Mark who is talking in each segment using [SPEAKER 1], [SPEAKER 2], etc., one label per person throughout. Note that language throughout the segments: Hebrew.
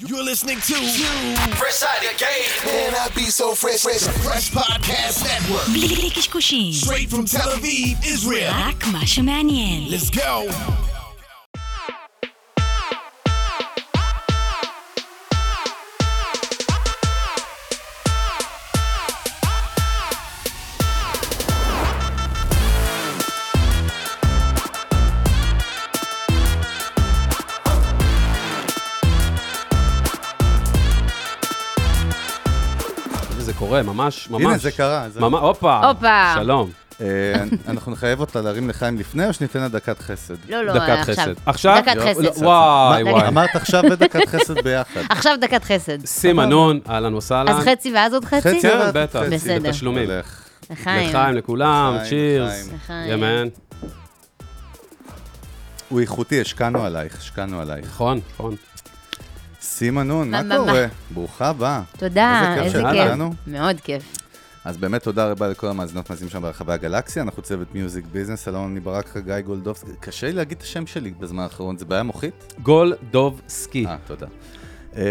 [SPEAKER 1] You're listening to Fresh Out of Game.
[SPEAKER 2] Man, I be so fresh, fresh,
[SPEAKER 1] Fresh Podcast Network.
[SPEAKER 3] בלי קשקושים,
[SPEAKER 1] Straight from Tel Aviv, Israel.
[SPEAKER 3] רק מה שמעניין.
[SPEAKER 1] Let's go.
[SPEAKER 4] הנה זה קורה, ממש, ממש.
[SPEAKER 5] הנה, זה קרה, זה-
[SPEAKER 4] ממ... הופה.
[SPEAKER 6] הופה.
[SPEAKER 4] שלום.
[SPEAKER 5] אה, אנחנו נחייב אותה להרים לחיים לפני, או שניתן לה דקת חסד?
[SPEAKER 6] לא, לא,
[SPEAKER 4] דקת
[SPEAKER 6] עכשיו.
[SPEAKER 4] חסד. עכשיו? לא,
[SPEAKER 6] דקת חסד.
[SPEAKER 4] וואי,
[SPEAKER 5] מה,
[SPEAKER 4] וואי.
[SPEAKER 5] אמרת עכשיו ודקת חסד ביחד.
[SPEAKER 6] עכשיו דקת חסד.
[SPEAKER 4] סימה נון, אהלן וסהלן.
[SPEAKER 6] אז חצי ואז עוד חצי?
[SPEAKER 5] חצי,
[SPEAKER 4] כן,
[SPEAKER 5] יאללה,
[SPEAKER 4] בטח.
[SPEAKER 5] חצי.
[SPEAKER 6] בסדר.
[SPEAKER 4] בתשלומים.
[SPEAKER 5] הולך.
[SPEAKER 6] לחיים.
[SPEAKER 4] לחיים, לכולם,
[SPEAKER 5] לחיים,
[SPEAKER 4] צ'ירס.
[SPEAKER 6] לחיים.
[SPEAKER 4] ימן.
[SPEAKER 5] הוא איכותי, השקענו עלייך, השקענו עלייך.
[SPEAKER 4] נכון, נכון.
[SPEAKER 5] סימה נון,
[SPEAKER 6] מה,
[SPEAKER 5] מה
[SPEAKER 6] מה,
[SPEAKER 5] קורה? ברוכה הבאה.
[SPEAKER 6] תודה, איזה
[SPEAKER 5] שאת
[SPEAKER 6] כיף.
[SPEAKER 5] איתנו.
[SPEAKER 6] מאוד כיף.
[SPEAKER 5] אז באמת תודה רבה לכל המאזינות מאזינים שם ברחבי הגלקסיה, אנחנו צוות מיוזיק ביזנס, אלון אני ברק, גיא גולדובסקי, קשה לי להגיד את השם שלי בזמן האחרון, זה בעיה מוחית?
[SPEAKER 4] גול דוב סקי.
[SPEAKER 5] אה, תודה. אה,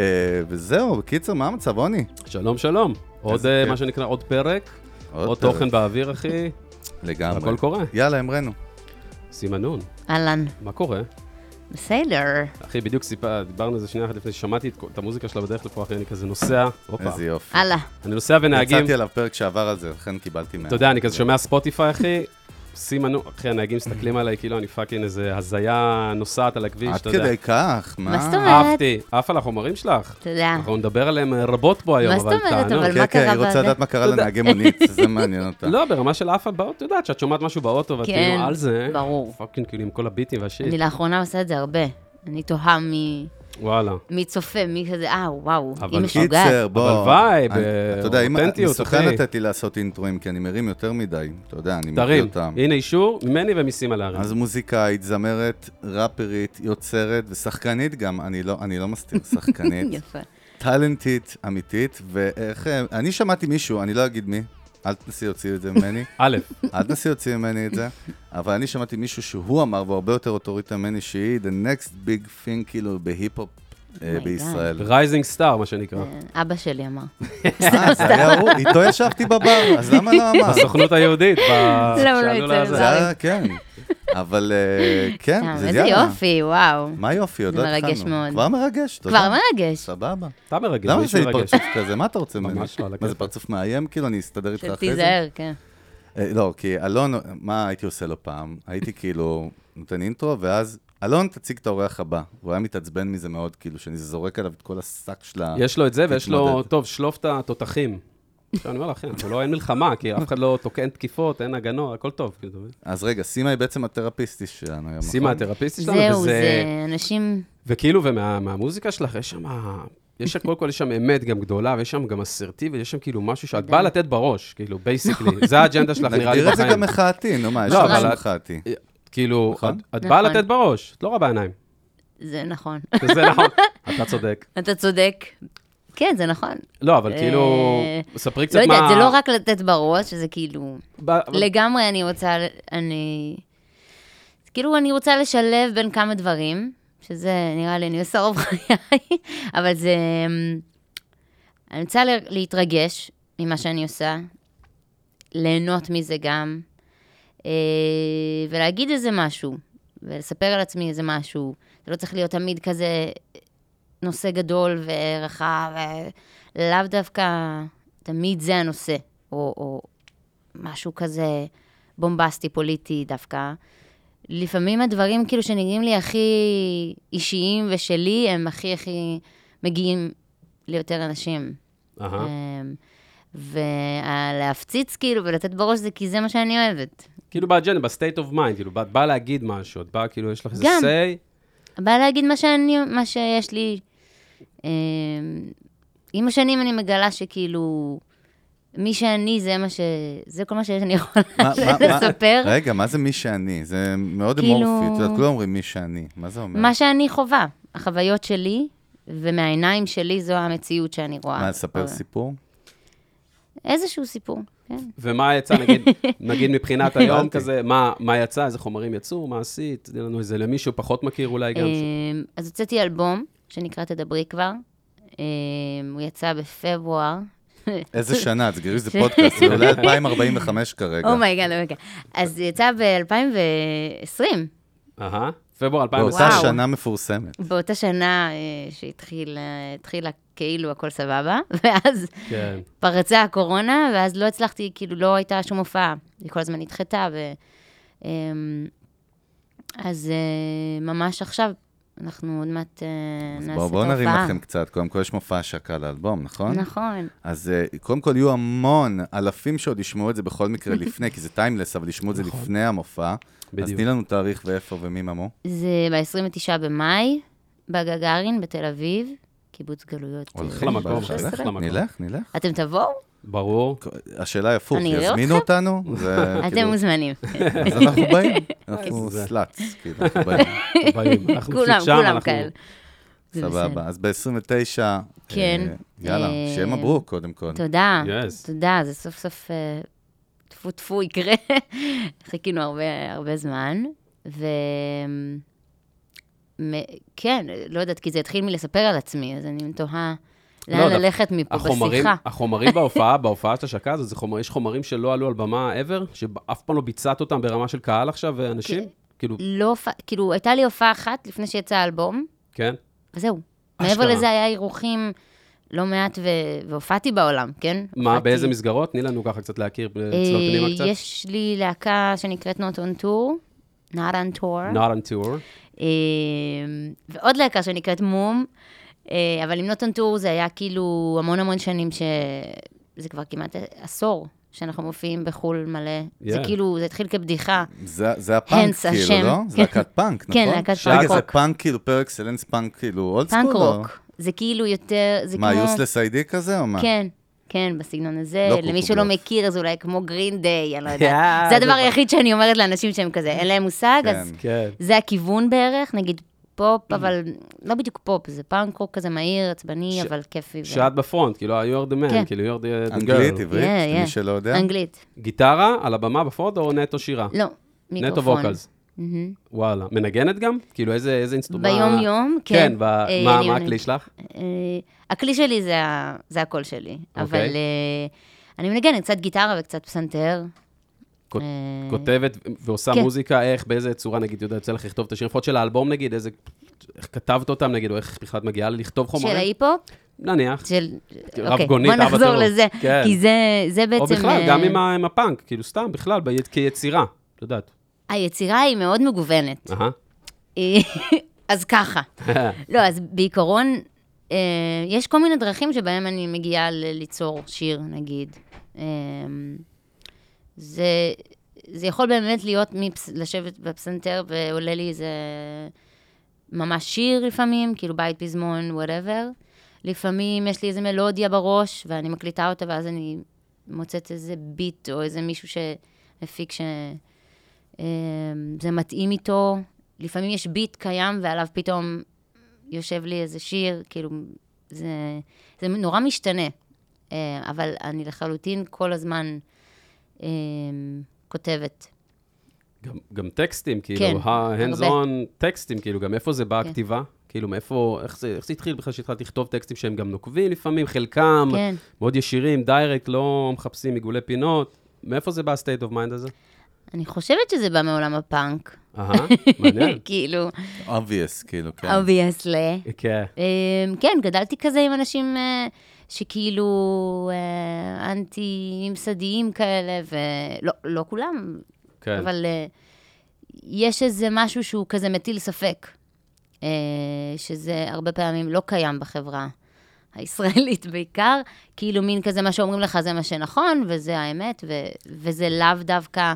[SPEAKER 5] וזהו, בקיצר, מה המצב, עוני?
[SPEAKER 4] שלום, שלום. עוד,
[SPEAKER 5] איזה
[SPEAKER 4] אה,
[SPEAKER 5] כיף.
[SPEAKER 4] מה שנקרא, עוד פרק.
[SPEAKER 5] עוד
[SPEAKER 4] עוד
[SPEAKER 5] פרק.
[SPEAKER 4] תוכן באוויר, אחי.
[SPEAKER 5] לגמרי.
[SPEAKER 4] הכל קורה.
[SPEAKER 5] יאללה, אמרנו.
[SPEAKER 4] סימה נון,
[SPEAKER 6] אהלן.
[SPEAKER 4] מה קורה?
[SPEAKER 6] בסדר.
[SPEAKER 4] אחי, בדיוק סיפה, דיברנו על זה שנייה אחת לפני ששמעתי את- את המוזיקה שלה בדרך לפה, אחי, אני כזה נוסע. הופה.
[SPEAKER 5] איזה יופי.
[SPEAKER 6] הלאה.
[SPEAKER 4] אני נוסע ונהגים.
[SPEAKER 5] יצאתי עליו פרק שעבר על זה, לכן קיבלתי מה...
[SPEAKER 4] אתה יודע, אני כזה שומע ספוטיפיי, אחי, סימנו, אחי, הנהגים מסתכלים עליי, כאילו אני פאקינג איזה הזיה נוסעת על הכביש,
[SPEAKER 5] עד
[SPEAKER 4] אתה יודע.
[SPEAKER 5] כדי כך, מה?
[SPEAKER 6] מה זאת אומרת?
[SPEAKER 4] אהבתי, עף על החומרים שלך.
[SPEAKER 6] תודה.
[SPEAKER 5] נכון.
[SPEAKER 4] אנחנו נדבר עליהם אה, רבות פה היום,
[SPEAKER 6] מה
[SPEAKER 4] אבל
[SPEAKER 6] זאת אומרת,
[SPEAKER 4] תענו.
[SPEAKER 6] אבל
[SPEAKER 5] כן,
[SPEAKER 6] מה
[SPEAKER 5] כן,
[SPEAKER 6] קרה
[SPEAKER 5] היא רוצה
[SPEAKER 6] בזה?
[SPEAKER 5] לדעת מה קרה לנהגי מונית, זה מעניין אותה.
[SPEAKER 4] לא, ברמה של עפה באוטו, את יודעת, שאת שומעת משהו באוטו, ואת
[SPEAKER 6] כן,
[SPEAKER 4] כאילו על זה.
[SPEAKER 6] ברור.
[SPEAKER 4] פאקינג, כאילו, עם כל הביטים
[SPEAKER 6] אני לא-
[SPEAKER 4] והשיט.
[SPEAKER 6] לאחרונה עושה את זה הרבה. אני תוהה מי-
[SPEAKER 4] וואלה.
[SPEAKER 6] מי צופה, מי כזה, אה, וואו,
[SPEAKER 4] אבל
[SPEAKER 6] היא משוגעת.
[SPEAKER 5] קיצר, בוא.
[SPEAKER 4] אבל וייב,
[SPEAKER 5] אני-
[SPEAKER 4] אה,
[SPEAKER 5] אתה יודע, אם
[SPEAKER 4] אותנטיות, אוקיי.
[SPEAKER 5] מסוכן
[SPEAKER 4] אחי.
[SPEAKER 5] לתת לי לעשות אינטרואים, כי אני מרים יותר מדי. אתה יודע, אני מביא
[SPEAKER 4] תרים,
[SPEAKER 5] אותם.
[SPEAKER 4] הנה אישור ממני ומסימה להרים.
[SPEAKER 5] אז מוזיקאית, זמרת, ראפרית, יוצרת ושחקנית גם, אני לא, אני לא מסתיר, שחקנית.
[SPEAKER 6] יפה.
[SPEAKER 5] טאלנטית, אמיתית, ואיך... אה, אני שמעתי מישהו, אני לא אגיד מי, אל תנסי להוציא את זה ממני.
[SPEAKER 4] א',
[SPEAKER 5] אל תנסי להוציא ממני את זה, אבל אני שמעתי מישהו שהוא אמר, והוא הרבה יותר אוטוריטה ממני, שהיא the next big thing כאילו בהיפ-הופ אה,
[SPEAKER 6] Oh God.
[SPEAKER 5] בישראל.
[SPEAKER 4] רייזינג סטאר, מה שנקרא.
[SPEAKER 6] אה, אבא שלי אמר.
[SPEAKER 5] אה, זה היה הוא, איתו ישבתי בבר, אז למה לא אמר?
[SPEAKER 4] בסוכנות היהודית, ב-
[SPEAKER 6] לא, הוא לא
[SPEAKER 4] שעלו
[SPEAKER 6] יצא
[SPEAKER 4] לזה.
[SPEAKER 5] זה היה, כן. אבל אה, כן,
[SPEAKER 6] אה,
[SPEAKER 5] זה
[SPEAKER 6] איזה
[SPEAKER 5] יאללה.
[SPEAKER 6] יופי, וואו.
[SPEAKER 5] מה יופי, עוד
[SPEAKER 6] זה
[SPEAKER 5] לא התחלנו.
[SPEAKER 6] מרגש מאוד.
[SPEAKER 5] כבר מרגש, תודה.
[SPEAKER 6] כבר מרגש.
[SPEAKER 5] סבבה.
[SPEAKER 4] אתה מרגש,
[SPEAKER 5] למה
[SPEAKER 4] מישהו
[SPEAKER 5] זה
[SPEAKER 4] מרגש.
[SPEAKER 5] פרצוף כזה? מה אתה רוצה ממני?
[SPEAKER 4] ממש לא, על
[SPEAKER 5] מה זה
[SPEAKER 4] הכיפאק.
[SPEAKER 5] פרצוף מאיים? כאילו, אני אסתדר איתך אחרי זה?
[SPEAKER 6] שתיזהר, כן.
[SPEAKER 5] אה, לא, כי אלון, מה הייתי עושה לו פעם? הייתי כאילו נותן אינטרו, ואז, אלון, תציג את האורח הבא. הוא היה מתעצבן מזה מאוד, כאילו, שאני זורק עליו את כל השק של ה...
[SPEAKER 4] יש לו את זה, ויש לו,
[SPEAKER 5] תתמודד.
[SPEAKER 4] טוב, שלוף את התותחים. עכשיו אני אומר לך, אחי, אנחנו לא, אין מלחמה, כי אף אחד לא תוקע, אין תקיפות, אין הגנות, הכל טוב. כאילו, אתה מבין?
[SPEAKER 5] אז רגע, סימה היא בעצם התרפיסטית שלנו היום.
[SPEAKER 4] סימה
[SPEAKER 5] נכון?
[SPEAKER 4] התרפיסטית שלנו,
[SPEAKER 6] זהו, זה
[SPEAKER 4] וזה...
[SPEAKER 6] אנשים...
[SPEAKER 4] וכאילו, ומהמוזיקה שלך, יש שם... יש שם, קודם כל, יש שם אמת גם גדולה, ויש שם גם אסרטיביות, יש שם כאילו משהו
[SPEAKER 6] כן.
[SPEAKER 4] שאת באה לתת בראש, כאילו,
[SPEAKER 6] נכון.
[SPEAKER 4] בייסיקלי. זה האג'נדה שלך, נראה לי,
[SPEAKER 5] נגדיר את זה
[SPEAKER 4] בחיים.
[SPEAKER 5] גם מחאתי, נו מה, יש
[SPEAKER 4] לא,
[SPEAKER 5] לך משהו
[SPEAKER 4] אבל-
[SPEAKER 5] מחאתי.
[SPEAKER 4] כאילו,
[SPEAKER 5] נכון?
[SPEAKER 4] את- את באה
[SPEAKER 6] נכון.
[SPEAKER 4] לתת בראש, את לא רואה בעיניים.
[SPEAKER 6] זה נכון.
[SPEAKER 4] זה נכון. אתה צודק.
[SPEAKER 6] אתה צודק. כן, זה נכון.
[SPEAKER 4] לא, אבל כאילו,
[SPEAKER 6] אה,
[SPEAKER 4] ספרי קצת
[SPEAKER 6] לא
[SPEAKER 4] מה...
[SPEAKER 6] יודעת, זה לא רק לתת בראש, זה כאילו...
[SPEAKER 4] ב- אבל-
[SPEAKER 6] לגמרי אני רוצה, ל- אני... זה כאילו, אני רוצה לשלב בין כמה דברים, שזה נראה לי, אני עושה רוב חיי, אבל זה... אמ, אני רוצה ל- להתרגש ממה שאני עושה, ליהנות מזה גם, אה, ולהגיד איזה משהו, ולספר על עצמי איזה משהו. זה לא צריך להיות תמיד כזה נושא גדול ורחב, ו- לאו דווקא תמיד זה הנושא, או, או משהו כזה בומבסטי, פוליטי דווקא. לפעמים הדברים כאילו שנראים לי הכי אישיים ושלי, הם הכי הכי מגיעים ליותר אנשים. אמ,
[SPEAKER 4] אהה.
[SPEAKER 6] ולהפציץ כאילו ולתת בראש זה כי זה מה שאני אוהבת.
[SPEAKER 4] כאילו באג'נדה, בסטייט אוף מיינד, כאילו, את באה להגיד משהו, את באה, כאילו, יש לך איזה
[SPEAKER 6] גם.
[SPEAKER 4] say,
[SPEAKER 6] בא להגיד מה שאני, מה שיש לי. אמ, עם השנים אני מגלה שכאילו, מי שאני זה מה ש... זה כל מה שאני יכולה
[SPEAKER 5] מה- מה- מה-
[SPEAKER 6] לספר.
[SPEAKER 5] רגע, מה זה מי שאני? זה מאוד
[SPEAKER 6] כאילו-
[SPEAKER 5] אמורפי, את יודעת, כולם אומרים מי שאני. מה זה אומר?
[SPEAKER 6] מה שאני חווה, החוויות שלי, ומהעיניים שלי זו המציאות שאני רואה.
[SPEAKER 5] מה, לספר סיפור?
[SPEAKER 6] איזשהו סיפור, כן.
[SPEAKER 4] ומה יצא, נגיד, נגיד מבחינת היום
[SPEAKER 5] הבנתי.
[SPEAKER 4] כזה, מה, מה יצא, איזה חומרים יצאו, מה עשית, תני לנו איזה למישהו פחות מכיר אולי גם. ש-
[SPEAKER 6] אמ, אז הוצאתי אלבום, שנקרא תדברי כבר, אה, הוא יצא בפברואר.
[SPEAKER 5] איזה שנה, תסגרי איזה פודקאסט, זה אולי 2045 כרגע.
[SPEAKER 6] אומייגאד, אומייגאד. oh אז יצא ב-2020, אה.
[SPEAKER 4] אהה, פברואר
[SPEAKER 5] באותה
[SPEAKER 4] 2020.
[SPEAKER 6] וואו.
[SPEAKER 5] שנה מפורסמת.
[SPEAKER 6] באותה שנה אה, שהתחילה התחילה כאילו הכל סבבה, ואז
[SPEAKER 4] כן.
[SPEAKER 6] פרצה הקורונה, ואז לא הצלחתי, כאילו לא הייתה שום הופעה. היא כל הזמן נדחתה, ו... אמ, אז אה, ממש עכשיו, אנחנו עוד מעט אה,
[SPEAKER 5] אז
[SPEAKER 6] נעשה את ההופעה.
[SPEAKER 5] בואו בואו נרים לכם קצת, קודם כל יש מופע השקה לאלבום, נכון?
[SPEAKER 6] נכון.
[SPEAKER 5] אז אה, קודם כל יהיו המון, אלפים שעוד ישמעו את זה בכל מקרה לפני, כי זה טיימלס, אבל ישמעו את זה לפני המופע. אז
[SPEAKER 4] בדיוק.
[SPEAKER 5] תני לנו תאריך ואיפה ומי ממו.
[SPEAKER 6] זה ב-29 במאי, בגגארין, בתל אביב, קיבוץ גלויות. אה,
[SPEAKER 5] הולכים,
[SPEAKER 4] אחלה מקום,
[SPEAKER 5] הולכים.
[SPEAKER 4] אחלה
[SPEAKER 5] נלך,
[SPEAKER 4] מקום.
[SPEAKER 5] נלך, נלך.
[SPEAKER 6] אתם תבואו?
[SPEAKER 4] ברור.
[SPEAKER 5] השאלה היא הפוך,
[SPEAKER 6] אני אראה
[SPEAKER 5] יזמינו אותנו? זה
[SPEAKER 6] אתם
[SPEAKER 5] כאילו-
[SPEAKER 6] מוזמנים.
[SPEAKER 5] אז אנחנו באים, אנחנו סלאץ, כאילו, אנחנו באים,
[SPEAKER 4] באים. אנחנו
[SPEAKER 6] כולם,
[SPEAKER 4] פשוט שם,
[SPEAKER 6] כולם
[SPEAKER 4] אנחנו-
[SPEAKER 6] כאלה. זה בסדר.
[SPEAKER 5] סבבה. אז ב-29,
[SPEAKER 6] כן.
[SPEAKER 5] יאללה,
[SPEAKER 6] אה,
[SPEAKER 5] שיהיה מברוק קודם כל.
[SPEAKER 6] תודה,
[SPEAKER 4] Yes.
[SPEAKER 6] תודה, זה סוף סוף, אה, טפו טפו יקרה. חיכינו הרבה, הרבה זמן, ו... מ- כן, לא יודעת, כי זה התחיל מלספר על עצמי, אז אני תוהה
[SPEAKER 4] לא,
[SPEAKER 6] לאן
[SPEAKER 4] דווקא-
[SPEAKER 6] ללכת מפה
[SPEAKER 4] החומרים,
[SPEAKER 6] בשיחה.
[SPEAKER 4] החומרים בהופעה, בהופעה של השקה הזאת, זה חומר, יש חומרים שלא עלו על במה ever, שאף פעם לא ביצעת אותם ברמה של קהל עכשיו, ואנשים? כאילו,
[SPEAKER 6] לא, הופעה- כאילו, הייתה לי הופעה אחת לפני שיצא האלבום,
[SPEAKER 4] כן?
[SPEAKER 6] וזהו. מעבר
[SPEAKER 4] אשכרה.
[SPEAKER 6] לזה היה אירוחים לא מעט, ו- והופעתי בעולם, כן?
[SPEAKER 4] מה,
[SPEAKER 6] הופעתי-
[SPEAKER 4] באיזה מסגרות? תני לנו ככה קצת להכיר, לצלול
[SPEAKER 6] אה,
[SPEAKER 4] פנימה קצת.
[SPEAKER 6] יש לי להקה שנקראת Not on Tour, Not on Tour.
[SPEAKER 4] Not on tour.
[SPEAKER 6] אה, אמ, ועוד להקה שנקראת מום, אה, אבל עם נוטון טור זה היה כאילו המון המון שנים ש... זה כבר כמעט עשור שאנחנו מופיעים בחו"ל מלא. זה
[SPEAKER 4] Yeah.
[SPEAKER 6] כאילו, זה התחיל כבדיחה.
[SPEAKER 5] זה זה הפאנק,
[SPEAKER 6] Hence
[SPEAKER 5] כאילו,
[SPEAKER 6] השם.
[SPEAKER 5] לא? זה להקת פאנק, נכון?
[SPEAKER 6] כן, להקת
[SPEAKER 5] שרגע,
[SPEAKER 6] פאנק
[SPEAKER 5] זה
[SPEAKER 6] רוק.
[SPEAKER 5] פאנק, כאילו, פר אקסלנס פאנק, כאילו, אולד סקול?
[SPEAKER 6] פאנק
[SPEAKER 5] או-
[SPEAKER 6] רוק. זה כאילו יותר, זה
[SPEAKER 5] מה,
[SPEAKER 6] כמו...
[SPEAKER 5] יוסלס איי-די כזה, או מה?
[SPEAKER 6] כן, כן, בסגנון הזה.
[SPEAKER 5] לא
[SPEAKER 6] למי
[SPEAKER 5] קוקו
[SPEAKER 6] שלא
[SPEAKER 5] בלוף.
[SPEAKER 6] מכיר, זה אולי כמו גרין דיי, אני לא
[SPEAKER 4] אה,
[SPEAKER 6] יודעת. זה
[SPEAKER 4] זה
[SPEAKER 6] הדבר
[SPEAKER 4] ב-
[SPEAKER 6] היחיד שאני אומרת לאנשים שהם כזה, אין להם מושג, אז
[SPEAKER 5] כן. Mm.
[SPEAKER 4] כן.
[SPEAKER 6] זה הכיוון בערך, נגיד פופ, אבל לא בדיוק פופ, זה פאנק רוק כזה מהיר, עצבני,
[SPEAKER 4] ש-
[SPEAKER 6] אבל כיפי. ו-
[SPEAKER 4] שאת בפרונט, כאילו, you're the man,
[SPEAKER 6] כן.
[SPEAKER 4] כאילו, you're the the
[SPEAKER 5] אנגלית,
[SPEAKER 4] girl.
[SPEAKER 5] עברית,
[SPEAKER 6] Yeah,
[SPEAKER 5] למי
[SPEAKER 6] yeah.
[SPEAKER 5] שלא יודע.
[SPEAKER 6] אנגלית.
[SPEAKER 4] גיטרה על הבמה בפרונט או נטו שירה?
[SPEAKER 6] לא, מיקרופון. Mm-hmm.
[SPEAKER 4] נטו ווקלס.
[SPEAKER 6] מהמם.
[SPEAKER 4] וואלה. מנגנת גם? כאילו, איזה איזה אינסטרומנט?
[SPEAKER 6] ביום-יום, כן.
[SPEAKER 4] כן, ב- מה
[SPEAKER 6] אה, אני
[SPEAKER 4] מה
[SPEAKER 6] עונה.
[SPEAKER 4] הכלי שלך?
[SPEAKER 6] אה, הכלי שלי זה ה- זה הקול שלי, אבל
[SPEAKER 4] אוקיי.
[SPEAKER 6] אה, אני מנגנת קצת גיטרה וקצת פסנתר.
[SPEAKER 4] כות-
[SPEAKER 6] אה,
[SPEAKER 4] כותבת ועושה
[SPEAKER 6] כן.
[SPEAKER 4] מוזיקה, איך, באיזה צורה, נגיד, יודע, יוצא לך לכתוב את השירים, לפחות של האלבום, נגיד, איזה... איך כתבת אותם, נגיד, או איך בכלל את מגיעה לכתוב חומרים?
[SPEAKER 6] של ההיפו?
[SPEAKER 4] נניח.
[SPEAKER 6] של...
[SPEAKER 4] רב
[SPEAKER 6] אוקיי,
[SPEAKER 4] גונית,
[SPEAKER 6] בוא
[SPEAKER 4] אבא
[SPEAKER 6] נחזור
[SPEAKER 4] טרור.
[SPEAKER 6] לזה,
[SPEAKER 4] כן.
[SPEAKER 6] כי זה- זה בעצם...
[SPEAKER 4] או בכלל,
[SPEAKER 6] אה,
[SPEAKER 4] גם עם ה- עם הפאנק, כאילו, סתם, בכלל, ב- כיצירה, את יודעת.
[SPEAKER 6] היצירה היא מאוד מגוונת.
[SPEAKER 4] אהה.
[SPEAKER 6] אה, אז ככה. לא, אז בעיקרון, אה, יש כל מיני דרכים שבהם אני מגיעה ל- ליצור שיר, נגיד. אה, זה, זה יכול באמת להיות מפס, לשבת בפסנתר ועולה לי איזה ממש שיר לפעמים, כאילו בית פזמון, וואטאבר. לפעמים יש לי איזה מלודיה בראש, ואני מקליטה אותה, ואז אני מוצאת איזה ביט או איזה מישהו שהפיק ש... אה, זה מתאים איתו. לפעמים יש ביט קיים ועליו פתאום יושב לי איזה שיר, כאילו, זה, זה נורא משתנה. אה, אבל אני לחלוטין כל הזמן אה, כותבת.
[SPEAKER 4] גם- גם טקסטים,
[SPEAKER 6] כן,
[SPEAKER 4] כאילו, ה-hands
[SPEAKER 6] הרבה.
[SPEAKER 4] on טקסטים, כאילו, גם איפה זה בא
[SPEAKER 6] כן.
[SPEAKER 4] הכתיבה? כאילו, מאיפה, איך זה איך זה התחיל בכלל שהתחלת לכתוב טקסטים שהם גם נוקבים לפעמים, חלקם
[SPEAKER 6] כן.
[SPEAKER 4] מאוד ישירים, דיירקט, לא מחפשים עיגולי פינות. מאיפה זה בא ה-state of mind הזה?
[SPEAKER 6] אני חושבת שזה בא מעולם הפאנק.
[SPEAKER 4] אהה, מעניין.
[SPEAKER 6] כאילו,
[SPEAKER 5] obvious, כאילו, כן.
[SPEAKER 6] obviously.
[SPEAKER 4] כן.
[SPEAKER 6] אמ, כן, גדלתי כזה עם אנשים אה, שכאילו אה, אנטי-ממסדיים כאלה, ולא לא כולם,
[SPEAKER 4] כן.
[SPEAKER 6] אבל אה, יש איזה משהו שהוא כזה מטיל ספק, אה, שזה הרבה פעמים לא קיים בחברה הישראלית בעיקר, כאילו מין כזה, מה שאומרים לך זה מה שנכון, וזה האמת, ו- וזה לאו דווקא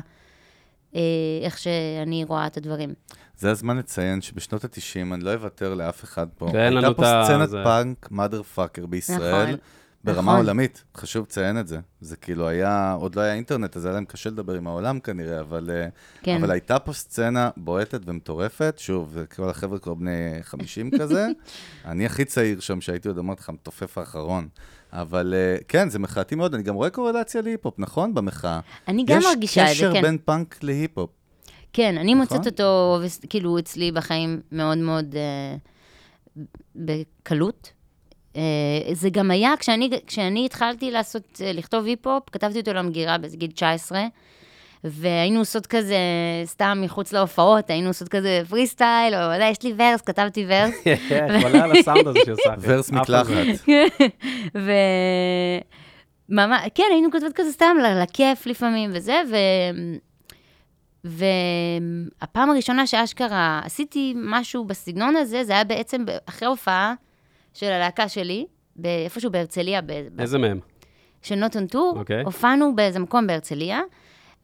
[SPEAKER 6] אה, איך שאני רואה את הדברים.
[SPEAKER 5] זה הזמן לציין שבשנות ה-90, אני לא אוותר לאף אחד פה.
[SPEAKER 4] ואין לנו את ה-
[SPEAKER 5] הייתה פה סצנת
[SPEAKER 4] זה.
[SPEAKER 5] פאנק, מאדר פאקר בישראל,
[SPEAKER 6] נכון,
[SPEAKER 5] ברמה
[SPEAKER 6] נכון.
[SPEAKER 5] עולמית, חשוב לציין את זה. זה כאילו היה, עוד לא היה אינטרנט, אז היה להם קשה לדבר עם העולם כנראה, אבל... אה,
[SPEAKER 6] כן.
[SPEAKER 5] אבל הייתה פה סצנה בועטת ומטורפת, שוב, זה כל החבר'ה כבר בני 50 כזה. אני הכי צעיר שם, שהייתי עוד אומר לך, המתופף האחרון. אבל אה, כן, זה מחאתי מאוד, אני גם רואה קורלציה להיפ-הופ, נכון? במחאה.
[SPEAKER 6] אני גם מרגישה את זה,
[SPEAKER 5] יש קשר
[SPEAKER 6] כן.
[SPEAKER 5] בין פאנק להיפ-הופ.
[SPEAKER 6] כן, אני מוצאת
[SPEAKER 5] נכון.
[SPEAKER 6] אותו, וס- כאילו, אצלי בחיים מאוד מאוד אה, בקלות. אה, אה, זה גם היה, כשאני, כשאני התחלתי לעשות, אה, לכתוב היפ-הופ, כתבתי אותו למגירה באיזה גיל 19, והיינו עושות כזה, סתם מחוץ להופעות, היינו עושות כזה פרי סטייל, או לא, יש לי ורס, כתבתי ורס.
[SPEAKER 4] חולה כן, על הסאונד הזה שעושה. אחי.
[SPEAKER 5] ורס
[SPEAKER 4] אף אחד. לא-
[SPEAKER 5] מקלחת.
[SPEAKER 6] ו... ממש, כן, היינו כותבות כזה סתם, ל- לכיף לפעמים וזה, ו... והפעם הראשונה שאשכרה עשיתי משהו בסגנון הזה, זה היה בעצם ב- אחרי הופעה של הלהקה שלי, ב- איפשהו בהרצליה, ב- ב-
[SPEAKER 4] איזה מהם?
[SPEAKER 6] של נוטון טור,
[SPEAKER 4] אוקיי.
[SPEAKER 6] הופענו באיזה מקום בהרצליה,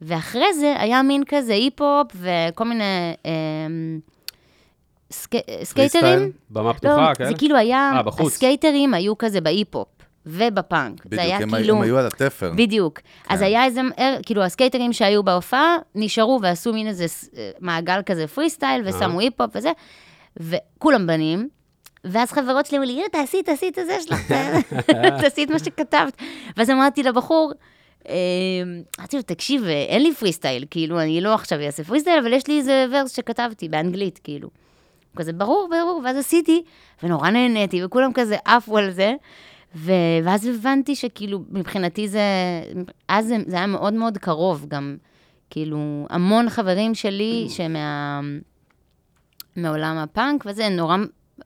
[SPEAKER 6] ואחרי זה היה מין כזה היפ-הופ וכל מיני אמ, סק... סקייטרים.
[SPEAKER 4] במה פתוחה,
[SPEAKER 6] לא,
[SPEAKER 4] כאלה?
[SPEAKER 6] זה כאילו היה,
[SPEAKER 4] אה, בחוץ.
[SPEAKER 6] הסקייטרים היו כזה בהיפ-הופ ובפאנק. זה
[SPEAKER 5] בדיוק,
[SPEAKER 6] היה
[SPEAKER 5] הם
[SPEAKER 6] כאילו...
[SPEAKER 5] הם היו כן. על התפר.
[SPEAKER 6] בדיוק. אז היה איזה, אה, כאילו, הסקייטרים שהיו בהופעה, נשארו ועשו מין איזה ס- אה, מעגל כזה פרי סטייל,
[SPEAKER 5] אה,
[SPEAKER 6] ושמו היפ-הופ וזה, וכולם בנים. ואז חברות שלי אמרו לי, יואו, תעשי, תעשי את הזה שלך, תעשי את מה שכתבת. ואז אמרתי לבחור, אה, אמרתי לו, תקשיב, אה, אין לי פרי סטייל, כאילו, אני לא עכשיו אעשה פרי סטייל, אבל יש לי איזה ורס שכתבתי באנגלית, כאילו. הוא כזה, ברור, ברור, ואז עשיתי, ונורא נהניתי, וכולם כזה עפו על זה. ו... ואז הבנתי שכאילו, מבחינתי זה, אז זה, זה היה מאוד מאוד קרוב גם, כאילו, המון חברים שלי שמה... מעולם הפאנק, וזה נורא,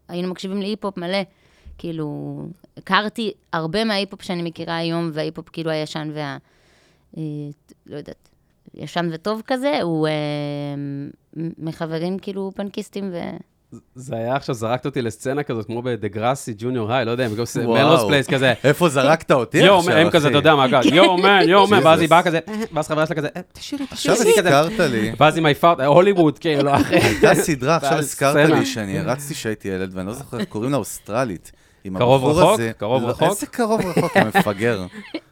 [SPEAKER 6] היינו מקשיבים להיפ-הופ מלא, כאילו, הכרתי הרבה מההיפ-הופ שאני מכירה היום, וההיפ-הופ כאילו הישן וה... אה, לא יודעת, ישן וטוב כזה, הוא אה, מ- מחברים כאילו פאנקיסטים ו...
[SPEAKER 4] זה היה עכשיו, זרקת אותי לסצנה כזאת, כמו בדגרסי ג'וניור היי, לא יודע, הם גם עושים
[SPEAKER 5] וואו.
[SPEAKER 4] מלוס פלייס כזה.
[SPEAKER 5] איפה זרקת אותי
[SPEAKER 4] יואו,
[SPEAKER 5] עכשיו,
[SPEAKER 4] מן",
[SPEAKER 5] אחי?
[SPEAKER 4] הם כזה, אתה יודע מה, כזה, יואו מן, יואו מן, ואז היא
[SPEAKER 5] Jesus.
[SPEAKER 4] באה כזה, "אה", ואז חברה שלה כזה, "אה, תשאירי,
[SPEAKER 5] עכשיו
[SPEAKER 4] תשאירי, תשאירי", כזה.
[SPEAKER 5] הזכרת לי,
[SPEAKER 4] ואז עם היפאוט, הוליווד, כאילו, אחי.
[SPEAKER 5] הייתה סדרה, עכשיו
[SPEAKER 4] ועל
[SPEAKER 5] הזכרת
[SPEAKER 4] סצנה.
[SPEAKER 5] לי שאני הרצתי כשהייתי ילד, ואני לא זוכר, קוראים לה אוסטרלית. עם
[SPEAKER 4] קרוב
[SPEAKER 5] הבחור
[SPEAKER 4] רחוק?
[SPEAKER 5] הזה-
[SPEAKER 4] קרוב
[SPEAKER 5] לא,
[SPEAKER 4] רחוק?
[SPEAKER 5] איזה קרוב רחוק, אתה מפגר.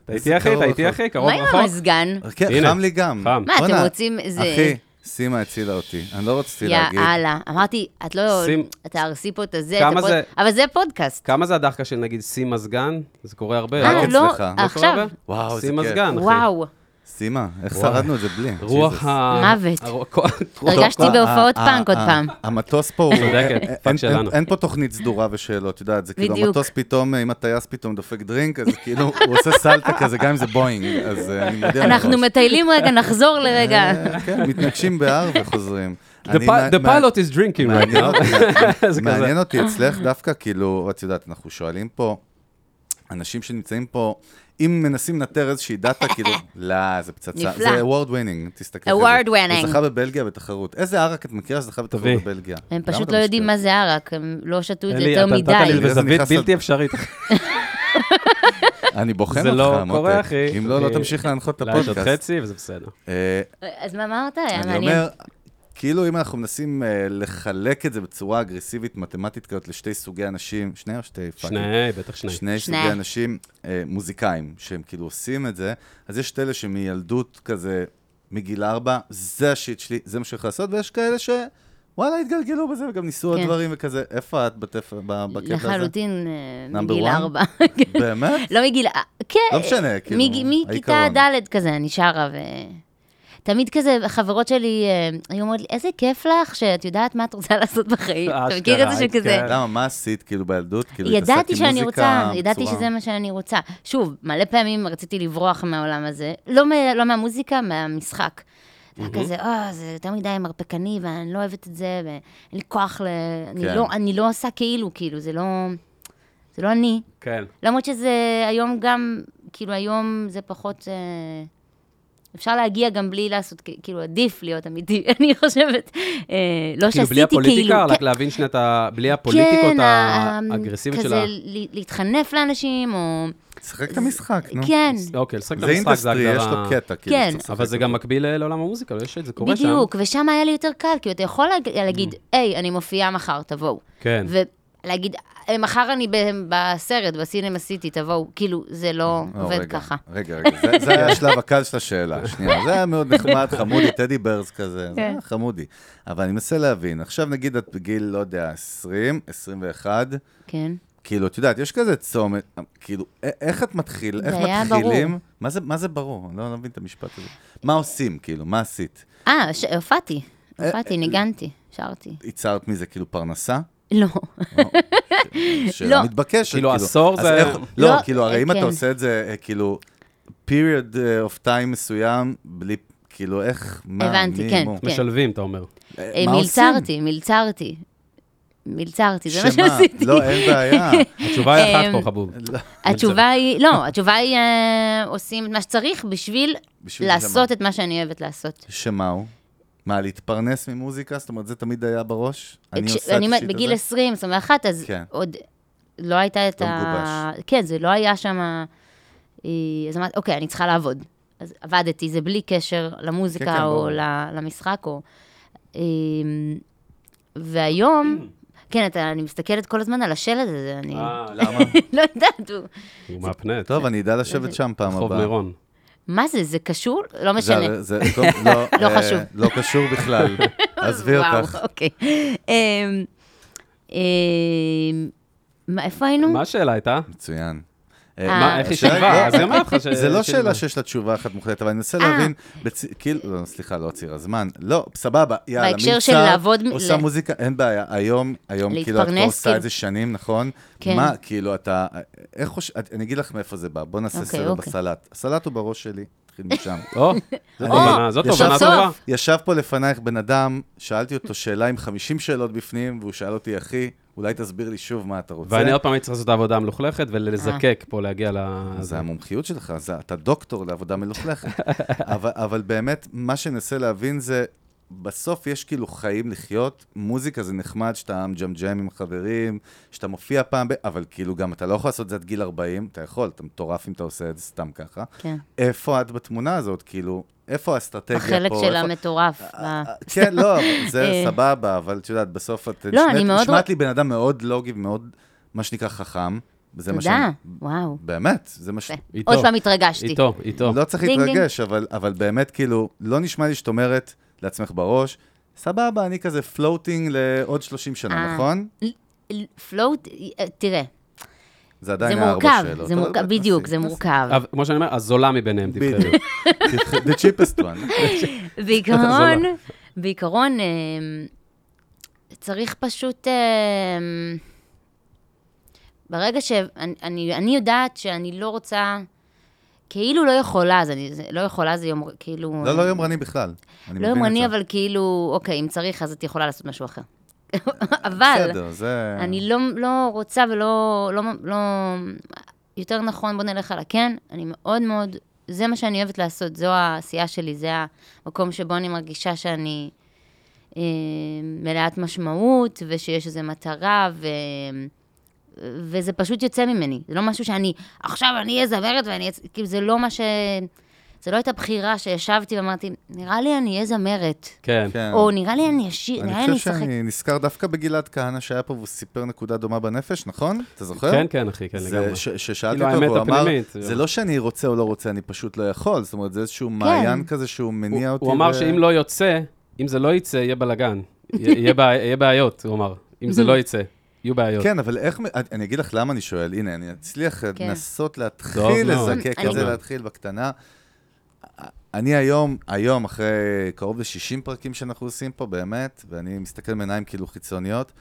[SPEAKER 4] אתה איתי אחי, אתה איתי אחי, קרוב נכון?
[SPEAKER 6] מה עם
[SPEAKER 4] רחוק.
[SPEAKER 6] המזגן?
[SPEAKER 5] כן,
[SPEAKER 4] הנה.
[SPEAKER 5] חם לי גם.
[SPEAKER 4] חם.
[SPEAKER 6] מה, אתם
[SPEAKER 5] בואנה,
[SPEAKER 6] רוצים איזה-
[SPEAKER 5] אחי, סימה הצילה אותי, אני לא רציתי להגיד.
[SPEAKER 6] יאללה. אמרתי, את לא...
[SPEAKER 4] שים-
[SPEAKER 6] תהרסי פה את הזה, את
[SPEAKER 4] כמה
[SPEAKER 6] הפוד-
[SPEAKER 4] זה-
[SPEAKER 6] אבל זה פודקאסט.
[SPEAKER 4] כמה זה הדחקה של נגיד שיא מזגן? זה קורה הרבה.
[SPEAKER 5] רק
[SPEAKER 4] לא?
[SPEAKER 6] אה, לא,
[SPEAKER 5] אצלך, לא קורה
[SPEAKER 4] לא קורה
[SPEAKER 6] עכשיו.
[SPEAKER 4] הרבה?
[SPEAKER 5] וואו, איזה
[SPEAKER 4] שיא
[SPEAKER 5] כיף.
[SPEAKER 4] מזגן, אחי.
[SPEAKER 6] וואו,
[SPEAKER 5] סימה, איך
[SPEAKER 4] וואי.
[SPEAKER 5] שרדנו את זה בלי?
[SPEAKER 4] רוח
[SPEAKER 5] Jesus.
[SPEAKER 4] ה...
[SPEAKER 6] מוות.
[SPEAKER 4] הרוח- כל-
[SPEAKER 6] הרגשתי
[SPEAKER 5] טוב,
[SPEAKER 6] בהופעות
[SPEAKER 5] ה- ה-
[SPEAKER 6] פאנק עוד
[SPEAKER 5] ה-
[SPEAKER 6] פעם.
[SPEAKER 5] המטוס פה הוא...
[SPEAKER 4] אה, צודקת,
[SPEAKER 5] אין-
[SPEAKER 4] פאנק
[SPEAKER 5] אין-
[SPEAKER 4] שלנו.
[SPEAKER 5] אין פה תוכנית סדורה ושאלות, את יודעת, זה כאילו
[SPEAKER 6] בדיוק.
[SPEAKER 5] המטוס פתאום, אם הטייס פתאום דופק דרינק, אז כאילו, הוא עושה סלטה כזה, גם אם זה בואינג, אז אה, אני מודיע
[SPEAKER 6] אנחנו
[SPEAKER 5] מראש.
[SPEAKER 6] מטיילים רגע, נחזור לרגע.
[SPEAKER 5] אה, כן, מתנגשים בהר וחוזרים.
[SPEAKER 6] לא-
[SPEAKER 4] The
[SPEAKER 5] אני
[SPEAKER 4] pi-
[SPEAKER 5] מה-
[SPEAKER 4] The
[SPEAKER 5] מה-
[SPEAKER 4] pilot is drinking right
[SPEAKER 5] מעניין
[SPEAKER 4] now.
[SPEAKER 5] אותי,
[SPEAKER 4] כאילו, זה
[SPEAKER 5] מעניין
[SPEAKER 4] כזה.
[SPEAKER 5] אותי
[SPEAKER 6] אה.
[SPEAKER 5] אצלך דווקא, כאילו, את יודעת, אנחנו שואלים פה, אנשים שנמצאים פה, אם מנסים לנטר איזושהי דאטה, כאילו, לא, זה פצצה.
[SPEAKER 6] נפלא.
[SPEAKER 5] זה award winning, תסתכלי. על זה.
[SPEAKER 6] Award winning.
[SPEAKER 5] הוא זכה בבלגיה בתחרות. איזה ערק את מכירה שזכה בתחרות
[SPEAKER 4] תביא.
[SPEAKER 5] בבלגיה?
[SPEAKER 6] הם
[SPEAKER 5] למה
[SPEAKER 6] פשוט
[SPEAKER 5] אתה
[SPEAKER 6] לא יודעים
[SPEAKER 5] משקר?
[SPEAKER 6] מה זה ערק, הם לא שתו את זה
[SPEAKER 4] אלי,
[SPEAKER 6] יותר
[SPEAKER 4] אתה נתת לי
[SPEAKER 6] מדי.
[SPEAKER 5] בגלל זה
[SPEAKER 4] בזווית
[SPEAKER 5] נכנסת-
[SPEAKER 4] בלתי אפשרית.
[SPEAKER 5] אני בוחן אותך,
[SPEAKER 4] זה
[SPEAKER 5] מותק.
[SPEAKER 4] לא קורה, אחי.
[SPEAKER 5] אם לא, לא
[SPEAKER 4] אני-
[SPEAKER 5] תמשיך להנחות את
[SPEAKER 4] אולי יש עוד
[SPEAKER 5] הפודקאסט.
[SPEAKER 4] חצי, וזה בסדר.
[SPEAKER 5] אה,
[SPEAKER 6] אז מה אמרת? היה
[SPEAKER 5] אני
[SPEAKER 6] מעניין.
[SPEAKER 5] אומר, כאילו אם אנחנו מנסים אה, לחלק את זה בצורה אגרסיבית, מתמטית כזאת, לשתי סוגי אנשים, שני או שתי פאקינג?
[SPEAKER 4] שני, בטח שני.
[SPEAKER 5] שני
[SPEAKER 6] שני.
[SPEAKER 5] סוגי אנשים, אה, מוזיקאים, שהם כאילו עושים את זה, אז יש את אלה שמילדות כזה, מגיל ארבע, זה השיט שלי, זה מה שאני הולך לעשות, ויש כאלה ש... וואלה, התגלגלו בזה, וגם ניסו עוד
[SPEAKER 6] כן.
[SPEAKER 5] דברים וכזה. איפה את בתפ... ב- בקטע הזה?
[SPEAKER 6] לחלוטין אה,
[SPEAKER 5] Number
[SPEAKER 6] מגיל
[SPEAKER 5] one?
[SPEAKER 6] ארבע.
[SPEAKER 5] באמת?
[SPEAKER 6] לא מגיל... אה, כן.
[SPEAKER 5] לא משנה, כאילו,
[SPEAKER 6] מג- מכיתה
[SPEAKER 5] העיקרון.
[SPEAKER 6] ד' כזה, אני שרה ו... תמיד כזה, חברות שלי אה, היו אומרות לי, איזה כיף לך שאת יודעת מה את רוצה לעשות בחיים. אתה מכיר את זה
[SPEAKER 4] אשכרה,
[SPEAKER 6] שכזה...
[SPEAKER 4] כן.
[SPEAKER 5] למה, מה עשית כאילו בילדות? כאילו, התעסקת
[SPEAKER 6] ידעתי
[SPEAKER 5] עם
[SPEAKER 6] שאני
[SPEAKER 5] מוזיקה
[SPEAKER 6] רוצה, ידעתי
[SPEAKER 5] בצורה-
[SPEAKER 6] שזה מה שאני רוצה. שוב, מלא פעמים רציתי לברוח מהעולם הזה, לא, מה, לא מהמוזיקה, מהמשחק. זה היה כזה, אה, זה יותר מדי מרפקני, ואני לא אוהבת את זה, ואין לי כוח ל... אני,
[SPEAKER 5] כן.
[SPEAKER 6] לא, אני לא עושה כאילו, כאילו, זה לא... זה לא אני.
[SPEAKER 4] כן.
[SPEAKER 6] למרות שזה היום גם, כאילו, היום זה פחות... אה, אפשר להגיע גם בלי לעשות, כ- כאילו, עדיף להיות אמיתי, אני חושבת. אה, לא
[SPEAKER 4] כאילו
[SPEAKER 6] שעשיתי
[SPEAKER 4] בלי
[SPEAKER 6] כאילו...
[SPEAKER 4] הפוליטיקה,
[SPEAKER 6] כן.
[SPEAKER 4] רק להבין שנייה את ה... בלי הפוליטיקות
[SPEAKER 6] כן, ה-
[SPEAKER 4] האגרסיביות של ה...
[SPEAKER 6] כזה ל- להתחנף לאנשים, או...
[SPEAKER 5] שחק את המשחק, נו.
[SPEAKER 6] כן,
[SPEAKER 4] אוקיי, לשחק את
[SPEAKER 5] זה
[SPEAKER 4] המשחק, זה
[SPEAKER 5] אינדסטרי,
[SPEAKER 4] הגדרה...
[SPEAKER 5] יש לו קטע, כאילו.
[SPEAKER 6] כן.
[SPEAKER 5] צריך לשחק
[SPEAKER 4] אבל זה
[SPEAKER 5] אותו.
[SPEAKER 4] גם מקביל אה, לעולם המוזיקה, לא יש את זה קורה שם.
[SPEAKER 6] בדיוק, ושם היה לי יותר קל, כי אתה יכול להג- להגיד,
[SPEAKER 5] Mm.
[SPEAKER 6] היי, אני מופיעה מחר, תבואו.
[SPEAKER 4] כן.
[SPEAKER 6] ולהגיד, "אה, מחר אני ב- בסרט, בסינמה סיטי, תבואו. כאילו, זה לא
[SPEAKER 5] לא,
[SPEAKER 6] עובד
[SPEAKER 5] רגע,
[SPEAKER 6] ככה.
[SPEAKER 5] רגע, רגע, זה- זה היה השלב הקל של השאלה. שנייה, זה היה מאוד נחמד, חמודי, טדי ברז כזה,
[SPEAKER 6] כן.
[SPEAKER 5] זה היה חמודי. אבל אני מנסה להבין, עכשיו נגיד את בגיל, לא יודע, 20, 21,
[SPEAKER 6] כן.
[SPEAKER 5] כאילו, את יודעת, יש כזה צומת, כאילו, א- איך את מתחיל,
[SPEAKER 6] זה
[SPEAKER 5] איך
[SPEAKER 6] היה
[SPEAKER 5] מתחילים?
[SPEAKER 6] ברור.
[SPEAKER 5] מה זה- מה זה ברור? אני לא לא מבין את המשפט הזה. מה עושים, כאילו, מה עשית? אה,
[SPEAKER 6] אה, ש- הופעתי, הופעתי, ניגנתי, שרתי.
[SPEAKER 5] ייצרת מזה כאילו פרנסה?
[SPEAKER 6] לא.
[SPEAKER 5] שאלה
[SPEAKER 6] לא.
[SPEAKER 5] מתבקשת.
[SPEAKER 4] כאילו, עשור
[SPEAKER 5] אז
[SPEAKER 4] זה-
[SPEAKER 5] איך- לא,
[SPEAKER 6] לא,
[SPEAKER 5] כאילו, הרי אם
[SPEAKER 6] כן.
[SPEAKER 5] אתה עושה את זה, אה, כאילו, period אה, of time מסוים, בלי, כאילו, איך, מה, מי,
[SPEAKER 6] הבנתי, כן,
[SPEAKER 5] מו.
[SPEAKER 6] כן.
[SPEAKER 4] משלבים, אתה אומר.
[SPEAKER 5] אה,
[SPEAKER 6] אה,
[SPEAKER 5] מה עושים?
[SPEAKER 6] מלצרתי, מלצרתי. מלצרתי, זה מה
[SPEAKER 5] שמה?
[SPEAKER 6] שעשיתי.
[SPEAKER 5] לא, אין בעיה.
[SPEAKER 4] התשובה היא אחת
[SPEAKER 6] אמ,
[SPEAKER 4] פה, חבוב.
[SPEAKER 5] אה,
[SPEAKER 6] התשובה היא, לא, התשובה היא, אה, עושים את מה שצריך בשביל
[SPEAKER 5] בשביל זה
[SPEAKER 6] לעשות
[SPEAKER 5] מה?
[SPEAKER 6] את מה שאני אוהבת לעשות.
[SPEAKER 5] שמה הוא? מה, להתפרנס ממוזיקה? זאת אומרת, זה תמיד היה בראש? אני
[SPEAKER 6] כש-
[SPEAKER 5] עושה את
[SPEAKER 6] אומרת,
[SPEAKER 5] השיט
[SPEAKER 6] בגיל
[SPEAKER 5] הזה?
[SPEAKER 6] 20, 21, אז
[SPEAKER 5] כן.
[SPEAKER 6] עוד לא הייתה את
[SPEAKER 5] לא
[SPEAKER 6] ה... כן, זה לא היה שם... אה, אז אמרתי, אוקיי, אני צריכה לעבוד. אז עבדתי, זה בלי קשר
[SPEAKER 5] כן, כן,
[SPEAKER 6] למוזיקה או
[SPEAKER 5] ברור.
[SPEAKER 6] ל- למשחק או... אה, והיום, כן, אתה- אני מסתכלת כל הזמן על השלד הזה, אני
[SPEAKER 5] אה.
[SPEAKER 4] למה?
[SPEAKER 6] לא יודעת, הוא...
[SPEAKER 4] אה, הוא מהפנט.
[SPEAKER 5] טוב, אני אדע לשבת שם פעם הבאה.
[SPEAKER 4] חוב מירון.
[SPEAKER 6] מה זה, זה קשור?
[SPEAKER 5] זה-
[SPEAKER 6] לא משנה.
[SPEAKER 5] זה- טוב, לא,
[SPEAKER 6] לא
[SPEAKER 5] אה,
[SPEAKER 6] חשוב.
[SPEAKER 5] לא קשור בכלל. עזבי
[SPEAKER 6] וואו,
[SPEAKER 5] אותך.
[SPEAKER 6] אוקיי. אמ, אמ, מה, איפה היינו?
[SPEAKER 4] מה השאלה הייתה?
[SPEAKER 5] מצוין. אה,
[SPEAKER 6] מה,
[SPEAKER 4] מה, איך היא
[SPEAKER 5] השאלה-
[SPEAKER 4] שיבה?
[SPEAKER 5] לא,
[SPEAKER 4] אז היא אמרת לך ש...
[SPEAKER 5] זה לא
[SPEAKER 4] ש-
[SPEAKER 5] שאלה שיש לה תשובה אחת מוחלטת, אבל אני מנסה
[SPEAKER 6] אה.
[SPEAKER 5] להבין, בצ- כאילו, לא, סליחה, לא ציר הזמן, לא, סבבה, יאללה,
[SPEAKER 6] בהקשר של
[SPEAKER 5] מלצר,
[SPEAKER 6] לעבוד מ-
[SPEAKER 5] עושה
[SPEAKER 6] ל-
[SPEAKER 5] מוזיקה, אין בעיה, היום, היום, כאילו, את
[SPEAKER 6] להתפרנס,
[SPEAKER 5] כבר עושה
[SPEAKER 6] כאילו.
[SPEAKER 5] את זה שנים, נכון?
[SPEAKER 6] כן.
[SPEAKER 5] מה, כאילו, אתה, איך חושב, אני אגיד לך מאיפה זה בא, בוא נעשה
[SPEAKER 6] אוקיי,
[SPEAKER 5] סדר
[SPEAKER 6] אוקיי.
[SPEAKER 5] בסלט. הסלט הוא בראש שלי, נתחיל משם.
[SPEAKER 4] או, זאת תובנה, זאת
[SPEAKER 5] ישב-
[SPEAKER 4] תובנה
[SPEAKER 6] בסוף.
[SPEAKER 4] טובה.
[SPEAKER 5] ישב פה לפנייך בן אדם, שאלתי אותו שאלה עם 50 שאלות בפנים, והוא שאל אותי, אחי, אולי תסביר לי שוב מה אתה רוצה.
[SPEAKER 4] ואני עוד פעם הייתי צריך לעשות את העבודה המלוכלכת ולזקק פה, להגיע ל...
[SPEAKER 6] אוקיי.
[SPEAKER 5] זה המומחיות שלך, זה, אתה דוקטור לעבודה מלוכלכת. אבל, אבל באמת, מה שננסה להבין זה, בסוף יש כאילו חיים לחיות, מוזיקה זה נחמד שאתה מג'מג'ם עם חברים, שאתה מופיע פעם, ב... אבל כאילו גם אתה לא יכול לעשות את זה עד גיל 40, אתה יכול, אתה מטורף אם אתה עושה את זה סתם ככה.
[SPEAKER 6] כן.
[SPEAKER 5] איפה את בתמונה הזאת, כאילו, איפה האסטרטגיה פה?
[SPEAKER 6] החלק של
[SPEAKER 5] איפה-
[SPEAKER 6] המטורף.
[SPEAKER 5] אה,
[SPEAKER 6] ב-
[SPEAKER 5] כן, לא, אבל זה
[SPEAKER 6] אה.
[SPEAKER 5] סבבה, אבל את יודעת, בסוף את
[SPEAKER 6] לא, אני מאוד
[SPEAKER 5] נשמעת-
[SPEAKER 6] רוצ-
[SPEAKER 5] נשמעת לי בן אדם מאוד לוגי ומאוד, מה שנקרא, חכם. זה מה
[SPEAKER 6] תודה,
[SPEAKER 5] שאני-
[SPEAKER 6] וואו.
[SPEAKER 5] באמת, זה מה ש...
[SPEAKER 4] איתו.
[SPEAKER 6] עוד פעם התרגשתי.
[SPEAKER 4] איתו, איתו.
[SPEAKER 5] לא צריך
[SPEAKER 6] דינג,
[SPEAKER 5] להתרגש, אבל, אבל באמת, כאילו, לא נשמע לי שאת אומרת לעצמך בראש, סבבה, אני כזה פלוטינג לעוד 30 שנה,
[SPEAKER 6] אה.
[SPEAKER 5] נכון?
[SPEAKER 6] פלוט, תראה,
[SPEAKER 5] זה
[SPEAKER 6] זה
[SPEAKER 5] עדיין הארבע
[SPEAKER 6] מורכב,
[SPEAKER 5] שאלות. אה,
[SPEAKER 6] זה
[SPEAKER 5] אבל
[SPEAKER 6] מורכב,
[SPEAKER 5] באמת,
[SPEAKER 6] בדיוק,
[SPEAKER 5] נשים,
[SPEAKER 6] זה
[SPEAKER 5] נשים.
[SPEAKER 6] מורכב.
[SPEAKER 4] אבל כמו שאני אומר, הזולה מביניהם תבחרו.
[SPEAKER 5] בדיוק. The cheapest one.
[SPEAKER 6] בעיקרון,
[SPEAKER 4] זולה.
[SPEAKER 6] בעיקרון, אמ, צריך פשוט... אמ, ברגע שאני אני, אני יודעת שאני לא רוצה, כאילו לא יכולה, אז אני, זה- לא יכולה זה יום, כאילו...
[SPEAKER 5] לא, לא יומרני בכלל. אני מבין
[SPEAKER 6] לא
[SPEAKER 5] את
[SPEAKER 6] יומרני,
[SPEAKER 5] זה.
[SPEAKER 6] אבל כאילו, אוקיי, אם צריך, אז את יכולה לעשות משהו אחר. אבל...
[SPEAKER 5] בסדר, זה...
[SPEAKER 6] אני לא, לא רוצה ולא... לא, לא, יותר נכון, בוא נלך על הכן. אני מאוד מאוד... זה מה שאני אוהבת לעשות, זו העשייה שלי, זה המקום שבו אני מרגישה שאני אה, מלאת משמעות, ושיש איזו מטרה, ו, וזה פשוט יוצא ממני. זה לא משהו שאני, עכשיו אני אהיה זמרת ואני אהיה... צ-" כאילו, זה לא מה ש... זה לא הייתה בחירה שישבתי ואמרתי, נראה לי אני אהיה זמרת,
[SPEAKER 4] כן.
[SPEAKER 5] כן.
[SPEAKER 6] או נראה לי אני אשיר,
[SPEAKER 5] אני
[SPEAKER 6] נראה לי לא אני
[SPEAKER 5] חושב
[SPEAKER 6] אשחק.
[SPEAKER 5] שאני נזכר דווקא בגלעד כהנא שהיה פה והוא סיפר נקודה דומה בנפש, נכון? אתה זוכר?
[SPEAKER 4] כן, כן, אחי, כן,
[SPEAKER 5] זה
[SPEAKER 4] לגמרי.
[SPEAKER 5] ש- ששאלתי
[SPEAKER 4] כאילו,
[SPEAKER 5] אותו,
[SPEAKER 4] האמת
[SPEAKER 5] והוא אמר,
[SPEAKER 4] הפנימית.
[SPEAKER 5] זה לא שאני רוצה או לא רוצה, אני פשוט לא יכול. זאת אומרת, זה
[SPEAKER 6] כן.
[SPEAKER 5] איזשהו מעיין כזה שהוא מניע
[SPEAKER 4] הוא-
[SPEAKER 5] אותי.
[SPEAKER 4] הוא אמר
[SPEAKER 5] ו-
[SPEAKER 4] שאם לא יוצא, אם זה לא יצא, יהיה בלאגן. יהיה בעיות, הוא אמר. אם זה לא יצא, יהיו בעיות.
[SPEAKER 5] כן, אבל איך, מ- אני אגיד לך למה אני שואל, הנה, אני אצליח
[SPEAKER 6] כן.
[SPEAKER 5] לנסות
[SPEAKER 4] טוב
[SPEAKER 5] להתחיל
[SPEAKER 4] מאוד.
[SPEAKER 5] לזקק
[SPEAKER 6] אני-
[SPEAKER 5] את זה, להתחיל בקטנה. אני היום, היום, אחרי קרוב ל-60 פרקים שאנחנו עושים פה, באמת, ואני מסתכל מעיניים כאילו חיצוניות,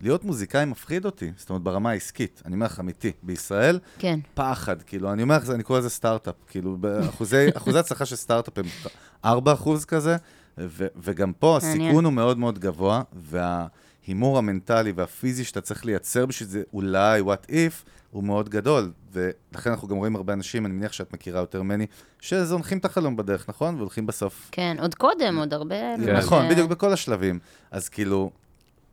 [SPEAKER 5] להיות מוזיקאי מפחיד אותי, זאת אומרת, ברמה העסקית, אני אומר לך, אמיתי, בישראל,
[SPEAKER 6] כן.
[SPEAKER 5] פחד, כאילו, אני אומר לך, אני קורא לזה סטארט-אפ, כאילו, באחוזי, אחוזי הצלחה של סטארט-אפ הם 4 אחוז כזה, ו- וגם פה הסיכון
[SPEAKER 6] מעניין.
[SPEAKER 5] הוא מאוד מאוד גבוה, וההימור המנטלי והפיזי שאתה צריך לייצר בשביל זה, אולי, what if, הוא מאוד גדול, ולכן אנחנו גם רואים הרבה אנשים, אני מניח שאת מכירה יותר ממני, שזונחים את החלום בדרך, נכון? והולכים בסוף.
[SPEAKER 6] כן, עוד קודם, עוד הרבה...
[SPEAKER 4] כן.
[SPEAKER 5] נכון,
[SPEAKER 6] אה,
[SPEAKER 5] בדיוק בכל השלבים. אז כאילו,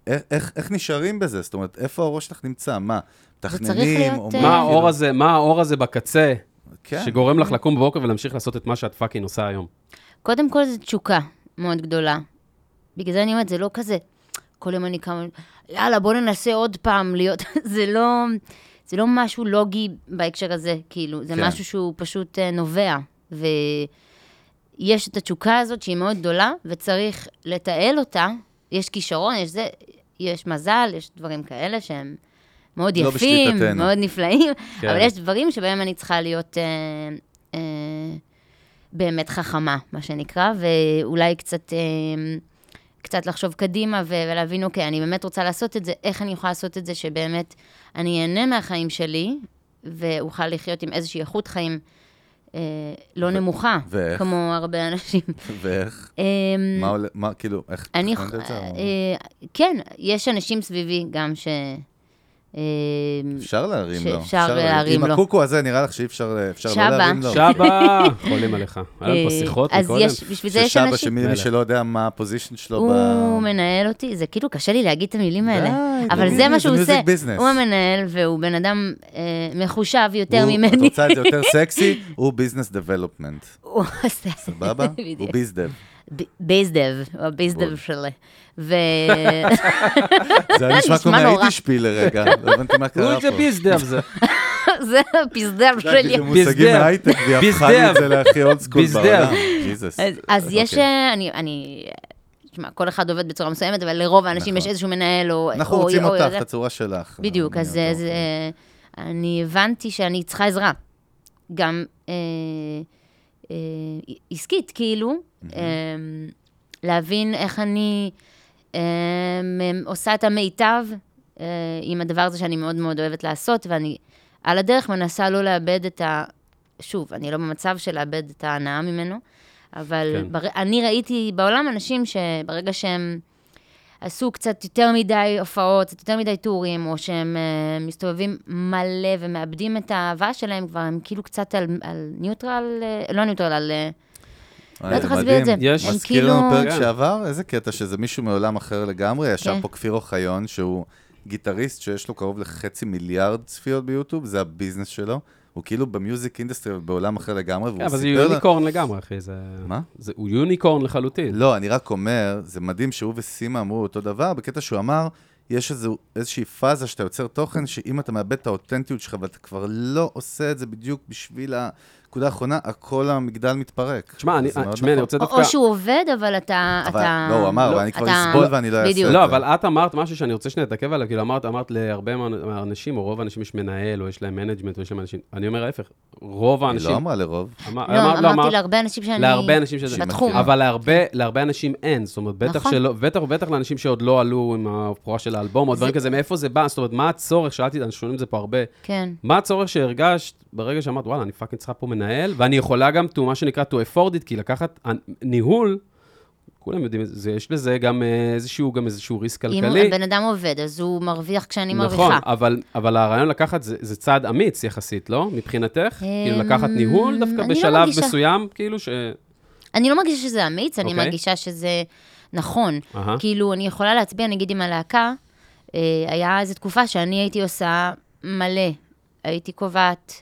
[SPEAKER 5] איך- איך איך נשארים בזה? זאת אומרת, איפה הראש שלך נמצא? מה?
[SPEAKER 6] צריך
[SPEAKER 5] מתכננים? או
[SPEAKER 6] להיות,
[SPEAKER 5] מה?
[SPEAKER 6] אה,
[SPEAKER 4] מה
[SPEAKER 5] כאילו,
[SPEAKER 4] האור הזה, מה האור הזה בקצה,
[SPEAKER 5] כן.
[SPEAKER 4] שגורם לך לקום בבוקר ולהמשיך לעשות את מה שאת פאקינג עושה היום?
[SPEAKER 6] קודם כל זו תשוקה מאוד גדולה. בגלל זה אני אומרת, זה לא כזה, כל יום אני קמה, יאללה, בוא ננסה עוד פעם להיות... זה לא... זה לא משהו לוגי בהקשר הזה, כאילו, זה
[SPEAKER 5] כן.
[SPEAKER 6] משהו שהוא פשוט אה, נובע. ויש את התשוקה הזאת שהיא מאוד גדולה, וצריך לתעל אותה. יש כישרון, יש זה, יש מזל, יש דברים כאלה שהם מאוד
[SPEAKER 5] לא
[SPEAKER 6] יפים,
[SPEAKER 5] בשליטתנו.
[SPEAKER 6] מאוד נפלאים,
[SPEAKER 4] כן.
[SPEAKER 6] אבל יש דברים שבהם אני צריכה להיות אה, אה, באמת חכמה, מה שנקרא, ואולי קצת אה, קצת לחשוב קדימה ו- ולהבין, אוקיי, אני באמת רוצה לעשות את זה, איך אני יכולה לעשות את זה שבאמת אני אהנה מהחיים שלי, ואוכל לחיות עם איזושהי איכות חיים אה, לא נמוכה,
[SPEAKER 5] ואיך?
[SPEAKER 6] כמו הרבה אנשים.
[SPEAKER 5] ואיך?
[SPEAKER 6] אמ,
[SPEAKER 5] מה עולה, מה, כאילו, איך
[SPEAKER 6] אני...
[SPEAKER 5] תכננת את זה? או-
[SPEAKER 6] אה, כן, יש אנשים סביבי גם ש... אה,
[SPEAKER 5] אפשר להרים לו.
[SPEAKER 6] שאפשר
[SPEAKER 5] אפשר
[SPEAKER 6] להרים
[SPEAKER 5] עם
[SPEAKER 6] לו.
[SPEAKER 5] הקוקו הזה, נראה לך שאי אפשר אפשר לא
[SPEAKER 6] שבא.
[SPEAKER 5] להרים לו.
[SPEAKER 4] שבא, חולים עליך. היה לנו פה
[SPEAKER 6] אה,
[SPEAKER 4] שיחות
[SPEAKER 6] אז
[SPEAKER 4] מקודם.
[SPEAKER 6] יש, בשביל זה יש
[SPEAKER 5] ששבא,
[SPEAKER 6] אנשים...
[SPEAKER 5] שמי מי שלא יודע מה הפוזיישן שלו ב...
[SPEAKER 6] הוא מנהל אותי, זה כאילו קשה לי להגיד את המילים האלה,
[SPEAKER 5] די,
[SPEAKER 6] אבל
[SPEAKER 5] תגידי,
[SPEAKER 6] זה מה
[SPEAKER 5] זה
[SPEAKER 6] שהוא
[SPEAKER 5] music
[SPEAKER 6] עושה.
[SPEAKER 5] business.
[SPEAKER 6] הוא המנהל והוא בן אדם אה, מחושב יותר
[SPEAKER 5] הוא- את
[SPEAKER 6] ממני.
[SPEAKER 5] רוצה את זה יותר סקסי? הוא ביזנס דבלופמנט,
[SPEAKER 6] הוא עושה...
[SPEAKER 5] סבבה? הוא ביזדב.
[SPEAKER 6] בייזדב, הוא הבייזדב
[SPEAKER 5] בול.
[SPEAKER 6] שלו. ו...
[SPEAKER 5] זה היה נשמע
[SPEAKER 6] נשמע
[SPEAKER 5] כמו
[SPEAKER 6] נורא.
[SPEAKER 5] הייתי שפיל לרגע, לא הבנתי מה
[SPEAKER 4] הוא
[SPEAKER 5] קרה
[SPEAKER 4] זה
[SPEAKER 5] פה.
[SPEAKER 4] ביזדב זה.
[SPEAKER 6] זה הפזדב שלי.
[SPEAKER 5] זה מושגים
[SPEAKER 4] ביזדב.
[SPEAKER 5] מהייטק, והיא הפכה לי את זה להכי אולד סקול
[SPEAKER 4] ביזדב.
[SPEAKER 5] בעולם. Jesus.
[SPEAKER 6] אז- אז יש,
[SPEAKER 5] אוקיי.
[SPEAKER 6] אה, אני, אני, תשמע, כל אחד עובד בצורה מסוימת, אבל לרוב האנשים
[SPEAKER 5] נכון.
[SPEAKER 6] יש איזשהו מנהל או...
[SPEAKER 5] אנחנו
[SPEAKER 6] או-
[SPEAKER 5] רוצים
[SPEAKER 6] או-
[SPEAKER 5] אותך, את הצורה שלך.
[SPEAKER 6] בדיוק, אז
[SPEAKER 5] אני
[SPEAKER 6] זה-
[SPEAKER 5] אותו.
[SPEAKER 6] זה- אני הבנתי שאני צריכה עזרה. גם אה, אה, עסקית, כאילו, אה, להבין איך אני אה, מ- עושה את המיטב אה, עם הדבר הזה שאני מאוד מאוד אוהבת לעשות, ואני על הדרך מנסה לא לאבד את ה... שוב, אני לא במצב של לאבד את ההנאה ממנו, אבל
[SPEAKER 4] כן.
[SPEAKER 6] כן. בר... אני ראיתי בעולם אנשים שברגע שהם עשו קצת יותר מדי הופעות, קצת יותר מדי טורים, או שהם uh, מסתובבים מלא ומאבדים את האהבה שלהם, כבר הם כאילו קצת על, על ניוטרל, uh, לא ניוטרל, על... Uh,
[SPEAKER 5] אה,
[SPEAKER 6] לא יודעת איך להסביר
[SPEAKER 5] מדהים.
[SPEAKER 6] את זה.
[SPEAKER 4] יש-
[SPEAKER 6] הם
[SPEAKER 5] מזכיר לנו
[SPEAKER 6] כאילו-
[SPEAKER 5] פרק
[SPEAKER 4] כן.
[SPEAKER 5] שעבר, איזה קטע שזה מישהו מעולם אחר לגמרי, ישב
[SPEAKER 6] כן.
[SPEAKER 5] פה כפיר אוחיון, שהוא גיטריסט שיש לו קרוב לחצי מיליארד צפיות ביוטיוב, זה הביזנס שלו. הוא כאילו במיוזיק אינדסטרי בעולם אחר לגמרי,
[SPEAKER 4] כן,
[SPEAKER 5] והוא
[SPEAKER 4] אבל זה
[SPEAKER 5] סיפר... לה-
[SPEAKER 4] יוניקורן לגמרי, אחי. זה...
[SPEAKER 5] מה?
[SPEAKER 4] זה- הוא יוניקורן לחלוטין.
[SPEAKER 5] לא, אני רק אומר, זה מדהים שהוא וסימה אמרו אותו דבר, בקטע שהוא אמר, יש איזו, איזושהי פאזה שאתה יוצר תוכן, שאם אתה מאבד את האותנטיות שלך ואתה כבר לא עושה את זה בדיוק בשביל הנקודה האחרונה, הכל המגדל מתפרק.
[SPEAKER 4] תשמע, אני-
[SPEAKER 5] זה מאוד
[SPEAKER 4] תשמע, אני
[SPEAKER 5] נכון.
[SPEAKER 4] רוצה
[SPEAKER 6] או,
[SPEAKER 4] דווקא...
[SPEAKER 6] או שהוא עובד, אבל אתה...
[SPEAKER 5] אבל-
[SPEAKER 6] אתה
[SPEAKER 5] לא, הוא אמר,
[SPEAKER 4] לא,
[SPEAKER 5] אני כבר
[SPEAKER 6] אתה-
[SPEAKER 5] אסבול ואני לא אעשה את
[SPEAKER 6] בדיוק.
[SPEAKER 5] זה.
[SPEAKER 4] לא, אבל את אמרת משהו שאני רוצה שנייה להתעכב עליו, כאילו אמרת, אמרת להרבה מה- מהאנשים, או רוב האנשים יש מנהל, או יש להם מנג'מנט, או יש להם אנשים, אני אומר ההפך, רוב
[SPEAKER 5] היא לא
[SPEAKER 4] האנשים...
[SPEAKER 5] אמרה לרוב.
[SPEAKER 4] אמר-
[SPEAKER 6] לא,
[SPEAKER 4] אמרת-
[SPEAKER 6] אמרתי
[SPEAKER 4] אמרת-
[SPEAKER 6] להרבה אנשים שאני...
[SPEAKER 4] להרבה אנשים שזה...
[SPEAKER 6] בתחום.
[SPEAKER 4] אבל להרבה, להרבה אנשים אין, זאת אומרת, בטח
[SPEAKER 6] נכון.
[SPEAKER 4] שלא, בטח ובטח לאנשים שעוד לא עלו עם הבכורה של האלבום, או דברים כזה, מאיפה זה בא, זאת אומרת, מה הצורך, שאלתי, אנחנו שומעים את זה פה הרבה,
[SPEAKER 6] כן.
[SPEAKER 4] מה הצורך שהרגשת ברגע שאמרת, וואלה, אני פאקינג צריכה פה מנהל, ואני יכולה גם to, מה שנקרא to afford it, כי לקחת אה, ניהול, כולם יודעים, זה, יש לזה גם אה, איזשהו, גם איזשהו ריסק
[SPEAKER 6] אם
[SPEAKER 4] כלכלי.
[SPEAKER 6] הבן אדם עובד, אז הוא מרוויח כשאני
[SPEAKER 4] נכון,
[SPEAKER 6] מרוויחה.
[SPEAKER 4] אבל, אבל הרעיון לקחת זה, זה צעד אמיץ יחסית, לא? מבחינתך? כאילו
[SPEAKER 6] אמ,
[SPEAKER 4] לקחת ניהול דווקא
[SPEAKER 6] אני לא
[SPEAKER 4] בשלב
[SPEAKER 6] מרגישה-
[SPEAKER 4] מסוים, כאילו ש...
[SPEAKER 6] אני לא מרגישה שזה אמיץ, אני
[SPEAKER 4] אוקיי.
[SPEAKER 6] מרגישה שזה נכון.
[SPEAKER 4] אהה.
[SPEAKER 6] כאילו, אני יכולה להצביע, נגיד, עם הלהקה, אה, היה איזו תקופה שאני הייתי עושה מלא, הייתי קובעת,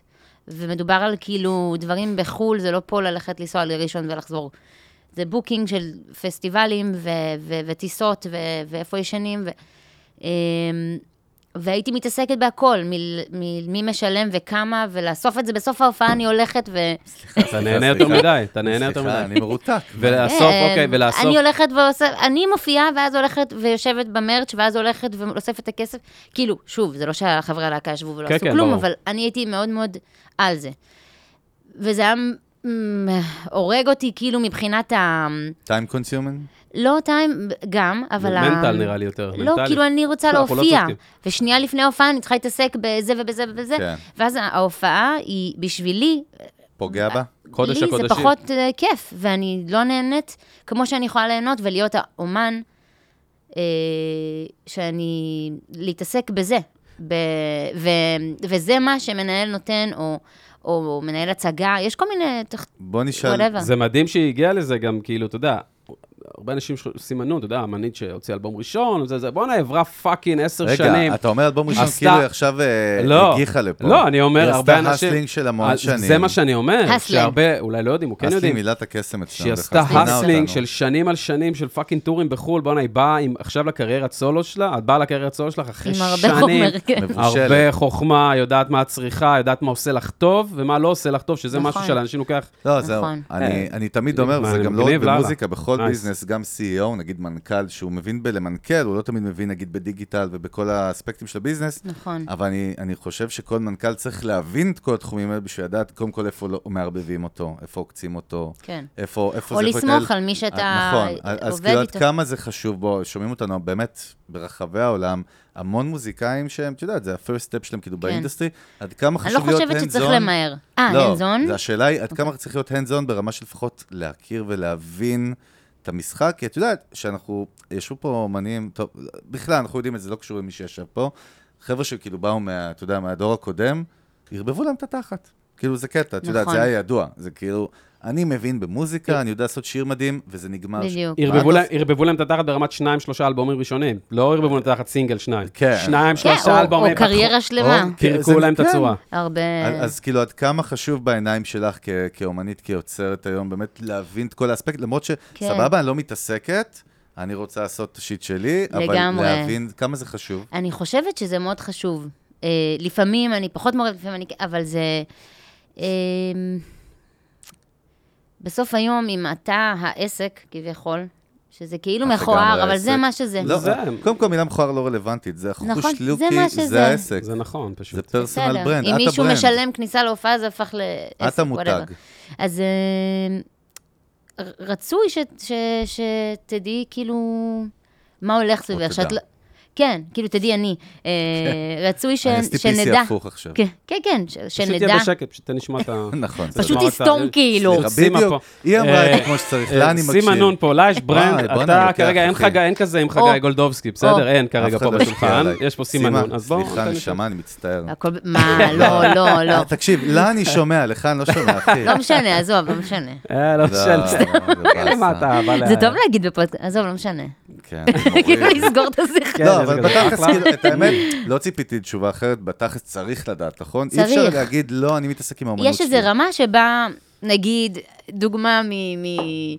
[SPEAKER 6] ומדובר על כאילו דברים בחו"ל, זה לא פה ללכת לנסוע לראשון ולחזור. זה בוקינג של פסטיבלים ו- ו- וטיסות ו- ואיפה ישנים. ו- אמ, והייתי מתעסקת בהכל, מל- ממי משלם וכמה, ולאסוף את זה בסוף ההופעה, אני הולכת ו...
[SPEAKER 4] אתה נהנה יותר מדי, אתה נהנה יותר
[SPEAKER 5] סליחה,
[SPEAKER 4] מדי.
[SPEAKER 5] אני מרותק.
[SPEAKER 4] ולעשות,
[SPEAKER 6] אה,
[SPEAKER 4] אוקיי, ולעשות.
[SPEAKER 6] אני הולכת ועושה, אני מופיעה, ואז הולכת ויושבת במרץ', ואז הולכת ואוספת את הכסף. כאילו, שוב, זה לא שהחברי הלהקה ישבו ולא
[SPEAKER 4] כן,
[SPEAKER 6] עשו
[SPEAKER 4] כן,
[SPEAKER 6] כלום,
[SPEAKER 4] ברור.
[SPEAKER 6] אבל אני הייתי מאוד מאוד על זה. וזה היה מ- הורג אותי, כאילו, מבחינת ה...
[SPEAKER 5] טיים קונסיומנג?
[SPEAKER 6] לא טיים, גם, אבל... ה-
[SPEAKER 4] מנטל נראה לי יותר,
[SPEAKER 6] לא,
[SPEAKER 4] מנטלי.
[SPEAKER 6] כאילו אני רוצה
[SPEAKER 4] לא, אנחנו לא
[SPEAKER 6] להופיע,
[SPEAKER 4] צודקים.
[SPEAKER 6] ושנייה לפני ההופעה אני צריכה להתעסק בזה ובזה ובזה,
[SPEAKER 5] כן.
[SPEAKER 6] ואז ההופעה היא בשבילי,
[SPEAKER 5] פוגע בה?
[SPEAKER 4] קודש
[SPEAKER 6] לי
[SPEAKER 4] הקודשים.
[SPEAKER 6] זה פחות uh, כיף, ואני לא נהנית כמו שאני יכולה ליהנות ולהיות האומן, uh, שאני... להתעסק בזה. ב, ו, וזה מה שמנהל נותן, או, או מנהל הצגה, יש כל מיני... תח...
[SPEAKER 5] בוא נשאל...
[SPEAKER 6] whatever.
[SPEAKER 4] זה מדהים שהיא הגיעה לזה גם, כאילו, אתה יודע, הרבה אנשים שעושים אנון, אתה יודע, אמנית שהוציאה אלבום ראשון, זה, זה, בואנה, עברה פאקינג עשר שנים.
[SPEAKER 5] רגע, אתה אומר אלבום ראשון,
[SPEAKER 4] עשתה-
[SPEAKER 5] כאילו היא עכשיו אה,
[SPEAKER 4] לא,
[SPEAKER 5] הגיחה לפה.
[SPEAKER 4] לא, אני אומר, הרבה
[SPEAKER 5] היא
[SPEAKER 4] אנשים...
[SPEAKER 5] עשתה הסלינג של המון
[SPEAKER 4] אז
[SPEAKER 5] שנים.
[SPEAKER 4] זה מה שאני אומר,
[SPEAKER 6] הסלינג.
[SPEAKER 4] שהרבה, אולי לא יודעים, או כן
[SPEAKER 5] הסלינג
[SPEAKER 4] יודעים,
[SPEAKER 5] מילת הקסם אצלנו.
[SPEAKER 4] שהיא
[SPEAKER 5] בכלל,
[SPEAKER 4] עשתה
[SPEAKER 5] סיננה
[SPEAKER 4] הסלינג
[SPEAKER 5] אותנו.
[SPEAKER 4] של שנים על שנים של פאקינג טורים בחו"ל, בואנה, היא באה עם- עכשיו לקריירת סולו שלה, את באה לקריירת סולו שלך אחרי
[SPEAKER 6] עם
[SPEAKER 4] שנים.
[SPEAKER 6] הרבה חומר, כן.
[SPEAKER 5] מבושלת.
[SPEAKER 4] הרבה חוכמה, יודעת מה את צריכה, יודעת מה עושה לך טוב, ומה לא עושה לך טוב, שזה
[SPEAKER 6] נכון.
[SPEAKER 4] משהו שלאנשים לוקח...
[SPEAKER 5] לא, זהו.
[SPEAKER 6] נכון.
[SPEAKER 5] אני,
[SPEAKER 4] אה,
[SPEAKER 5] אני תמיד אומר,
[SPEAKER 4] מה,
[SPEAKER 5] וזה
[SPEAKER 4] אני
[SPEAKER 5] גם לא רק
[SPEAKER 4] מגניב, לאללה.
[SPEAKER 5] במוזיקה, בכל
[SPEAKER 4] Nice.
[SPEAKER 5] ביזנס, ביזנס, גם CEO, נגיד מנכ"ל, שהוא מבין בלמנכ"ל, הוא לא תמיד מבין נגיד בדיגיטל ובכל האספקטים של הביזנס.
[SPEAKER 6] נכון.
[SPEAKER 5] אבל אני, אני חושב שכל מנכ"ל צריך להבין את כל התחומים האלה בשביל לדעת קודם כל איפה לא, מערבבים אותו, איפה עוקצים אותו,
[SPEAKER 6] כן.
[SPEAKER 5] איפה, איפה
[SPEAKER 6] או
[SPEAKER 5] זה יכול
[SPEAKER 6] לסמוך
[SPEAKER 5] להתנהל.
[SPEAKER 6] על מי שאתה
[SPEAKER 5] נכון,
[SPEAKER 6] עובד
[SPEAKER 5] אז כאילו עד
[SPEAKER 6] איתו.
[SPEAKER 5] כמה זה חשוב, בו, שומעים אותנו באמת ברחבי העולם, המון מוזיקאים שהם, את יודעת, זה ה-first step שלהם כאילו באינדסטרי, עד כמה
[SPEAKER 6] כן. אני לא
[SPEAKER 5] חשוב להיות hands-on.
[SPEAKER 6] חושבת שצריך למהר. אה, אוקיי.
[SPEAKER 5] לא,
[SPEAKER 6] הנדזון?
[SPEAKER 5] זה השאלה היא עד כמה צריך להיות hands on ברמה של לפחות להכיר ולהבין את המשחק, כי את יודעת שאנחנו, ישבו פה אומנים, טוב, בכלל, אנחנו יודעים את זה, לא קשור למי שישב פה, חבר'ה שכאילו באו, מה, אתה יודע, מהדור הקודם, ערבבו להם את התחת. כאילו זה קטע, את יודעת,
[SPEAKER 6] נכון.
[SPEAKER 5] זה היה ידוע, זה כאילו, אני מבין במוזיקה, אני יודע לעשות שיר מדהים, וזה נגמר.
[SPEAKER 6] בדיוק.
[SPEAKER 4] ערבבו להם- ערבבו להם את התחת ברמת שניים, שלושה אלבומים ראשונים. לא ערבבו להם את התחת סינגל, שניים.
[SPEAKER 5] כן.
[SPEAKER 4] שניים,
[SPEAKER 6] כן,
[SPEAKER 4] שלושה
[SPEAKER 6] או-
[SPEAKER 4] אלבומים.
[SPEAKER 6] או קריירה שלמה.
[SPEAKER 5] או-
[SPEAKER 4] פירקו
[SPEAKER 5] זה-
[SPEAKER 4] להם את
[SPEAKER 5] כן.
[SPEAKER 4] הצורה.
[SPEAKER 6] הרבה...
[SPEAKER 4] כן.
[SPEAKER 5] אז, אז כאילו, עד כמה חשוב בעיניים שלך כ- כאומנית, כיוצרת היום, באמת להבין את כל האספקט, למרות
[SPEAKER 4] כן.
[SPEAKER 5] שסבבה, אני לא מתעסקת, אני רוצה לעשות את השיט שלי,
[SPEAKER 6] לגמרי.
[SPEAKER 5] אבל להבין כמה זה חשוב.
[SPEAKER 6] אני חושבת שזה מאוד חשוב. אה, לפעמים אני פחות מעורבת, לפעמים אני... כן, אבל זה... אה, בסוף היום, אם אתה העסק, כביכול, שזה כאילו
[SPEAKER 5] אתה
[SPEAKER 6] מכוער,
[SPEAKER 5] לגמרי
[SPEAKER 6] אבל זה
[SPEAKER 5] העסק.
[SPEAKER 6] מה שזה.
[SPEAKER 5] לא,
[SPEAKER 4] זה-
[SPEAKER 5] קודם כל, מילה מכוער לא רלוונטית, זה החוש
[SPEAKER 6] נכון, זה מה
[SPEAKER 5] לוקי,
[SPEAKER 6] שזה.
[SPEAKER 5] זה העסק.
[SPEAKER 4] זה נכון, פשוט.
[SPEAKER 5] זה פרסונל ברנד,
[SPEAKER 6] אם
[SPEAKER 5] את
[SPEAKER 6] מישהו
[SPEAKER 5] הברנד.
[SPEAKER 6] משלם כניסה להופעה, זה הפך לעסק,
[SPEAKER 5] את המותג.
[SPEAKER 6] whatever. אז אה, ר- רצוי ש- ש- שתדעי, כאילו, מה הולך סביבך. שאת
[SPEAKER 5] תדע.
[SPEAKER 6] לא- כן, כאילו, תדעי אני. אה, רצוי ש-
[SPEAKER 5] אני עשיתי
[SPEAKER 6] שנדע.
[SPEAKER 5] PC הפוך עכשיו.
[SPEAKER 6] כן, כן, כן, ש-
[SPEAKER 4] פשוט
[SPEAKER 6] שנדע.
[SPEAKER 4] תהיה בשקט, פשוט תשמע את ה...
[SPEAKER 5] נכון.
[SPEAKER 4] זה
[SPEAKER 6] פשוט
[SPEAKER 4] נורא
[SPEAKER 6] תסתום
[SPEAKER 4] צעד.
[SPEAKER 6] כאילו.
[SPEAKER 4] סליחה,
[SPEAKER 5] סליחה,
[SPEAKER 4] לא, סימה
[SPEAKER 5] בדיוק.
[SPEAKER 4] פה.
[SPEAKER 5] היא אמרה את
[SPEAKER 4] אה,
[SPEAKER 5] זה כמו שצריך,
[SPEAKER 4] אה,
[SPEAKER 5] לה אני מקשיב.
[SPEAKER 4] סימה נון פה, לה יש ברנד,
[SPEAKER 5] וואי, בואנה,
[SPEAKER 4] אתה
[SPEAKER 5] לוקח,
[SPEAKER 4] כרגע אין
[SPEAKER 5] אחי.
[SPEAKER 4] חג- אין כזה עם
[SPEAKER 6] או.
[SPEAKER 4] חגי גולדובסקי, בסדר? אין
[SPEAKER 5] אף
[SPEAKER 4] כרגע
[SPEAKER 5] אחד
[SPEAKER 4] פה
[SPEAKER 5] לא משקיע
[SPEAKER 4] בשולחן,
[SPEAKER 5] עליי.
[SPEAKER 4] יש פה סימה נון, אז בואו...
[SPEAKER 5] סליחה,
[SPEAKER 4] ניתן לזה.
[SPEAKER 5] נשמה, אני מצטער.
[SPEAKER 6] הכל, ב- מה, לא, לא, לא.
[SPEAKER 5] אה, תקשיב, לה אני שומע, לך אני לא שומע, אחי.
[SPEAKER 6] לא משנה, עזוב, לא משנה.
[SPEAKER 4] אה, לא
[SPEAKER 5] לא,
[SPEAKER 4] משנה.
[SPEAKER 5] זה באסה.
[SPEAKER 4] מה אתה בא ל...
[SPEAKER 6] זה טוב להגיד בפודקאסט, עזוב, לא משנה.
[SPEAKER 5] כן,
[SPEAKER 6] כאילו
[SPEAKER 5] מוריד.
[SPEAKER 6] לסגור את השיחה.
[SPEAKER 4] כן,
[SPEAKER 5] לא,
[SPEAKER 4] זה כזה
[SPEAKER 5] אבל בתכלס,
[SPEAKER 4] אחלה.
[SPEAKER 5] כאילו, את האמת, לא ציפיתי לתשובה אחרת, בתכלס צריך לדעת, נכון? אי אפשר
[SPEAKER 6] צריך.
[SPEAKER 5] להגיד, לא, אני מתעסק עם האומנות
[SPEAKER 6] יש
[SPEAKER 5] שלי.
[SPEAKER 6] איזו רמה שבה, נגיד, דוגמה מ... מ-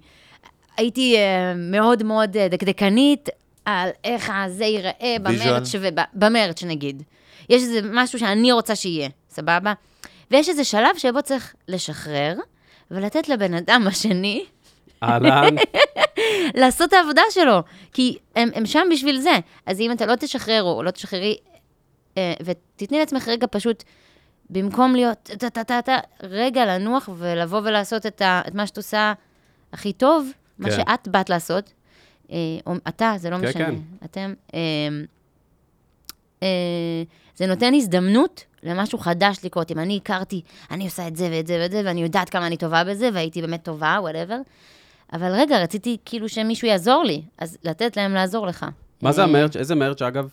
[SPEAKER 6] הייתי אה, מאוד מאוד אה, דקדקנית על איך הזה ייראה במרץ' וב- במרץ', נגיד. יש איזה משהו שאני רוצה שיהיה, סבבה? ויש איזה שלב שבו צריך לשחרר ולתת לבן אדם השני
[SPEAKER 4] אהלן,
[SPEAKER 6] לעשות את העבודה שלו, כי הם, הם שם בשביל זה. אז אם אתה לא תשחרר או לא תשחררי, אה, ותתני לעצמך רגע פשוט, במקום להיות טה-טה-טה-טה, רגע לנוח ולבוא ולעשות את, ה, את מה שאת עושה הכי טוב, כן. מה
[SPEAKER 4] כן.
[SPEAKER 6] שאת באת לעשות, אה, או אתה, זה לא
[SPEAKER 4] כן,
[SPEAKER 6] משנה,
[SPEAKER 4] כן.
[SPEAKER 6] אתם. אה, אה, זה נותן הזדמנות למשהו חדש לקרות. אם אני הכרתי, אני עושה את זה ואת זה ואת זה, ואני יודעת כמה אני טובה בזה, והייתי באמת טובה, וואטאבר. אבל רגע, רציתי כאילו שמישהו יעזור לי, אז לתת להם לעזור לך.
[SPEAKER 4] מה זה
[SPEAKER 6] אה,
[SPEAKER 4] המרץ'? איזה מרץ', אגב?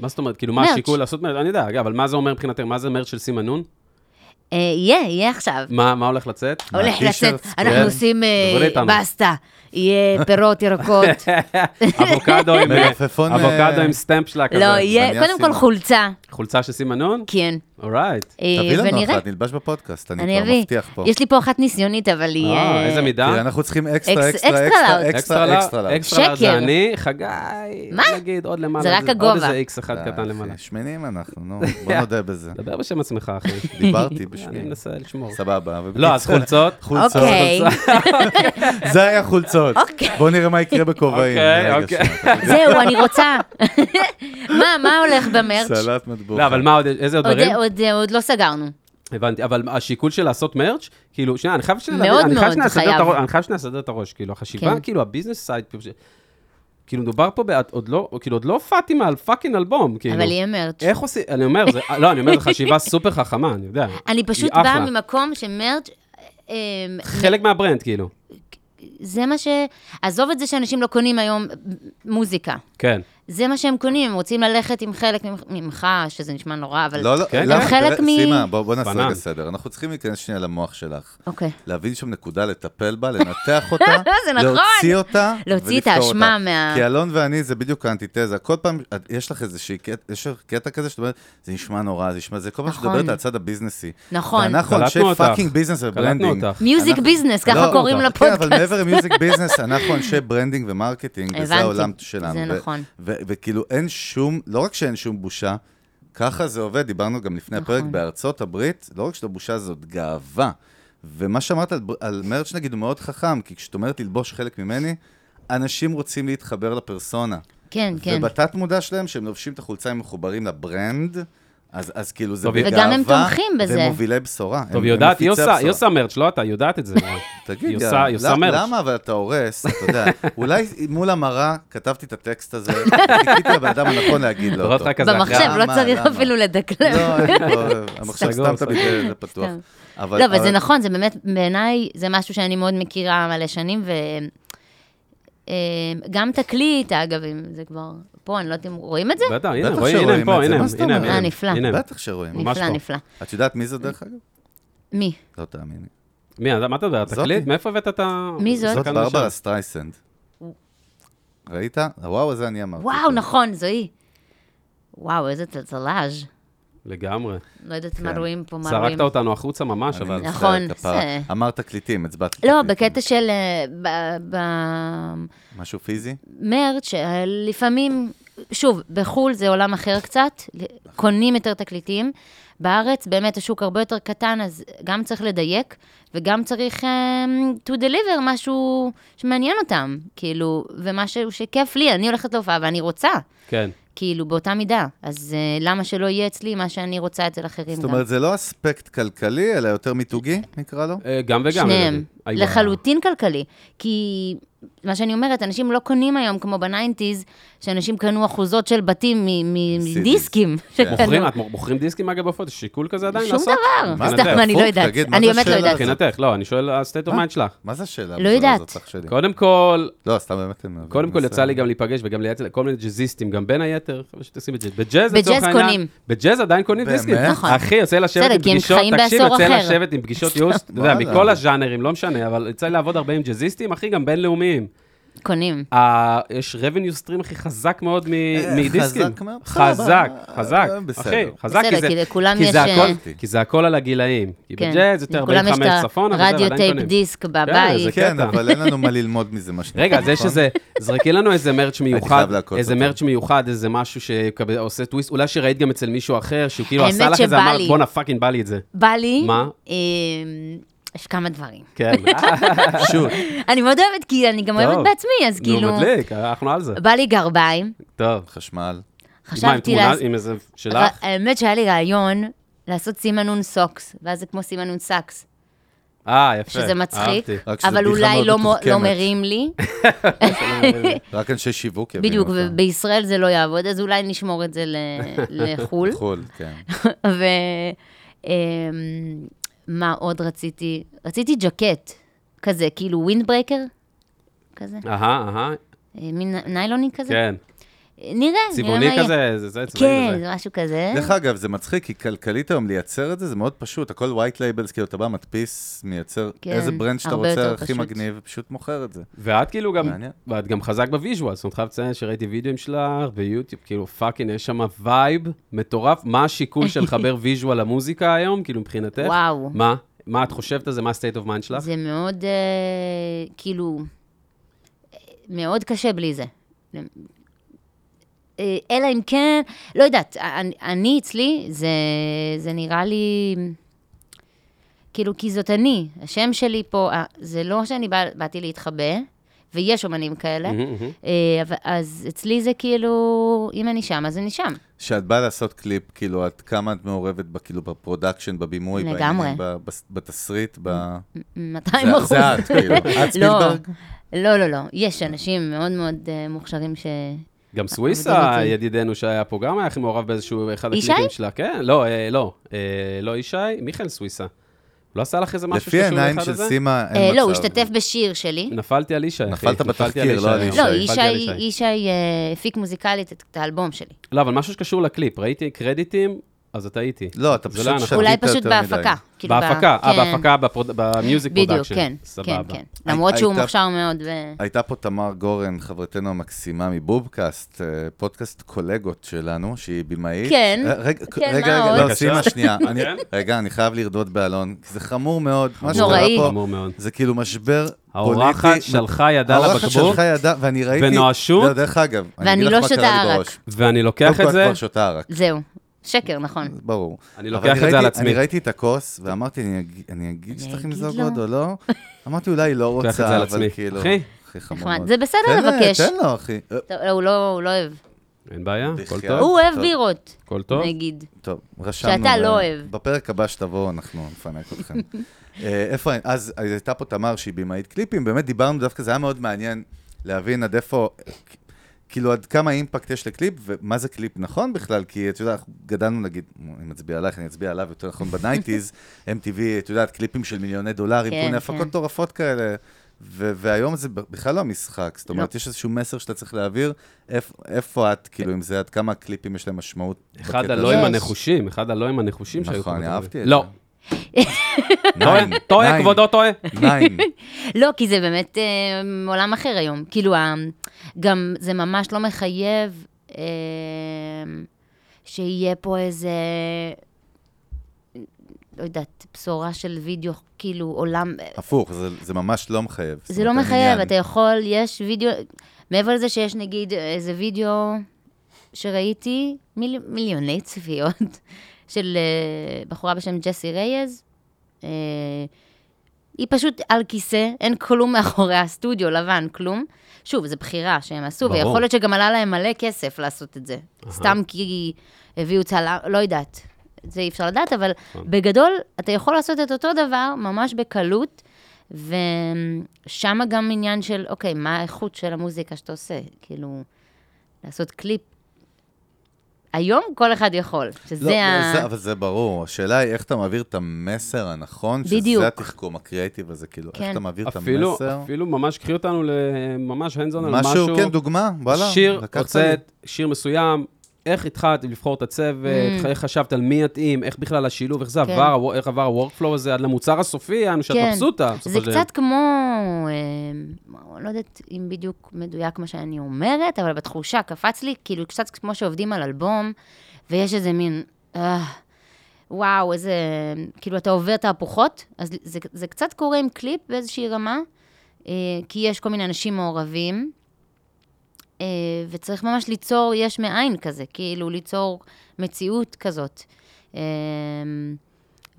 [SPEAKER 4] מה זאת אומרת? כאילו, מה
[SPEAKER 6] מרץ'.
[SPEAKER 4] השיקול לעשות מרץ'? אני יודע, אגב, אבל מה זה אומר מבחינתך? מה זה מרץ' של סימה נון?
[SPEAKER 6] אה, יהיה, יהיה עכשיו.
[SPEAKER 4] מה מה הולך לצאת?
[SPEAKER 6] הולך לצאת,
[SPEAKER 5] הטישרטס?
[SPEAKER 6] אנחנו
[SPEAKER 5] כן.
[SPEAKER 6] עושים אה,
[SPEAKER 4] דברי איתנו.
[SPEAKER 6] בסטה, יהיה פירות, ירקות.
[SPEAKER 4] אבוקדו עם... אה,
[SPEAKER 5] מלפפון,
[SPEAKER 4] אבוקדו
[SPEAKER 5] אה,
[SPEAKER 4] עם סטמפ שלה כזה.
[SPEAKER 6] לא, יהיה,
[SPEAKER 5] אני
[SPEAKER 6] קודם כל
[SPEAKER 5] אשים.
[SPEAKER 6] חולצה,
[SPEAKER 4] חולצה של סימה נון?
[SPEAKER 6] כן.
[SPEAKER 4] אורייט.
[SPEAKER 6] אה,
[SPEAKER 5] תביא לנו
[SPEAKER 6] ונראה.
[SPEAKER 5] אחת, נלבש בפודקאסט, אני
[SPEAKER 6] אני
[SPEAKER 5] כבר
[SPEAKER 6] אביא.
[SPEAKER 5] מבטיח פה.
[SPEAKER 6] יש לי פה אחת ניסיונית, אבל היא...
[SPEAKER 4] אה,
[SPEAKER 6] אה,
[SPEAKER 4] איזה
[SPEAKER 5] תראה,
[SPEAKER 4] מידה?
[SPEAKER 5] אנחנו צריכים אקסטרה,
[SPEAKER 6] אקס-
[SPEAKER 5] אקסטרה,
[SPEAKER 6] אקסטרה
[SPEAKER 5] אקסטרה,
[SPEAKER 6] לארג'.
[SPEAKER 5] אקסטרה, אקסטרה. לארג'.
[SPEAKER 4] אקסטרה לארג' זה
[SPEAKER 6] שקר.
[SPEAKER 4] אני, חגי.
[SPEAKER 6] מה?
[SPEAKER 4] נגיד עוד למעלה.
[SPEAKER 6] זה רק הגובה.
[SPEAKER 4] עוד איזה איקס אחד
[SPEAKER 5] די,
[SPEAKER 4] קטן
[SPEAKER 5] אחי,
[SPEAKER 4] למעלה.
[SPEAKER 5] אה, שמנים אנחנו, נו, בוא נודה בזה.
[SPEAKER 4] דבר בשם עצמך, אחי.
[SPEAKER 5] דיברתי
[SPEAKER 4] אני
[SPEAKER 5] בשמי.
[SPEAKER 4] מנסה לשמור.
[SPEAKER 5] סבבה. ובקיצור,
[SPEAKER 4] לא, אז חולצות.
[SPEAKER 5] חולצות.
[SPEAKER 6] אוקיי.
[SPEAKER 5] זה היה חולצות.
[SPEAKER 6] אוקיי.
[SPEAKER 5] בוא נראה מה יקרה בכובעים.
[SPEAKER 4] אוקיי,
[SPEAKER 5] רגע,
[SPEAKER 4] אוקיי.
[SPEAKER 5] שנייה.
[SPEAKER 6] זהו, אני רוצה. מה, מה הולך במרץ'?
[SPEAKER 5] סלט כאילו. מטבוחה.
[SPEAKER 4] לא, אבל מה עוד, איזה עוד
[SPEAKER 6] עוד-
[SPEAKER 4] דברים?
[SPEAKER 6] עוד- עוד לא סגרנו.
[SPEAKER 4] הבנתי, אבל השיקול של לעשות מרץ', כאילו, שנייה, אני חייב שנייה
[SPEAKER 6] מאוד
[SPEAKER 4] להבין- אני חייב
[SPEAKER 6] מאוד,
[SPEAKER 4] שנייה לסדר את
[SPEAKER 6] חייב.
[SPEAKER 4] הראש, אני חייב שנייה לסדר את הראש, כאילו, החשיבה,
[SPEAKER 6] כן.
[SPEAKER 4] כאילו, הביזנס סייד, כאילו, ש- כאילו, מדובר פה, באת- עוד לא, כאילו, עוד לא הופעתי מעל פאקינג אלבום, כאילו.
[SPEAKER 6] אבל יהיה מרץ'.
[SPEAKER 4] איך עושים, אני אומר, זה, לא, אני אומר, זו חשיבה סופר חכמה, אני יודע.
[SPEAKER 6] אני פשוט
[SPEAKER 4] היא
[SPEAKER 6] באה
[SPEAKER 4] אחלה.
[SPEAKER 6] ממקום שמרץ', אמ,
[SPEAKER 4] חלק מהברנד, כאילו.
[SPEAKER 6] זה מה ש... עזוב את זה שאנשים לא קונים היום מוזיקה.
[SPEAKER 4] כן.
[SPEAKER 6] זה מה שהם קונים, הם רוצים ללכת עם חלק ממך- ממך, שזה נשמע נורא, אבל...
[SPEAKER 5] לא, לא,
[SPEAKER 4] כן,
[SPEAKER 5] למה?
[SPEAKER 4] כן.
[SPEAKER 6] חלק
[SPEAKER 5] תראה,
[SPEAKER 6] מ-
[SPEAKER 5] סימה, בוא בוא נעשה
[SPEAKER 4] פנן.
[SPEAKER 5] רגע סדר. אנחנו צריכים להיכנס שנייה למוח שלך.
[SPEAKER 6] אוקיי.
[SPEAKER 5] להבין שם נקודה, לטפל בה, לנתח אותה,
[SPEAKER 6] זה נכון.
[SPEAKER 5] להוציא אותה,
[SPEAKER 6] להוציא את
[SPEAKER 5] ולפתור
[SPEAKER 6] האשמה
[SPEAKER 5] אותה.
[SPEAKER 6] מה-
[SPEAKER 5] כי אלון ואני זה בדיוק האנטיתזה. כל פעם, את- יש לך איזושהי, קט- יש לך קטע כזה שאת אומרת, זה נשמע נורא, זה נשמע, זה כל פעם שאת
[SPEAKER 6] נכון.
[SPEAKER 5] מדברת על הצד הביזנסי.
[SPEAKER 6] נכון.
[SPEAKER 5] ואנחנו
[SPEAKER 4] קלטנו
[SPEAKER 5] אנשי
[SPEAKER 4] אותך.
[SPEAKER 5] פאקינג ביזנס
[SPEAKER 4] קלטנו
[SPEAKER 5] וברנדינג.
[SPEAKER 4] אותך.
[SPEAKER 6] מיוזיק
[SPEAKER 5] אנחנו-
[SPEAKER 6] ביזנס, ככה
[SPEAKER 5] לא,
[SPEAKER 6] קוראים
[SPEAKER 5] כן,
[SPEAKER 6] לפודקאסט.
[SPEAKER 5] אבל מעבר למיוזיק ביזנס, אנחנו אנשי ברנדינג ומרקטינג, וזה
[SPEAKER 6] הבנתי,
[SPEAKER 5] העולם שלנו.
[SPEAKER 6] זה
[SPEAKER 5] ו-
[SPEAKER 6] נכון.
[SPEAKER 5] ו- וכאילו אין שום, לא רק שאין שום בושה, ככה זה עובד, דיברנו גם לפני
[SPEAKER 6] נכון.
[SPEAKER 5] הפרק בארצות הברית, לא רק שזו בושה, זאת גאווה. ומה שאמרת על, בר- על מרץ' נגיד הוא מאוד חכם, כי כשאת אומרת ללבוש חלק ממני, אנשים רוצים להתחבר לפרסונה.
[SPEAKER 6] כן, כן.
[SPEAKER 5] ובתת מודע שלהם, שהם לובשים את החולצה, הם מחוברים לברנד, אז, אז כאילו זה
[SPEAKER 4] טוב, היא-
[SPEAKER 5] בגאווה.
[SPEAKER 6] וגם הם תומכים בזה.
[SPEAKER 5] והם מובילי בשורה.
[SPEAKER 4] טוב,
[SPEAKER 5] הם-
[SPEAKER 4] היא
[SPEAKER 5] הם
[SPEAKER 4] יודעת, היא
[SPEAKER 5] מפיצי
[SPEAKER 4] עושה, היא
[SPEAKER 5] הבשורה.
[SPEAKER 4] עושה מרץ', לא אתה, היא יודעת את זה.
[SPEAKER 5] תגיד,
[SPEAKER 4] היא
[SPEAKER 5] גם,
[SPEAKER 4] עושה- היא
[SPEAKER 5] ל-
[SPEAKER 4] עושה מרץ'.
[SPEAKER 5] למה אבל אתה הורס, אתה יודע, אולי מול המראה כתבתי את הטקסט הזה, חיכיתי לבן אדם הנכון להגיד לו
[SPEAKER 4] רואה
[SPEAKER 5] אותו.
[SPEAKER 4] אותך כזה אחרי
[SPEAKER 6] במחשב, לא
[SPEAKER 5] למה,
[SPEAKER 6] צריך
[SPEAKER 5] למה?
[SPEAKER 6] אפילו לדקלם.
[SPEAKER 5] לא, אין פה, המחשב
[SPEAKER 4] סגור,
[SPEAKER 5] סתם
[SPEAKER 4] סגור.
[SPEAKER 5] תמיד אה, זה פתוח.
[SPEAKER 6] סתם. לא, אבל זה נכון, זה באמת, בעיניי, זה משהו שאני מאוד מכירה מלא שנים, אה, וגם תקליט, אגב, אם זה כבר... פה, אני לא יודעת אם רואים את זה?
[SPEAKER 4] בטח, הנה,
[SPEAKER 5] בטח
[SPEAKER 4] רואי, הנה
[SPEAKER 5] שרואים
[SPEAKER 4] הם פה,
[SPEAKER 5] את זה,
[SPEAKER 4] הנה
[SPEAKER 5] מה
[SPEAKER 4] הם,
[SPEAKER 5] זאת
[SPEAKER 4] הנה הם.
[SPEAKER 5] אומרת?
[SPEAKER 6] אה, נפלא.
[SPEAKER 4] הנה הם.
[SPEAKER 5] בטח שרואים.
[SPEAKER 4] ממש
[SPEAKER 6] נפלא,
[SPEAKER 4] פה.
[SPEAKER 6] נפלא.
[SPEAKER 5] את יודעת מי זה דרך אגב?
[SPEAKER 6] מי?
[SPEAKER 5] לא תאמיני.
[SPEAKER 4] מי, אתה- מה אתה יודע,
[SPEAKER 5] זאתי.
[SPEAKER 4] תקליט? מאיפה הבאת את ה...
[SPEAKER 6] מי זאת?
[SPEAKER 5] זאת
[SPEAKER 4] זקן
[SPEAKER 5] ברברה
[SPEAKER 4] לשם?
[SPEAKER 5] סטרייסנד. ראית? הוואו הזה אני אמרתי.
[SPEAKER 6] וואו, נכון, זוהי. וואו, איזה צלצלאז'.
[SPEAKER 4] לגמרי.
[SPEAKER 6] לא יודעת מה
[SPEAKER 5] כן.
[SPEAKER 6] רואים פה, מה רואים.
[SPEAKER 4] זרקת אותנו החוצה ממש,
[SPEAKER 5] אני
[SPEAKER 4] אבל...
[SPEAKER 5] מצטער,
[SPEAKER 6] נכון,
[SPEAKER 5] כפרה.
[SPEAKER 6] זה-
[SPEAKER 5] אמרת תקליטים, הצבעת
[SPEAKER 6] לא,
[SPEAKER 5] תקליטים.
[SPEAKER 6] בקטע של... אה, ב- ב-
[SPEAKER 5] משהו פיזי?
[SPEAKER 6] מרץ', אה, לפעמים, שוב, בחו"ל זה עולם אחר קצת, ל- קונים יותר תקליטים. בארץ באמת השוק הרבה יותר קטן, אז גם צריך לדייק, וגם צריך um, to deliver משהו שמעניין אותם, כאילו, ומשהו שכיף לי, אני הולכת להופעה ואני רוצה,
[SPEAKER 4] כן.
[SPEAKER 6] כאילו, באותה מידה. אז uh, למה שלא יהיה אצלי מה שאני רוצה אצל אחרים
[SPEAKER 5] זאת
[SPEAKER 6] גם?
[SPEAKER 5] אומרת, זה לא אספקט כלכלי, אלא יותר מיתוגי, נקרא לו?
[SPEAKER 4] אה, גם וגם.
[SPEAKER 6] שניהם,
[SPEAKER 4] לדעתי. איי, וואו.
[SPEAKER 6] לחלוטין כלכלי. כי מה שאני אומרת, אנשים לא קונים היום, כמו בניינטיז, שאנשים קנו אחוזות של בתים מ- מ-
[SPEAKER 5] CDs.
[SPEAKER 6] מדיסקים. שקנו.
[SPEAKER 4] כן. מוכרים, את מוכרים דיסקים אגב בהופעות? יש שיקול כזה עדיין
[SPEAKER 6] שום
[SPEAKER 4] לעשות?
[SPEAKER 6] דבר.
[SPEAKER 4] מבחינתך.
[SPEAKER 6] סתם, אני לא
[SPEAKER 5] פוק,
[SPEAKER 6] יודעת.
[SPEAKER 5] תגיד, מה
[SPEAKER 6] אני
[SPEAKER 5] זה
[SPEAKER 6] באמת לא
[SPEAKER 5] השאלה
[SPEAKER 6] יודעת.
[SPEAKER 5] הזאת?
[SPEAKER 4] מבחינתך, לא, אני שואל, ה-state of
[SPEAKER 5] מה?
[SPEAKER 4] mind שלך.
[SPEAKER 5] מה זה השאלה?
[SPEAKER 6] לא יודעת.
[SPEAKER 5] זאת אח שלי.
[SPEAKER 4] קודם כל,
[SPEAKER 5] לא, סתם באמת אני...
[SPEAKER 4] קודם כל
[SPEAKER 5] מנסה.
[SPEAKER 4] יצא לי גם להיפגש וגם לייעץ לכל מיני ג'אזיסטים, גם בין היתר, חבר'ה שטסים בג'אז. בג'אז
[SPEAKER 6] בג'אז
[SPEAKER 4] לצורך העניין-
[SPEAKER 6] קונים.
[SPEAKER 4] בג'אז עדיין קונים
[SPEAKER 5] באמת?
[SPEAKER 4] דיסקים.
[SPEAKER 5] נכון.
[SPEAKER 4] אחי, יוצא לי לשבת
[SPEAKER 6] בסדר,
[SPEAKER 4] עם
[SPEAKER 6] כי הם
[SPEAKER 4] פגישות,
[SPEAKER 6] חיים
[SPEAKER 4] תקשיב,
[SPEAKER 6] בעשור
[SPEAKER 4] יוצא לי
[SPEAKER 6] אחר.
[SPEAKER 4] לשבת עם פגישות יוס, אתה יודע,
[SPEAKER 5] וואלה.
[SPEAKER 4] מכל הז'אנרים, לא משנה, אבל יוצא לי לעבוד הרבה עם ג'אזיסטים, אחי, גם בינלאומיים.
[SPEAKER 6] קונים.
[SPEAKER 4] ה- יש revenue stream הכי חזק מאוד מ-
[SPEAKER 5] אה,
[SPEAKER 4] מדיסקים.
[SPEAKER 5] חזק מאוד.
[SPEAKER 4] חזק,
[SPEAKER 5] בסדר,
[SPEAKER 4] חזק.
[SPEAKER 5] אה, בסדר.
[SPEAKER 4] אחי, חזק,
[SPEAKER 6] בסדר,
[SPEAKER 4] כי זה-
[SPEAKER 6] כי לכולם
[SPEAKER 4] כי זה
[SPEAKER 6] יש,
[SPEAKER 4] הכל-
[SPEAKER 5] אה,
[SPEAKER 4] כי זה הכל על הגילאים. כי
[SPEAKER 6] כן.
[SPEAKER 4] בג'אז יותר
[SPEAKER 6] לכולם יש
[SPEAKER 4] 45
[SPEAKER 6] את
[SPEAKER 4] צפון, אבל זה
[SPEAKER 6] הרדיו
[SPEAKER 4] עדיין
[SPEAKER 6] טייפ
[SPEAKER 4] קונים.
[SPEAKER 6] דיסק
[SPEAKER 4] זה
[SPEAKER 6] בבית.
[SPEAKER 5] כן,
[SPEAKER 4] קטע.
[SPEAKER 5] אבל אין לנו מה ללמוד מזה, מה שנקרא.
[SPEAKER 4] רגע, אז יש
[SPEAKER 5] נכון?
[SPEAKER 4] איזה, זרקי לנו איזה מרץ' מיוחד,
[SPEAKER 5] חייב להכות
[SPEAKER 4] איזה
[SPEAKER 5] אותו.
[SPEAKER 4] מרץ' מיוחד, איזה משהו שעושה טוויסט, אולי שראית גם אצל מישהו אחר, שהוא כאילו
[SPEAKER 6] האמת
[SPEAKER 4] עשה לך את זה,
[SPEAKER 6] שבא
[SPEAKER 4] אמר,
[SPEAKER 6] לי.
[SPEAKER 4] בואנה פאקינג בא לי את זה.
[SPEAKER 6] בא לי...
[SPEAKER 4] מה?
[SPEAKER 6] אה, יש כמה דברים.
[SPEAKER 4] כן. שוט.
[SPEAKER 6] אני מאוד אוהבת, כי אני גם אוהבת
[SPEAKER 4] טוב.
[SPEAKER 6] בעצמי, אז כאילו...
[SPEAKER 4] נו, מדליק, אנחנו על זה.
[SPEAKER 6] בא לי גרביים,
[SPEAKER 4] טוב.
[SPEAKER 5] חשמל.
[SPEAKER 4] מה, עם
[SPEAKER 6] חשבתי
[SPEAKER 4] תמונה,
[SPEAKER 6] לעשות...
[SPEAKER 4] עם איזה שלך?
[SPEAKER 6] ר- האמת שהיה לי רעיון לעשות סימנון סוקס, ואז זה כמו סימנון סקס,
[SPEAKER 4] אה, יפה.
[SPEAKER 6] שזה מצחיק,
[SPEAKER 4] אהבתי.
[SPEAKER 5] רק שזה
[SPEAKER 6] אבל
[SPEAKER 5] בדיחה
[SPEAKER 6] אולי
[SPEAKER 5] מאוד
[SPEAKER 6] לא מו- לא
[SPEAKER 5] מתוחכמת.
[SPEAKER 6] מרים לי,
[SPEAKER 5] רק אנשי שיווק יבינו
[SPEAKER 6] בדיוק,
[SPEAKER 5] אותה.
[SPEAKER 6] ובישראל זה לא יעבוד, אז אולי נשמור את זה ל- לחו"ל.
[SPEAKER 5] חו"ל, כן.
[SPEAKER 6] אה. ו... אמ, מה עוד רציתי? רציתי ג'קט, כזה, כאילו ווינדברייקר, כזה,
[SPEAKER 4] אהה, אהה,
[SPEAKER 6] אה, מין ניילוני כזה.
[SPEAKER 4] כן.
[SPEAKER 6] נראה, נראה מה
[SPEAKER 4] צבעוני
[SPEAKER 6] יהיה.
[SPEAKER 4] כזה, זה- זה צבעוני
[SPEAKER 6] כן,
[SPEAKER 4] כזה.
[SPEAKER 6] משהו כזה.
[SPEAKER 5] דרך אגב, זה מצחיק, כי כלכלית היום לייצר את זה, זה מאוד פשוט. הכל white labels, כאילו, אתה בא, מדפיס, מייצר
[SPEAKER 6] כן,
[SPEAKER 5] איזה ברנד שאתה
[SPEAKER 6] הרבה
[SPEAKER 5] רוצה,
[SPEAKER 6] יותר
[SPEAKER 5] הכי
[SPEAKER 6] פשוט.
[SPEAKER 5] מגניב, פשוט מוכר את זה.
[SPEAKER 4] ואת כאילו גם,
[SPEAKER 5] מעניין.
[SPEAKER 4] ואת גם חזק בוויז'ואל, זאת אומרת, חייב לציין שראיתי וידאוים שלך ביוטיוב, כאילו פאקינג, יש שם וייב מטורף. מה השיקול של לחבר ויז'ואל למוזיקה היום, כאילו מבחינתך?
[SPEAKER 6] וואו.
[SPEAKER 4] מה? מה את חושבת על זה? מה ה-state of mind שלך?
[SPEAKER 6] זה מאוד, אה, כאילו, אה, מאוד קשה בלי זה. אה, אלא אם כן, לא יודעת, אני, אני אצלי, זה, זה נראה לי, כאילו, כי זאת אני, השם שלי פה, אה, זה לא שאני בא, באתי להתחבא, ויש אומנים כאלה,
[SPEAKER 4] מהמם, מהמם.
[SPEAKER 6] אה, אבל- אז אצלי זה כאילו, אם אני שם, אז אני שם.
[SPEAKER 5] כשאת באה לעשות קליפ, כאילו, עד כמה את מעורבת, ב- כאילו, בפרודקשן, בבימוי,
[SPEAKER 6] לגמרי.
[SPEAKER 5] בעניינים, ב- בס- בתסריט, ב...
[SPEAKER 6] 200
[SPEAKER 5] זה-
[SPEAKER 6] אחוז.
[SPEAKER 5] זה את, כאילו. את ספילברג?
[SPEAKER 6] לא, לא, לא. יש אנשים מאוד מאוד אה, מוכשרים ש...
[SPEAKER 4] גם
[SPEAKER 6] עובדים
[SPEAKER 4] סוויסה,
[SPEAKER 6] איתי.
[SPEAKER 4] ידידנו שהיה פה, גם היה הכי מעורב באיזשהו אחד
[SPEAKER 6] ישי?
[SPEAKER 4] הקליפים שלה. כן, לא, אה, לא, אה, לא ישי, מיכאל סוויסה. לא עשה לך איזה משהו
[SPEAKER 5] לפי
[SPEAKER 4] שקשור
[SPEAKER 5] העיניים
[SPEAKER 4] לאחד
[SPEAKER 5] של
[SPEAKER 4] הזה?
[SPEAKER 5] סימה, אין
[SPEAKER 6] אה,
[SPEAKER 5] מצב.
[SPEAKER 6] לא, הוא השתתף בשיר שלי.
[SPEAKER 4] נפלתי על ישי, אחי.
[SPEAKER 5] נפלת
[SPEAKER 4] נפלתי על
[SPEAKER 5] בתחקיר, לא על
[SPEAKER 4] היום.
[SPEAKER 5] ישי.
[SPEAKER 6] לא,
[SPEAKER 4] נפלתי על
[SPEAKER 6] ישי- ישי אה, הפיק מוזיקלית את את האלבום שלי.
[SPEAKER 4] לא, אבל משהו שקשור לקליפ, ראיתי קרדיטים, אז אתה הייתי.
[SPEAKER 5] לא, אתה
[SPEAKER 4] זה
[SPEAKER 5] פשוט
[SPEAKER 4] לא אנחנו.
[SPEAKER 5] שתית
[SPEAKER 6] אולי
[SPEAKER 5] יותר
[SPEAKER 6] פשוט
[SPEAKER 5] מדי.
[SPEAKER 6] בהפקה. כאילו ב-
[SPEAKER 4] בהפקה, אה,
[SPEAKER 6] כן,
[SPEAKER 4] בהפקה, בפרוד- במיוזיק
[SPEAKER 6] בדיוק,
[SPEAKER 4] פרודקשן.
[SPEAKER 6] כן. כן,
[SPEAKER 4] סבבה.
[SPEAKER 6] כן. למרות
[SPEAKER 5] הי-
[SPEAKER 6] שהוא
[SPEAKER 5] הייתה-
[SPEAKER 6] מוכשר מאוד. ו-
[SPEAKER 5] הייתה פה תמר גורן, חברתנו המקסימה מבובקאסט, אה, פודקאסט קולגות שלנו, שהיא בימאית.
[SPEAKER 6] כן.
[SPEAKER 5] אה, רגע,
[SPEAKER 6] כן,
[SPEAKER 5] רגע, רגע,
[SPEAKER 6] מה עוד?
[SPEAKER 5] לא,
[SPEAKER 4] בבקשה.
[SPEAKER 5] סימה, שנייה. אני-
[SPEAKER 4] כן?
[SPEAKER 5] רגע, אני חייב לרדות באלון, כי זה חמור מאוד. מה שקרה
[SPEAKER 6] נוראי.
[SPEAKER 5] פה,
[SPEAKER 4] חמור מאוד.
[SPEAKER 5] זה כאילו משבר פוליטי.
[SPEAKER 4] האורחת שלחה ידה
[SPEAKER 5] האורחת
[SPEAKER 4] לבקבוק,
[SPEAKER 5] שלחה ידה, ואני ראיתי...
[SPEAKER 4] ונואשות.
[SPEAKER 5] לא, דרך אגב, אני אגיד
[SPEAKER 6] ואני
[SPEAKER 5] לך
[SPEAKER 6] לא
[SPEAKER 5] מה
[SPEAKER 6] שותה
[SPEAKER 5] קרה לי
[SPEAKER 6] ערק.
[SPEAKER 5] בראש.
[SPEAKER 4] ואני
[SPEAKER 5] קודם
[SPEAKER 4] לוקח
[SPEAKER 5] כל,
[SPEAKER 4] את
[SPEAKER 5] את
[SPEAKER 4] זה,
[SPEAKER 5] כבר שותה ערק.
[SPEAKER 6] זהו. שקר,
[SPEAKER 5] אה,
[SPEAKER 6] נכון.
[SPEAKER 5] כן, ברור.
[SPEAKER 4] אני
[SPEAKER 5] אבל
[SPEAKER 4] לוקח את זה
[SPEAKER 5] ראיתי-
[SPEAKER 4] על עצמי.
[SPEAKER 5] אני ראיתי את הכוס, ואמרתי, אני אג- אני אגיד שצריך
[SPEAKER 6] אגיד
[SPEAKER 5] למזוג
[SPEAKER 6] לו.
[SPEAKER 5] עוד או לא? אמרתי, אולי היא לא
[SPEAKER 4] לוקח את זה
[SPEAKER 5] רוצה,
[SPEAKER 4] על
[SPEAKER 5] אבל
[SPEAKER 4] עצמי.
[SPEAKER 5] כאילו...
[SPEAKER 4] אחי,
[SPEAKER 5] הכי חמור.
[SPEAKER 6] נחמד.
[SPEAKER 5] מאוד.
[SPEAKER 6] זה בסדר
[SPEAKER 5] תן-
[SPEAKER 6] לבקש.
[SPEAKER 5] תן לו, אחי. אה,
[SPEAKER 6] טוב, לא, הוא לא הוא לא אוהב.
[SPEAKER 4] אין בעיה, הכל
[SPEAKER 5] בחייאת.
[SPEAKER 4] טוב,
[SPEAKER 6] הוא אוהב
[SPEAKER 5] טוב.
[SPEAKER 6] בירות,
[SPEAKER 4] הכל טוב.
[SPEAKER 6] נגיד.
[SPEAKER 5] טוב, רשמנו.
[SPEAKER 6] שאתה לא
[SPEAKER 5] אה,
[SPEAKER 6] אוהב.
[SPEAKER 5] בפרק הבא שתבוא, אנחנו נפנק אתכם. אה, איפה, אז אז הייתה פה תמר שהיא במאית קליפים, באמת דיברנו דווקא, זה היה מאוד מעניין להבין עד איפה, כאילו עד כמה אימפקט יש לקליפ, ומה זה קליפ נכון בכלל, כי את יודעת, אנחנו גדלנו נגיד, אני מצביע עלייך, אני אצביע עליו יותר נכון בנייטיז, MTV, את יודעת, קליפים של מיליוני דולרים,
[SPEAKER 6] כן,
[SPEAKER 5] כל מיני
[SPEAKER 6] כן.
[SPEAKER 5] הפקות מטורפות כאלה. ו- והיום זה ב- בכלל לא משחק, זאת אומרת, יש איזשהו מסר שאתה צריך להעביר, איפ- איפה את,
[SPEAKER 6] כן.
[SPEAKER 5] כאילו, עם זה, עד כמה הקליפים יש להם משמעות.
[SPEAKER 4] אחד
[SPEAKER 5] בקטע
[SPEAKER 4] הלואים
[SPEAKER 5] הזה?
[SPEAKER 4] הנחושים, אחד הלואים הנחושים שהיו.
[SPEAKER 5] נכון,
[SPEAKER 4] פה.
[SPEAKER 5] אהבתי את
[SPEAKER 4] לא,
[SPEAKER 5] זה.
[SPEAKER 4] טועה,
[SPEAKER 5] נין,
[SPEAKER 4] טועה,
[SPEAKER 5] נין,
[SPEAKER 4] כבודו טועה.
[SPEAKER 5] נין.
[SPEAKER 6] לא, כי זה באמת אה, עולם אחר היום. כאילו, ה- גם זה ממש לא מחייב אה, שיהיה פה איזה, לא יודעת, בשורה של וידאו, כאילו, עולם...
[SPEAKER 5] הפוך, זה, זה ממש לא מחייב. זאת
[SPEAKER 6] זה לא
[SPEAKER 5] אומרת,
[SPEAKER 6] מחייב,
[SPEAKER 5] העניין-
[SPEAKER 6] אתה יכול, יש וידאו, מעבר לזה שיש נגיד איזה וידאו שראיתי, מיל, מיליוני צפיות, של אה, בחורה בשם ג'סי רייז. אה, היא פשוט על כיסא, אין כלום מאחורי הסטודיו, לבן, כלום. שוב, זו בחירה שהם עשו,
[SPEAKER 4] ברור.
[SPEAKER 6] ויכול להיות שגם עלה להם מלא כסף לעשות את זה. סתם כי הביאו צלם, לא יודעת. זה אי אפשר לדעת, אבל
[SPEAKER 5] אוקיי.
[SPEAKER 6] בגדול, אתה יכול לעשות את אותו דבר ממש בקלות, ושם גם עניין של, אוקיי, מה האיכות של המוזיקה שאתה עושה? כאילו, לעשות קליפ. היום כל אחד יכול, שזה
[SPEAKER 5] לא,
[SPEAKER 6] ה...
[SPEAKER 5] זה, אבל זה ברור. השאלה היא איך אתה מעביר את המסר הנכון,
[SPEAKER 6] בדיוק.
[SPEAKER 5] שזה התחכום הקריאיטיב הזה, כאילו,
[SPEAKER 6] כן.
[SPEAKER 5] איך אתה מעביר את
[SPEAKER 4] אפילו,
[SPEAKER 5] המסר.
[SPEAKER 4] אפילו ממש קחי אותנו לממש hands on על משהו.
[SPEAKER 5] משהו, כן, דוגמה, וואלה.
[SPEAKER 4] שיר
[SPEAKER 5] לקחת לי.
[SPEAKER 4] הוצאת, שיר מסוים, איך התחלת לבחור את הצוות, איך חשבת על מי יתאים, איך בכלל השילוב, איך זה
[SPEAKER 6] Mm. כן.
[SPEAKER 4] עבר, הוו- איך עבר ה-workflow הזה עד למוצר הסופי, יענו שאת
[SPEAKER 6] כן.
[SPEAKER 4] מבסוטה. בסופו
[SPEAKER 6] זה
[SPEAKER 4] של-
[SPEAKER 6] קצת כמו, אה, לא יודעת אם בדיוק מדויק מה שאני אומרת, אבל בתחושה קפץ לי, כאילו קצת כמו שעובדים על אלבום, ויש איזה מין, אה, וואו, איזה, כאילו אתה עובר תהפוכות, אז זה, זה קצת קורה עם קליפ באיזושהי רמה, אה, כי יש כל מיני אנשים מעורבים. אה, וצריך ממש ליצור יש מאין כזה, כאילו ליצור מציאות כזאת. אה,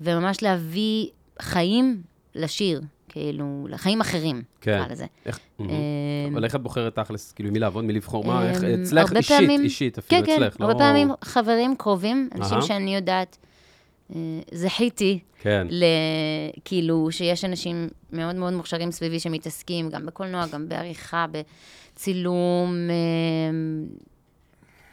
[SPEAKER 6] וממש להביא חיים לשיר, כאילו, לחיים אחרים,
[SPEAKER 4] כן.
[SPEAKER 6] נקרא לזה.
[SPEAKER 4] איך-
[SPEAKER 6] אה,
[SPEAKER 4] מהמם. אבל איך את בוחרת תכלס, כאילו, מי לעבוד, מי לבחור, מה, איך,
[SPEAKER 6] אמ,
[SPEAKER 4] אצלך
[SPEAKER 6] הרבה
[SPEAKER 4] אישית,
[SPEAKER 6] פעמים-
[SPEAKER 4] אישית, אפילו
[SPEAKER 6] כן,
[SPEAKER 4] אצלך,
[SPEAKER 6] כן,
[SPEAKER 4] לא...
[SPEAKER 6] הרבה פעמים חברים קרובים, אנשים
[SPEAKER 4] אהה.
[SPEAKER 6] שאני יודעת, אה, זכיתי
[SPEAKER 4] כן,
[SPEAKER 6] ל... כאילו, שיש אנשים מאוד מאוד מוכשרים סביבי שמתעסקים גם בקולנוע, גם בעריכה, בצילום, אה,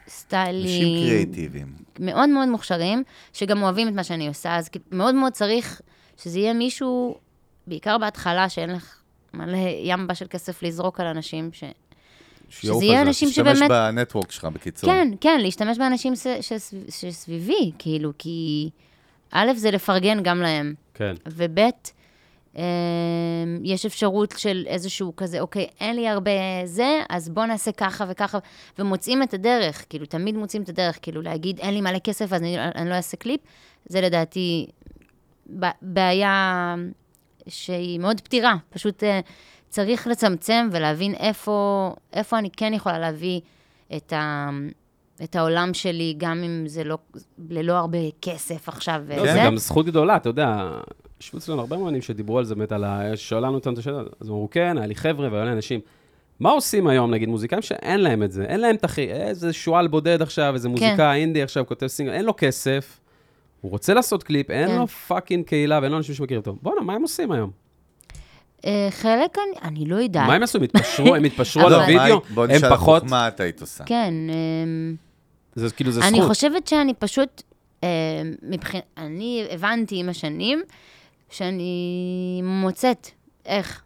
[SPEAKER 6] סטיילינג.
[SPEAKER 5] אנשים קריאיטיביים.
[SPEAKER 6] מאוד מאוד מוכשרים, שגם אוהבים את מה שאני עושה, אז כאילו, מאוד מאוד צריך שזה יהיה מישהו, בעיקר בהתחלה, שאין לך מלא ימבה של כסף לזרוק על אנשים, ש...
[SPEAKER 4] שיעוף
[SPEAKER 6] שזה
[SPEAKER 4] על
[SPEAKER 6] יהיה
[SPEAKER 4] זה.
[SPEAKER 6] אנשים
[SPEAKER 5] תשתמש
[SPEAKER 6] שבאמת...
[SPEAKER 5] בנטוורק שלך, בקיצור.
[SPEAKER 6] כן, כן, להשתמש באנשים ש... שסב... שסביבי, כאילו, כי א', זה לפרגן גם להם,
[SPEAKER 4] כן.
[SPEAKER 6] וב', אמ, יש אפשרות של איזשהו כזה, אוקיי, אין לי הרבה זה, אז בוא נעשה ככה וככה, ומוצאים את הדרך, כאילו, תמיד מוצאים את הדרך, כאילו, להגיד, אין לי מלא כסף, אז אני, אני לא אעשה קליפ, זה לדעתי ב- בעיה שהיא מאוד פתירה. פשוט אה, צריך לצמצם ולהבין איפה, איפה אני כן יכולה להביא את, ה, את העולם שלי, גם אם זה לא, ללא הרבה כסף עכשיו.
[SPEAKER 4] לא,
[SPEAKER 6] וזה.
[SPEAKER 4] זה גם זכות גדולה, אתה יודע, ישבו אצלנו הרבה מאמנים שדיברו על זה, באמת, על ה... שאלנו אותם את השאלה, אז אמרו, כן, היה לי חבר'ה והיו לי אנשים. מה עושים היום, נגיד, מוזיקאים שאין להם את זה? אין להם את הכי... איזה שועל בודד עכשיו,
[SPEAKER 6] כן.
[SPEAKER 4] איזה מוזיקאי אינדי עכשיו כותב סינגל, אין לו כסף, הוא רוצה לעשות קליפ, אין
[SPEAKER 6] כן.
[SPEAKER 4] לו פאקינג קהילה ואין לו אנשים שמכירים אותו. בואנה, מה הם עושים היום?
[SPEAKER 6] אה, חלק, אני, אני לא יודעת.
[SPEAKER 4] מה הם עשו? הם התפשרו, הם התפשרו על
[SPEAKER 5] לא, מה
[SPEAKER 4] הוידאו,
[SPEAKER 5] היית- בוא
[SPEAKER 4] הם
[SPEAKER 5] נשאל
[SPEAKER 4] פחות...
[SPEAKER 5] הפוך, מה את היית עושה?
[SPEAKER 6] כן, אמ,
[SPEAKER 4] זה כאילו, זה
[SPEAKER 6] אני
[SPEAKER 4] זכות.
[SPEAKER 6] חושבת שאני פשוט, אמ, מבחין... אני הבנתי עם השנים שאני מוצאת איך.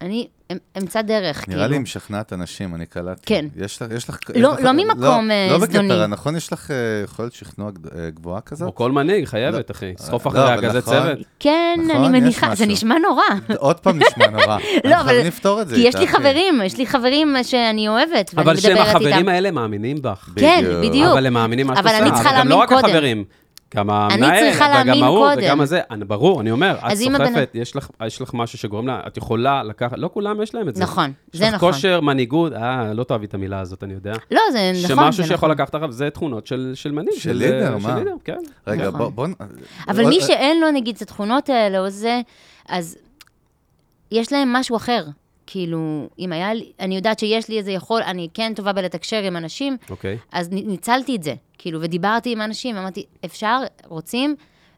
[SPEAKER 6] אני אמ- אמצא דרך, כאילו.
[SPEAKER 5] נראה לי היא משכנעת אנשים, אני קלטתי.
[SPEAKER 6] כן.
[SPEAKER 5] יש לך... יש לך-
[SPEAKER 6] לא-
[SPEAKER 5] יש לך-
[SPEAKER 6] לא ממקום, אה,
[SPEAKER 5] לא
[SPEAKER 6] זדוני.
[SPEAKER 5] בקטרה, נכון? יש לך אה, יכולת שכנוע גד- אה, גבוהה כזאת?
[SPEAKER 4] או כל מנהיג, חייבת, אחי. סחוף אחריה
[SPEAKER 5] לא. אבל
[SPEAKER 4] כזה
[SPEAKER 5] נכון.
[SPEAKER 4] צוות.
[SPEAKER 6] כן,
[SPEAKER 5] נכון,
[SPEAKER 6] אני
[SPEAKER 5] יש
[SPEAKER 6] מניחה, זה
[SPEAKER 5] משהו.
[SPEAKER 6] נשמע נורא.
[SPEAKER 5] עוד פעם נשמע נורא.
[SPEAKER 6] לא,
[SPEAKER 5] אנחנו
[SPEAKER 6] אבל...
[SPEAKER 5] חייבים לפתור את זה כן.
[SPEAKER 6] כי יש לי
[SPEAKER 5] איתה, אחי.
[SPEAKER 6] חברים, יש לי חברים שאני אוהבת, ואני
[SPEAKER 4] כן. אבל
[SPEAKER 6] מדברת איתם.
[SPEAKER 4] שהם החברים האלה מאמינים בך.
[SPEAKER 6] כן,
[SPEAKER 5] בדיוק.
[SPEAKER 6] בדיוק.
[SPEAKER 4] אבל הם מאמינים מה שאת
[SPEAKER 6] אבל
[SPEAKER 4] עושה.
[SPEAKER 6] אני צריכה
[SPEAKER 4] גם לא
[SPEAKER 6] להאמין
[SPEAKER 4] רק
[SPEAKER 6] קודם.
[SPEAKER 4] החברים. גם
[SPEAKER 6] אני
[SPEAKER 4] המנהל,
[SPEAKER 6] צריכה
[SPEAKER 4] וגם
[SPEAKER 6] להאמין
[SPEAKER 4] ההוא,
[SPEAKER 6] קודם.
[SPEAKER 4] וגם הזה. אני- ברור, אני אומר, את
[SPEAKER 6] אז אם הבן-
[SPEAKER 4] סוחפת, יש לך- יש לך משהו שגורם לה, את יכולה לקחת, לא כולם יש להם את זה.
[SPEAKER 6] נכון,
[SPEAKER 4] יש
[SPEAKER 6] זה
[SPEAKER 4] לך
[SPEAKER 6] נכון.
[SPEAKER 4] כושר, מנהיגות, אה, לא תאהבי את המילה הזאת, אני יודע.
[SPEAKER 6] לא, זה נכון, זה נכון.
[SPEAKER 4] שמשהו שיכול לקחת אחריו, זה תכונות של של מנהיג.
[SPEAKER 5] של לידר,
[SPEAKER 4] של
[SPEAKER 5] מה?
[SPEAKER 4] לידר, כן.
[SPEAKER 5] רגע,
[SPEAKER 6] נכון.
[SPEAKER 5] בוא... בוא נ-
[SPEAKER 6] אבל
[SPEAKER 5] עוד-
[SPEAKER 6] מי שאין לו, נגיד, את התכונות האלה או זה, אז יש להם משהו אחר. כאילו, אם היה לי, אני יודעת שיש לי איזה יכול, אני כן טובה בלתקשר עם אנשים,
[SPEAKER 4] אוקיי.
[SPEAKER 6] אז נ- ניצלתי את זה, כאילו, ודיברתי עם אנשים, אמרתי, אפשר, רוצים,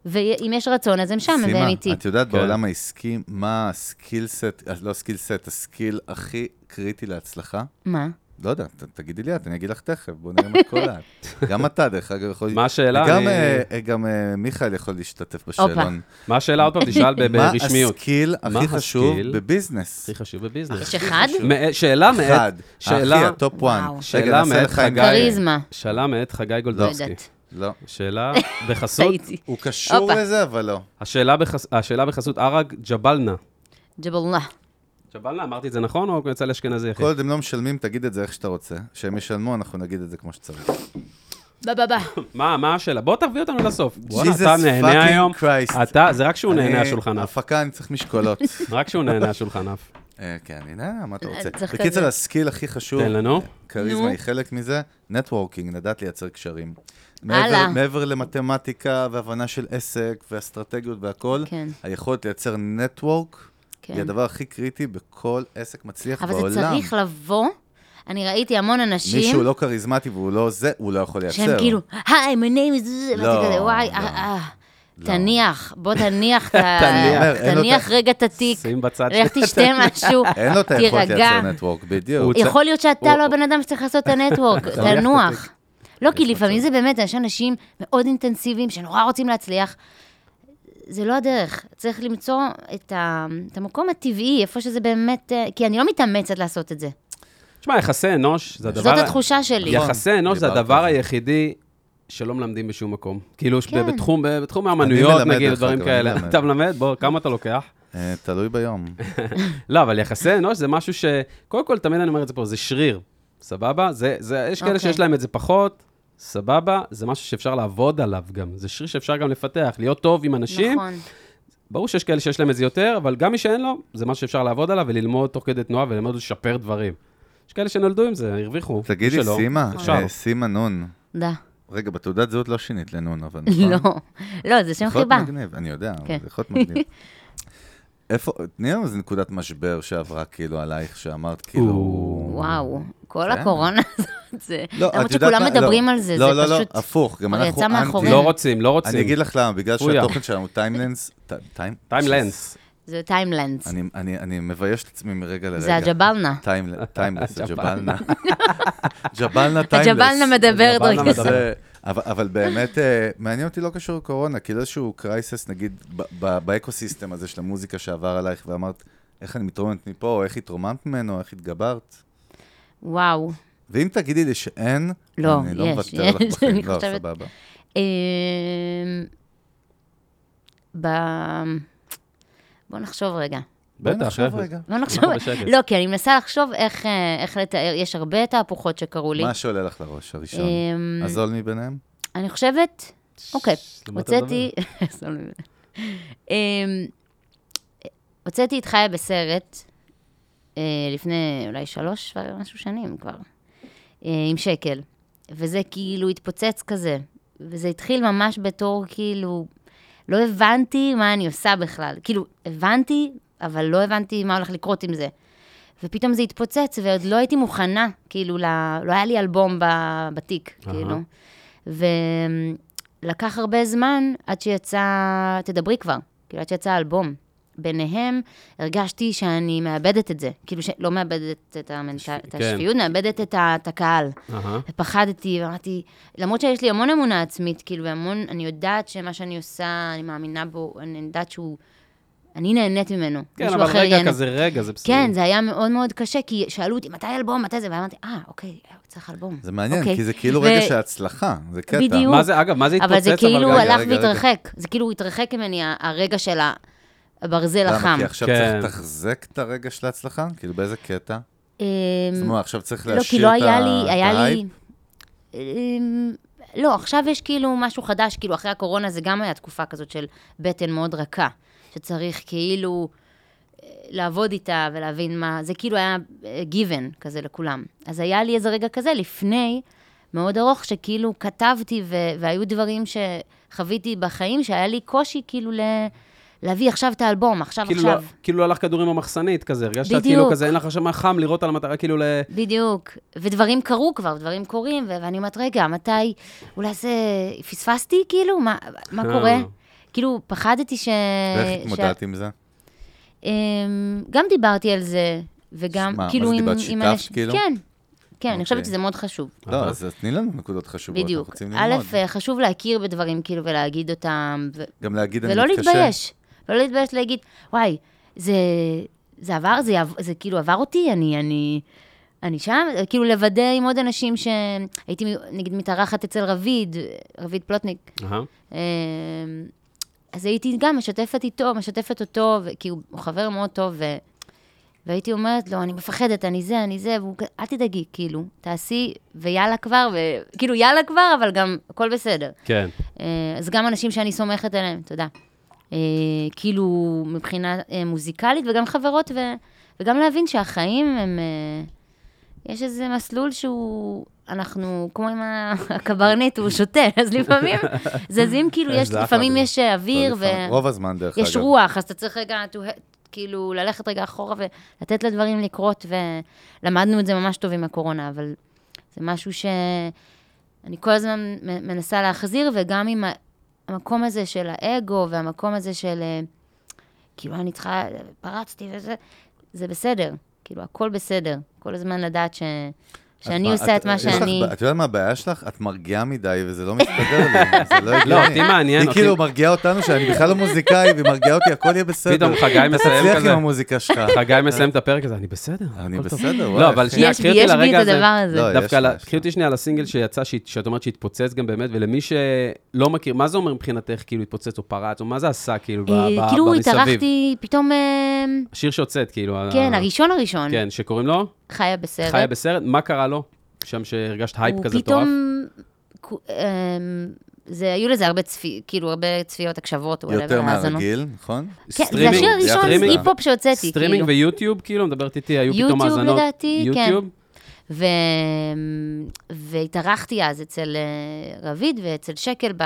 [SPEAKER 6] ואם יש רצון, אז הם שם, אז זה
[SPEAKER 5] סימה,
[SPEAKER 6] אמיתי.
[SPEAKER 5] את יודעת
[SPEAKER 4] כן.
[SPEAKER 5] בעולם העסקי, מה הסקיל סט, אה, לא סקיל סט, הסקיל הכי קריטי להצלחה?
[SPEAKER 6] מה?
[SPEAKER 5] לא יודע, ת- תגידי לי את, אני אגיד לך תכף, בוא נראה מה כל את. גם אתה, דרך אגב, יכול...
[SPEAKER 4] מה השאלה?
[SPEAKER 5] גם,
[SPEAKER 4] אני-
[SPEAKER 5] אה, אה, גם אה, מיכאל יכול להשתתף בשאלון.
[SPEAKER 4] מה השאלה עוד פעם? תשאל ב-
[SPEAKER 5] מה
[SPEAKER 4] ברשמיות.
[SPEAKER 5] הסקיל
[SPEAKER 4] מה
[SPEAKER 5] הכי חשוב
[SPEAKER 4] הסקיל?
[SPEAKER 5] בביזנס?
[SPEAKER 4] הכי חשוב בביזנס.
[SPEAKER 6] יש אחד?
[SPEAKER 4] מא- שאלה
[SPEAKER 5] אחד.
[SPEAKER 4] מאת...
[SPEAKER 5] הכי,
[SPEAKER 4] שאלה...
[SPEAKER 5] הטופ 1.
[SPEAKER 6] וואו.
[SPEAKER 4] שאלה מאת חגי.
[SPEAKER 6] כריזמה.
[SPEAKER 4] שאלה מאת חגי
[SPEAKER 6] לא
[SPEAKER 4] גולדובסקי.
[SPEAKER 6] יודעת.
[SPEAKER 5] לא.
[SPEAKER 4] שאלה בחסות...
[SPEAKER 6] הייתי.
[SPEAKER 5] הוא קשור
[SPEAKER 6] הופה.
[SPEAKER 5] לזה, אבל לא.
[SPEAKER 4] השאלה בחס- השאלה בחסות ערג ג'בלנה.
[SPEAKER 6] ג'בללה.
[SPEAKER 4] ג'בלנה, אמרתי את זה נכון, או יצא לאשכנזי אחי?
[SPEAKER 5] כל עוד הם לא משלמים, תגיד את זה איך שאתה רוצה. שהם
[SPEAKER 6] אוקיי.
[SPEAKER 5] ישלמו, אנחנו נגיד את זה כמו שצריך.
[SPEAKER 6] בא, בא, בא.
[SPEAKER 4] מה, מה השאלה? בוא תביא אותנו לסוף. וואלה,
[SPEAKER 5] Jesus
[SPEAKER 4] אתה נהנה
[SPEAKER 5] fucking
[SPEAKER 4] היום.
[SPEAKER 5] Christ.
[SPEAKER 4] אתה, זה רק שהוא נהנה
[SPEAKER 5] אני-
[SPEAKER 4] השולחן אף.
[SPEAKER 5] הפקה, אני צריך משקולות.
[SPEAKER 4] רק שהוא נהנה השולחן אף.
[SPEAKER 5] אה, כן, הנה, מה אתה רוצה?
[SPEAKER 6] צריך
[SPEAKER 5] בקיצר,
[SPEAKER 6] כזה.
[SPEAKER 5] הסקיל הכי חשוב,
[SPEAKER 4] תן לנו.
[SPEAKER 5] כריזמה
[SPEAKER 6] נו.
[SPEAKER 5] היא חלק מזה, נטוורקינג, לדעת לייצר קשרים.
[SPEAKER 6] הלאה.
[SPEAKER 5] מעבר- מעבר למתמטיקה והבנה של עסק ואסטרטגיות והכול,
[SPEAKER 6] כן.
[SPEAKER 5] היכולת לייצר נטוורק
[SPEAKER 6] כן.
[SPEAKER 5] היא הדבר הכי קריטי בכל עסק מצליח בעולם.
[SPEAKER 6] אבל זה צריך לבוא, אני ראיתי המון אנשים...
[SPEAKER 5] מישהו לא כריזמטי והוא לא זה, הוא לא יכול לייצר.
[SPEAKER 6] שהם כאילו, היי, my name is... זה",
[SPEAKER 5] לא,
[SPEAKER 6] ואתה כזה, וואי,
[SPEAKER 5] לא.
[SPEAKER 6] אה, אה, תניח, בוא תניח, את ה-
[SPEAKER 5] תניח. אומר, אין לו
[SPEAKER 6] תניח רגע את התיק,
[SPEAKER 4] שים בצד
[SPEAKER 6] לך
[SPEAKER 4] של-
[SPEAKER 6] תשתה משהו,
[SPEAKER 5] אין לו את היכולת
[SPEAKER 6] תירגע.
[SPEAKER 5] לייצר נטוורק, בדיוק.
[SPEAKER 4] הוא-
[SPEAKER 6] יכול להיות שאתה
[SPEAKER 4] הוא-
[SPEAKER 6] לא הבן אדם שצריך לעשות את הנטוורק,
[SPEAKER 5] תניח את
[SPEAKER 6] תנוח.
[SPEAKER 5] התיק.
[SPEAKER 6] לא, כי לפעמים זה באמת, יש אנשים מאוד אינטנסיביים שנורא רוצים להצליח. זה לא הדרך, צריך למצוא את ה- את המקום הטבעי, איפה שזה באמת, אה, כי אני לא מתאמצת לעשות את זה.
[SPEAKER 4] תשמע, יחסי אנוש זה הדבר...
[SPEAKER 6] זאת
[SPEAKER 4] ה-
[SPEAKER 6] התחושה שלי.
[SPEAKER 5] נכון.
[SPEAKER 4] יחסי אנוש זה
[SPEAKER 5] דיברת
[SPEAKER 4] הדבר
[SPEAKER 5] על זה.
[SPEAKER 4] היחידי שלא מלמדים בשום מקום. כאילו, יש ב-
[SPEAKER 6] כן.
[SPEAKER 4] בתחום בתחום האמנויות,
[SPEAKER 5] מלמד,
[SPEAKER 4] נגיד,
[SPEAKER 5] דרך
[SPEAKER 4] דברים
[SPEAKER 5] אגב,
[SPEAKER 4] כאלה.
[SPEAKER 5] אני מלמד.
[SPEAKER 4] אתה מלמד? בוא, כמה אתה לוקח?
[SPEAKER 5] אה, תלוי ביום.
[SPEAKER 4] לא, אבל יחסי אנוש זה משהו ש... קודם כל, תמיד אני אומר את זה פה, זה שריר, סבבה? זה, זה, יש כאלה
[SPEAKER 6] אוקיי.
[SPEAKER 4] שיש להם את זה פחות, סבבה? זה משהו שאפשר לעבוד עליו גם. זה שריר שאפשר גם לפתח, להיות טוב עם אנשים.
[SPEAKER 6] נכון.
[SPEAKER 4] ברור שיש כאלה שיש להם את זה יותר, אבל גם מי שאין לו, זה משהו שאפשר לעבוד עליו וללמוד תוך כדי תנועה וללמוד לשפר דברים. יש כאלה שנולדו עם זה, הרוויחו.
[SPEAKER 5] תגידי,
[SPEAKER 4] שלא, לא
[SPEAKER 5] סימה,
[SPEAKER 4] אפשר.
[SPEAKER 5] אה, סימה נון.
[SPEAKER 6] תודה.
[SPEAKER 5] רגע, בתעודת זהות לא שינית לנון, אבל נכון?
[SPEAKER 6] לא, לא, זה שם
[SPEAKER 5] יכול להיות
[SPEAKER 6] חיבה.
[SPEAKER 5] מגניב, אני יודע, אבל
[SPEAKER 6] כן.
[SPEAKER 5] זה יכול להיות מגניב. איפה, תני לנו איזה נקודת משבר שעברה כאילו עלייך, שאמרת כאילו...
[SPEAKER 6] וואו, כל
[SPEAKER 5] כן.
[SPEAKER 6] הקורונה הזאת, זה...
[SPEAKER 5] לא,
[SPEAKER 6] למרות
[SPEAKER 5] את יודעת
[SPEAKER 6] שכולם
[SPEAKER 5] מה? לא.
[SPEAKER 6] מדברים על זה, זה
[SPEAKER 5] לא, לא, לא,
[SPEAKER 6] פשוט...
[SPEAKER 5] הפוך, גם
[SPEAKER 6] כבר
[SPEAKER 5] אנחנו
[SPEAKER 6] יצא
[SPEAKER 5] אנטי.
[SPEAKER 6] מאחורינו.
[SPEAKER 4] לא רוצים, לא רוצים.
[SPEAKER 5] אני אגיד לך למה, בגלל
[SPEAKER 4] פויה.
[SPEAKER 5] שהתוכן שלנו טיימלנס, טיים...
[SPEAKER 4] טיימלנס.
[SPEAKER 6] זה טיימלנדס,
[SPEAKER 5] אני- אני אני מבייש את עצמי מרגע לרגע.
[SPEAKER 6] זה הג'בלנה.
[SPEAKER 5] טיימל- טיימלס,
[SPEAKER 4] הג'בלנה.
[SPEAKER 5] הג'בלנה. ג'בלנה טיימלס.
[SPEAKER 6] הג'בלנה מדברת
[SPEAKER 4] הג'בלנה
[SPEAKER 6] רגע.
[SPEAKER 4] מדברת.
[SPEAKER 5] זה- אבל, אבל באמת, אה, מעניין אותי לא קשור לקורונה, כאילו איזשהו קרייסס, נגיד, ב- ב- באקוסיסטם הזה של המוזיקה שעבר עלייך, ואמרת, איך אני מתרוממת מפה, או איך התרוממת ממנו, איך התגברת?
[SPEAKER 6] וואו.
[SPEAKER 5] ואם תגידי לי שאין,
[SPEAKER 6] לא,
[SPEAKER 5] אני לא
[SPEAKER 6] יש,
[SPEAKER 5] מוותר לך
[SPEAKER 6] יש,
[SPEAKER 5] בחיים,
[SPEAKER 6] אני
[SPEAKER 5] לא,
[SPEAKER 6] חושבת-
[SPEAKER 5] סבבה.
[SPEAKER 6] אמ, ב... בוא נחשוב רגע.
[SPEAKER 5] בוא
[SPEAKER 4] בטח,
[SPEAKER 5] נחשוב
[SPEAKER 4] אפס.
[SPEAKER 5] רגע.
[SPEAKER 6] בוא נחשוב.
[SPEAKER 4] בשקט.
[SPEAKER 6] לא, כי אני מנסה לחשוב איך, אה, איך לתאר, יש הרבה תהפוכות שקרו לי.
[SPEAKER 5] מה שעולה לך לראש הראשון?
[SPEAKER 6] אמ,
[SPEAKER 5] הזול מביניהם?
[SPEAKER 6] אני חושבת, אוקיי,
[SPEAKER 4] על מה אתה
[SPEAKER 6] הוצאתי... סתם לב. אמ, הוצאתי את חיה בסרט אה, לפני אולי שלוש ומשהו שנים כבר, אה, עם שקל. וזה כאילו התפוצץ כזה. וזה התחיל ממש בתור כאילו... לא הבנתי מה אני עושה בכלל. כאילו, הבנתי, אבל לא הבנתי מה הולך לקרות עם זה. ופתאום זה התפוצץ, ועוד לא הייתי מוכנה, כאילו, ל... לא היה לי אלבום ב... בתיק,
[SPEAKER 4] אהה.
[SPEAKER 6] כאילו. ולקח הרבה זמן עד שיצא, תדברי כבר, כאילו, עד שיצא האלבום. ביניהם הרגשתי שאני מאבדת את זה, כאילו, ש... לא מאבדת את, המנטל... את
[SPEAKER 4] כן.
[SPEAKER 6] השפיות, מאבדת את, ה... את הקהל.
[SPEAKER 4] אהה.
[SPEAKER 6] ופחדתי, ואמרתי, למרות שיש לי המון אמונה עצמית, כאילו, והמון, אני יודעת שמה שאני עושה, אני מאמינה בו, אני יודעת שהוא, אני נהנית ממנו.
[SPEAKER 4] כן,
[SPEAKER 6] מישהו
[SPEAKER 4] אבל
[SPEAKER 6] אחר
[SPEAKER 4] רגע
[SPEAKER 6] ייהנה.
[SPEAKER 4] כזה רגע, זה בסדר.
[SPEAKER 6] כן, זה היה מאוד מאוד קשה, כי שאלו אותי, מתי אלבום, מתי זה? ואמרתי, אה, אוקיי, צריך אלבום.
[SPEAKER 5] זה מעניין,
[SPEAKER 6] אוקיי.
[SPEAKER 5] כי זה כאילו
[SPEAKER 6] ו-
[SPEAKER 5] רגע של הצלחה, זה קטע.
[SPEAKER 6] בדיוק.
[SPEAKER 4] מה זה, אגב, מה זה התפוצץ?
[SPEAKER 6] אבל זה כאילו
[SPEAKER 4] גם-
[SPEAKER 5] רגע,
[SPEAKER 6] הלך
[SPEAKER 5] רגע, רגע.
[SPEAKER 6] והתרחק. זה כאילו התרחק ממני ה- הרגע של הברזל
[SPEAKER 5] למה?
[SPEAKER 6] החם.
[SPEAKER 5] כי עכשיו
[SPEAKER 4] כן.
[SPEAKER 5] צריך לתחזק את הרגע של ההצלחה? כאילו, באיזה קטע?
[SPEAKER 6] אמ,
[SPEAKER 5] זאת אומרת, עכשיו צריך
[SPEAKER 6] לא, כי
[SPEAKER 5] להשאיר
[SPEAKER 6] לא
[SPEAKER 5] את
[SPEAKER 6] היה
[SPEAKER 5] ה-
[SPEAKER 6] לי,
[SPEAKER 5] את
[SPEAKER 6] היה לי...
[SPEAKER 5] ההייפ?
[SPEAKER 6] אמ, לא, עכשיו יש כאילו משהו חדש, כאילו אחרי הקורונה זה גם היה תקופה כזאת של בטן מאוד רכה, שצריך כאילו אה, לעבוד איתה ולהבין מה, זה כאילו היה אה, given כזה לכולם. אז היה לי איזה רגע כזה לפני, מאוד ארוך, שכאילו כתבתי ו- והיו דברים שחוויתי בחיים, שהיה לי קושי כאילו ל... להביא עכשיו את האלבום, עכשיו,
[SPEAKER 4] כאילו לא,
[SPEAKER 6] עכשיו.
[SPEAKER 4] כאילו לא הלך כדורים במחסנית כזה, הרגשת שאת כאילו
[SPEAKER 6] בדיוק.
[SPEAKER 4] כזה, אין לך עכשיו מה חם לראות על המטרה, כאילו ל...
[SPEAKER 6] בדיוק. ודברים קרו כבר, דברים קורים, ו- ואני אומרת, רגע, מתי, אולי זה... פספסתי, כאילו? מה, מה
[SPEAKER 4] אה.
[SPEAKER 6] קורה? כאילו, פחדתי ש...
[SPEAKER 5] ואיך
[SPEAKER 6] אה, שה-
[SPEAKER 5] התמודדת עם זה?
[SPEAKER 6] אמ, גם דיברתי על זה, וגם,
[SPEAKER 5] מה, מה
[SPEAKER 6] כאילו,
[SPEAKER 5] זה
[SPEAKER 6] עם...
[SPEAKER 5] דיברת?
[SPEAKER 6] עם
[SPEAKER 5] שיתפת,
[SPEAKER 6] אנשים-
[SPEAKER 5] כאילו?
[SPEAKER 6] כן, כן, אני חושבת
[SPEAKER 5] אוקיי.
[SPEAKER 6] שזה מאוד חשוב.
[SPEAKER 5] לא, אז תני לנו נקודות חשובות, אנחנו
[SPEAKER 6] בדיוק.
[SPEAKER 5] רוצים ללמוד.
[SPEAKER 6] א', אה, חשוב להכיר בדברים, כאילו, ולהגיד אותם, ו-
[SPEAKER 5] גם להגיד, אני
[SPEAKER 6] ולא
[SPEAKER 5] מתקשה.
[SPEAKER 6] להתבייש. לא להתבייש להגיד, וואי, זה, זה עבר, זה, יעב, זה כאילו עבר אותי, אני, אני, אני שם, כאילו לוודא עם עוד אנשים שהייתי נגיד מתארחת אצל רביד, רביד פלוטניק,
[SPEAKER 4] אהה.
[SPEAKER 6] אה, אז הייתי גם משתפת איתו, משתפת אותו, ו- כי הוא הוא חבר מאוד טוב, ו... והייתי אומרת לו, אני מפחדת, אני זה, אני זה, והוא כ- אל תדאגי, כאילו, תעשי, ויאללה כבר, וכאילו, יאללה כבר, אבל גם הכל בסדר.
[SPEAKER 4] כן.
[SPEAKER 6] אה, אז גם אנשים שאני סומכת עליהם, תודה. אה, כאילו, מבחינה אה, מוזיקלית, וגם חברות, ו, וגם להבין שהחיים הם... אה, יש איזה מסלול שהוא... אנחנו, כמו עם ה- הקברניט, הוא שותה, אז לפעמים זזים, כאילו, יש,
[SPEAKER 4] זה אחלה
[SPEAKER 6] לפעמים
[SPEAKER 4] דוגמה.
[SPEAKER 6] יש אה, אוויר,
[SPEAKER 5] לא, לפעמים- רוב הזמן, דרך אגב.
[SPEAKER 6] ויש רוח, אז אתה צריך רגע, to ha- כאילו, ללכת רגע אחורה ולתת לדברים לקרות, ולמדנו את זה ממש טוב עם הקורונה, אבל זה משהו שאני כל הזמן מ- מנסה להחזיר, וגם עם ה- המקום הזה של האגו, והמקום הזה של, אה, כאילו, אני צריכה, פרצתי וזה, זה בסדר, כאילו, הכל בסדר. כל הזמן לדעת ש... שאני
[SPEAKER 5] מה-
[SPEAKER 6] עושה את מה
[SPEAKER 5] יש לך
[SPEAKER 6] שאני...
[SPEAKER 5] ב- את יודעת מה הבעיה שלך? את מרגיעה מדי, וזה לא מסתדר לי, זה לא הגיוני.
[SPEAKER 4] לא,
[SPEAKER 6] אה,
[SPEAKER 4] אותי מעניין,
[SPEAKER 5] היא
[SPEAKER 4] אותי-
[SPEAKER 5] כאילו מרגיעה אותנו שאני בכלל לא מוזיקאי, והיא מרגיעה אותי, הכל יהיה בסדר.
[SPEAKER 4] פתאום חגי מסיים
[SPEAKER 5] תצליח
[SPEAKER 4] כזה.
[SPEAKER 5] עם המוזיקה שלך.
[SPEAKER 4] חגי מסיים את הפרק הזה, אני בסדר.
[SPEAKER 5] אני
[SPEAKER 4] הכל טוב."
[SPEAKER 5] בסדר, וואי.
[SPEAKER 4] לא, אבל
[SPEAKER 5] אחי.
[SPEAKER 4] שנייה,
[SPEAKER 6] יש
[SPEAKER 4] קחי
[SPEAKER 6] בי,
[SPEAKER 4] אותי
[SPEAKER 6] יש בי
[SPEAKER 4] לרגע
[SPEAKER 6] את
[SPEAKER 4] הזה.
[SPEAKER 6] הדבר הזה. אה,
[SPEAKER 5] לא, יש
[SPEAKER 4] דווקא,
[SPEAKER 5] לה,
[SPEAKER 4] על-
[SPEAKER 5] יש
[SPEAKER 4] קחי
[SPEAKER 5] לה.
[SPEAKER 4] אותי שנייה על הסינגל שיצא, שהת- שאת אומרת שהתפוצץ גם באמת, ולמי שלא מכיר, מה זה אומר מבחינתך, כאילו, התפוצץ או פרץ, או מה זה עשה, כאילו, ב- ב-
[SPEAKER 6] אה,
[SPEAKER 4] ב-
[SPEAKER 6] כאילו,
[SPEAKER 4] במסביב?
[SPEAKER 6] התארחתי פתאום... אה,
[SPEAKER 4] השיר שהוצאת, כאילו. ה-
[SPEAKER 6] כן, הראשון הראשון.
[SPEAKER 4] כן, שקוראים לו?
[SPEAKER 6] חיה בסרט.
[SPEAKER 4] חיה בסרט, מה קרה לו? שם שהרגשת הייפ
[SPEAKER 6] הוא
[SPEAKER 4] כזה
[SPEAKER 6] פתאום...
[SPEAKER 4] מטורף?
[SPEAKER 6] כו- אמ, זה, היו לזה הרבה צפי, כאילו, הרבה צפיות, הקשבות, וואלה,
[SPEAKER 5] יותר
[SPEAKER 6] והאזנות.
[SPEAKER 5] מהרגיל, נכון?
[SPEAKER 6] כן, זה
[SPEAKER 4] סטרימינג,
[SPEAKER 6] השיר הראשון,
[SPEAKER 4] סטרימינג,
[SPEAKER 6] היפ-הופ שהוצאתי,
[SPEAKER 4] סטרימינג
[SPEAKER 6] כאילו.
[SPEAKER 4] ויוטיוב, כאילו, מדברת איתי, היו פתאום
[SPEAKER 6] יוטיוב,
[SPEAKER 4] האזנות.
[SPEAKER 6] לדעתי, כן.
[SPEAKER 4] יוטיוב?
[SPEAKER 6] ו... והתארחתי אז אצל אה, רביד ואצל שקל ב...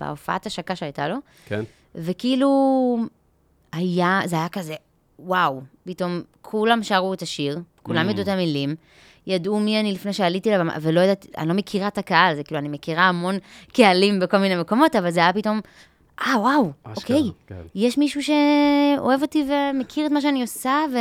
[SPEAKER 6] בהופעת השקה שהייתה לו,
[SPEAKER 4] כן.
[SPEAKER 6] וכאילו, היה, זה היה כזה, וואו, פתאום כולם שרו את השיר, כולם
[SPEAKER 4] Mm.
[SPEAKER 6] ידעו את המילים, ידעו מי אני לפני שעליתי לבמה, ולא ידעתי, אני לא מכירה את הקהל, זה כאילו, אני מכירה המון קהלים בכל מיני מקומות, אבל זה היה פתאום, אה, וואו,
[SPEAKER 4] אשכרה,
[SPEAKER 6] אוקיי,
[SPEAKER 4] כן.
[SPEAKER 6] יש מישהו שאוהב אותי ומכיר את מה שאני עושה, ו...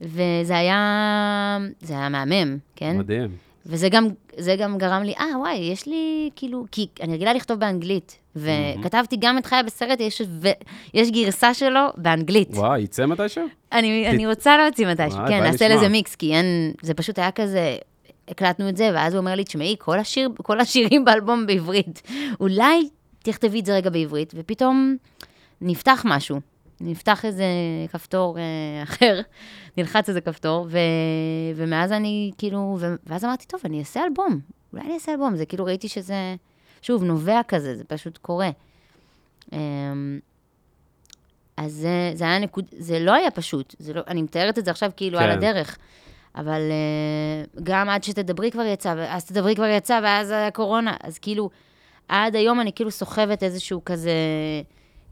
[SPEAKER 6] וזה היה, זה היה מהמם, כן?
[SPEAKER 4] מדהים.
[SPEAKER 6] וזה גם, זה גם גרם לי, אה, וואי, יש לי, כאילו, כי אני רגילה לכתוב באנגלית, וכתבתי גם את חיה בסרט, יש, ו, יש גרסה שלו באנגלית.
[SPEAKER 4] וואי, יצא מתישהו?
[SPEAKER 6] אני, אני רוצה להוציא מתישהו,
[SPEAKER 4] וואי,
[SPEAKER 6] כן,
[SPEAKER 4] בא
[SPEAKER 6] נעשה
[SPEAKER 4] לשמוע.
[SPEAKER 6] לזה מיקס, כי אין, זה פשוט היה כזה, הקלטנו את זה, ואז הוא אומר לי, תשמעי, כל, השיר, כל השירים באלבום בעברית, אולי תכתבי את זה רגע בעברית, ופתאום נפתח משהו, נפתח איזה כפתור אה, אחר, נלחץ איזה כפתור, ו, ומאז אני כאילו, ו, ואז אמרתי, טוב, אני אעשה אלבום, אולי אני אעשה אלבום, זה כאילו ראיתי שזה, שוב, נובע כזה, זה פשוט קורה. אמ, אז זה, זה היה נקוד... זה לא היה פשוט. זה לא, אני מתארת את זה עכשיו כאילו
[SPEAKER 4] כן.
[SPEAKER 6] על הדרך. אבל אה, גם עד שתדברי כבר יצא, ואז תדברי כבר יצא, ואז היה קורונה. אז כאילו, עד היום אני כאילו סוחבת איזשהו כזה,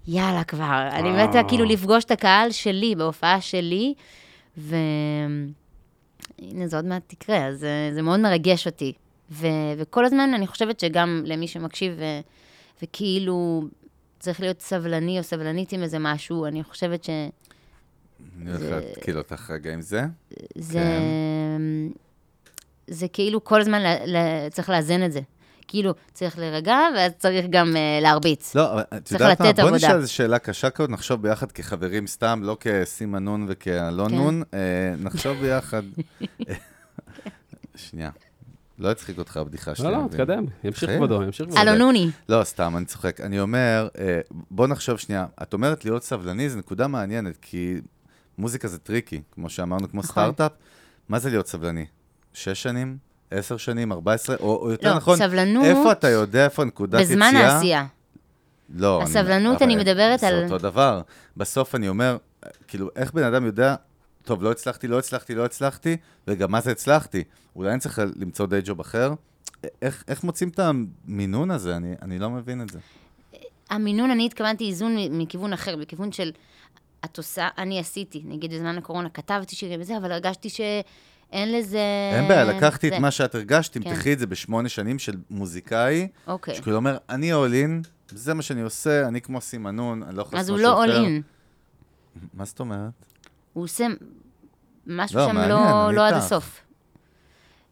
[SPEAKER 6] יאללה כבר. אני מתה כאילו לפגוש את הקהל שלי, בהופעה שלי, ו... הנה, זה עוד מעט תקרה, אז אה, זה מאוד מרגש אותי. ו, וכל הזמן אני חושבת שגם למי שמקשיב, ו, וכאילו צריך להיות סבלני או סבלנית עם איזה משהו, אני חושבת שזה...
[SPEAKER 5] אני הולך להתקיל אותך רגע עם זה.
[SPEAKER 6] כן. זה כאילו כל הזמן ל, ל, צריך לאזן את זה. כאילו, צריך להירגע, ואז צריך גם uh, להרביץ.
[SPEAKER 5] לא, אבל את
[SPEAKER 6] צריך
[SPEAKER 5] יודעת מה?
[SPEAKER 6] לתת
[SPEAKER 5] בוא
[SPEAKER 6] עבודה.
[SPEAKER 5] נשאל איזו שאלה קשה כזאת, נחשוב ביחד כחברים סתם, לא כסימה נון וכאלון
[SPEAKER 6] כן.
[SPEAKER 5] נון, אה, נחשוב ביחד. שנייה, לא יצחיק אותך הבדיחה שלי.
[SPEAKER 4] לא,
[SPEAKER 5] אני
[SPEAKER 4] לא,
[SPEAKER 5] מבין.
[SPEAKER 4] תקדם, ימשיך
[SPEAKER 5] חיים.
[SPEAKER 4] כבודו, ימשיך כבודו.
[SPEAKER 6] הלו נוני.
[SPEAKER 5] לא, סתם, אני צוחק. אני אומר, אה, בוא נחשוב שנייה. את אומרת להיות סבלני, זו נקודה מעניינת, כי מוזיקה זה טריקי, כמו שאמרנו, כמו
[SPEAKER 6] נכון.
[SPEAKER 5] סטארט-אפ. מה זה להיות סבלני? שש שנים? עשר שנים? ארבע עשרה? או או יותר
[SPEAKER 6] לא,
[SPEAKER 5] נכון,
[SPEAKER 6] סבלנות-
[SPEAKER 5] איפה אתה יודע, איפה נקודת יציאה?
[SPEAKER 6] בזמן העשייה.
[SPEAKER 5] לא. אני-
[SPEAKER 6] הסבלנות,
[SPEAKER 5] אבל
[SPEAKER 6] אני מדברת
[SPEAKER 5] זה
[SPEAKER 6] על-
[SPEAKER 5] אותו דבר. בסוף אני אומר, כאילו, איך בן אדם יודע, טוב, לא הצלחתי, לא הצלחתי, לא הצלחתי, רגע, מה זה הצלחתי? אולי אני צריך למצוא די ג'וב אחר? איך, איך מוצאים את המינון הזה? אני, אני לא מבין את זה.
[SPEAKER 6] המינון, אני התכוונתי איזון מ- מכיוון אחר, מכיוון של את עושה, אני עשיתי, נגיד בזמן הקורונה כתבתי שירים וזה, אבל הרגשתי שאין לזה...
[SPEAKER 5] אין בעיה, לקחתי
[SPEAKER 6] אה, זה.
[SPEAKER 5] את מה שאת הרגשת, תמתחי
[SPEAKER 6] כן.
[SPEAKER 5] את זה בשמונה שנים של מוזיקאי,
[SPEAKER 6] אוקיי.
[SPEAKER 5] שכאילו אומר, אני all in, זה מה שאני עושה, אני כמו סימנון, אני לא יכול
[SPEAKER 6] אז
[SPEAKER 5] לעשות
[SPEAKER 6] הוא
[SPEAKER 5] משהו
[SPEAKER 6] לא אול
[SPEAKER 5] אחר."
[SPEAKER 6] אין.
[SPEAKER 5] מה זאת אומרת?
[SPEAKER 6] הוא עושה משהו
[SPEAKER 5] לא,
[SPEAKER 6] שם
[SPEAKER 5] מעניין,
[SPEAKER 6] לא,
[SPEAKER 5] אני
[SPEAKER 6] לא עד
[SPEAKER 5] איתך.
[SPEAKER 6] הסוף.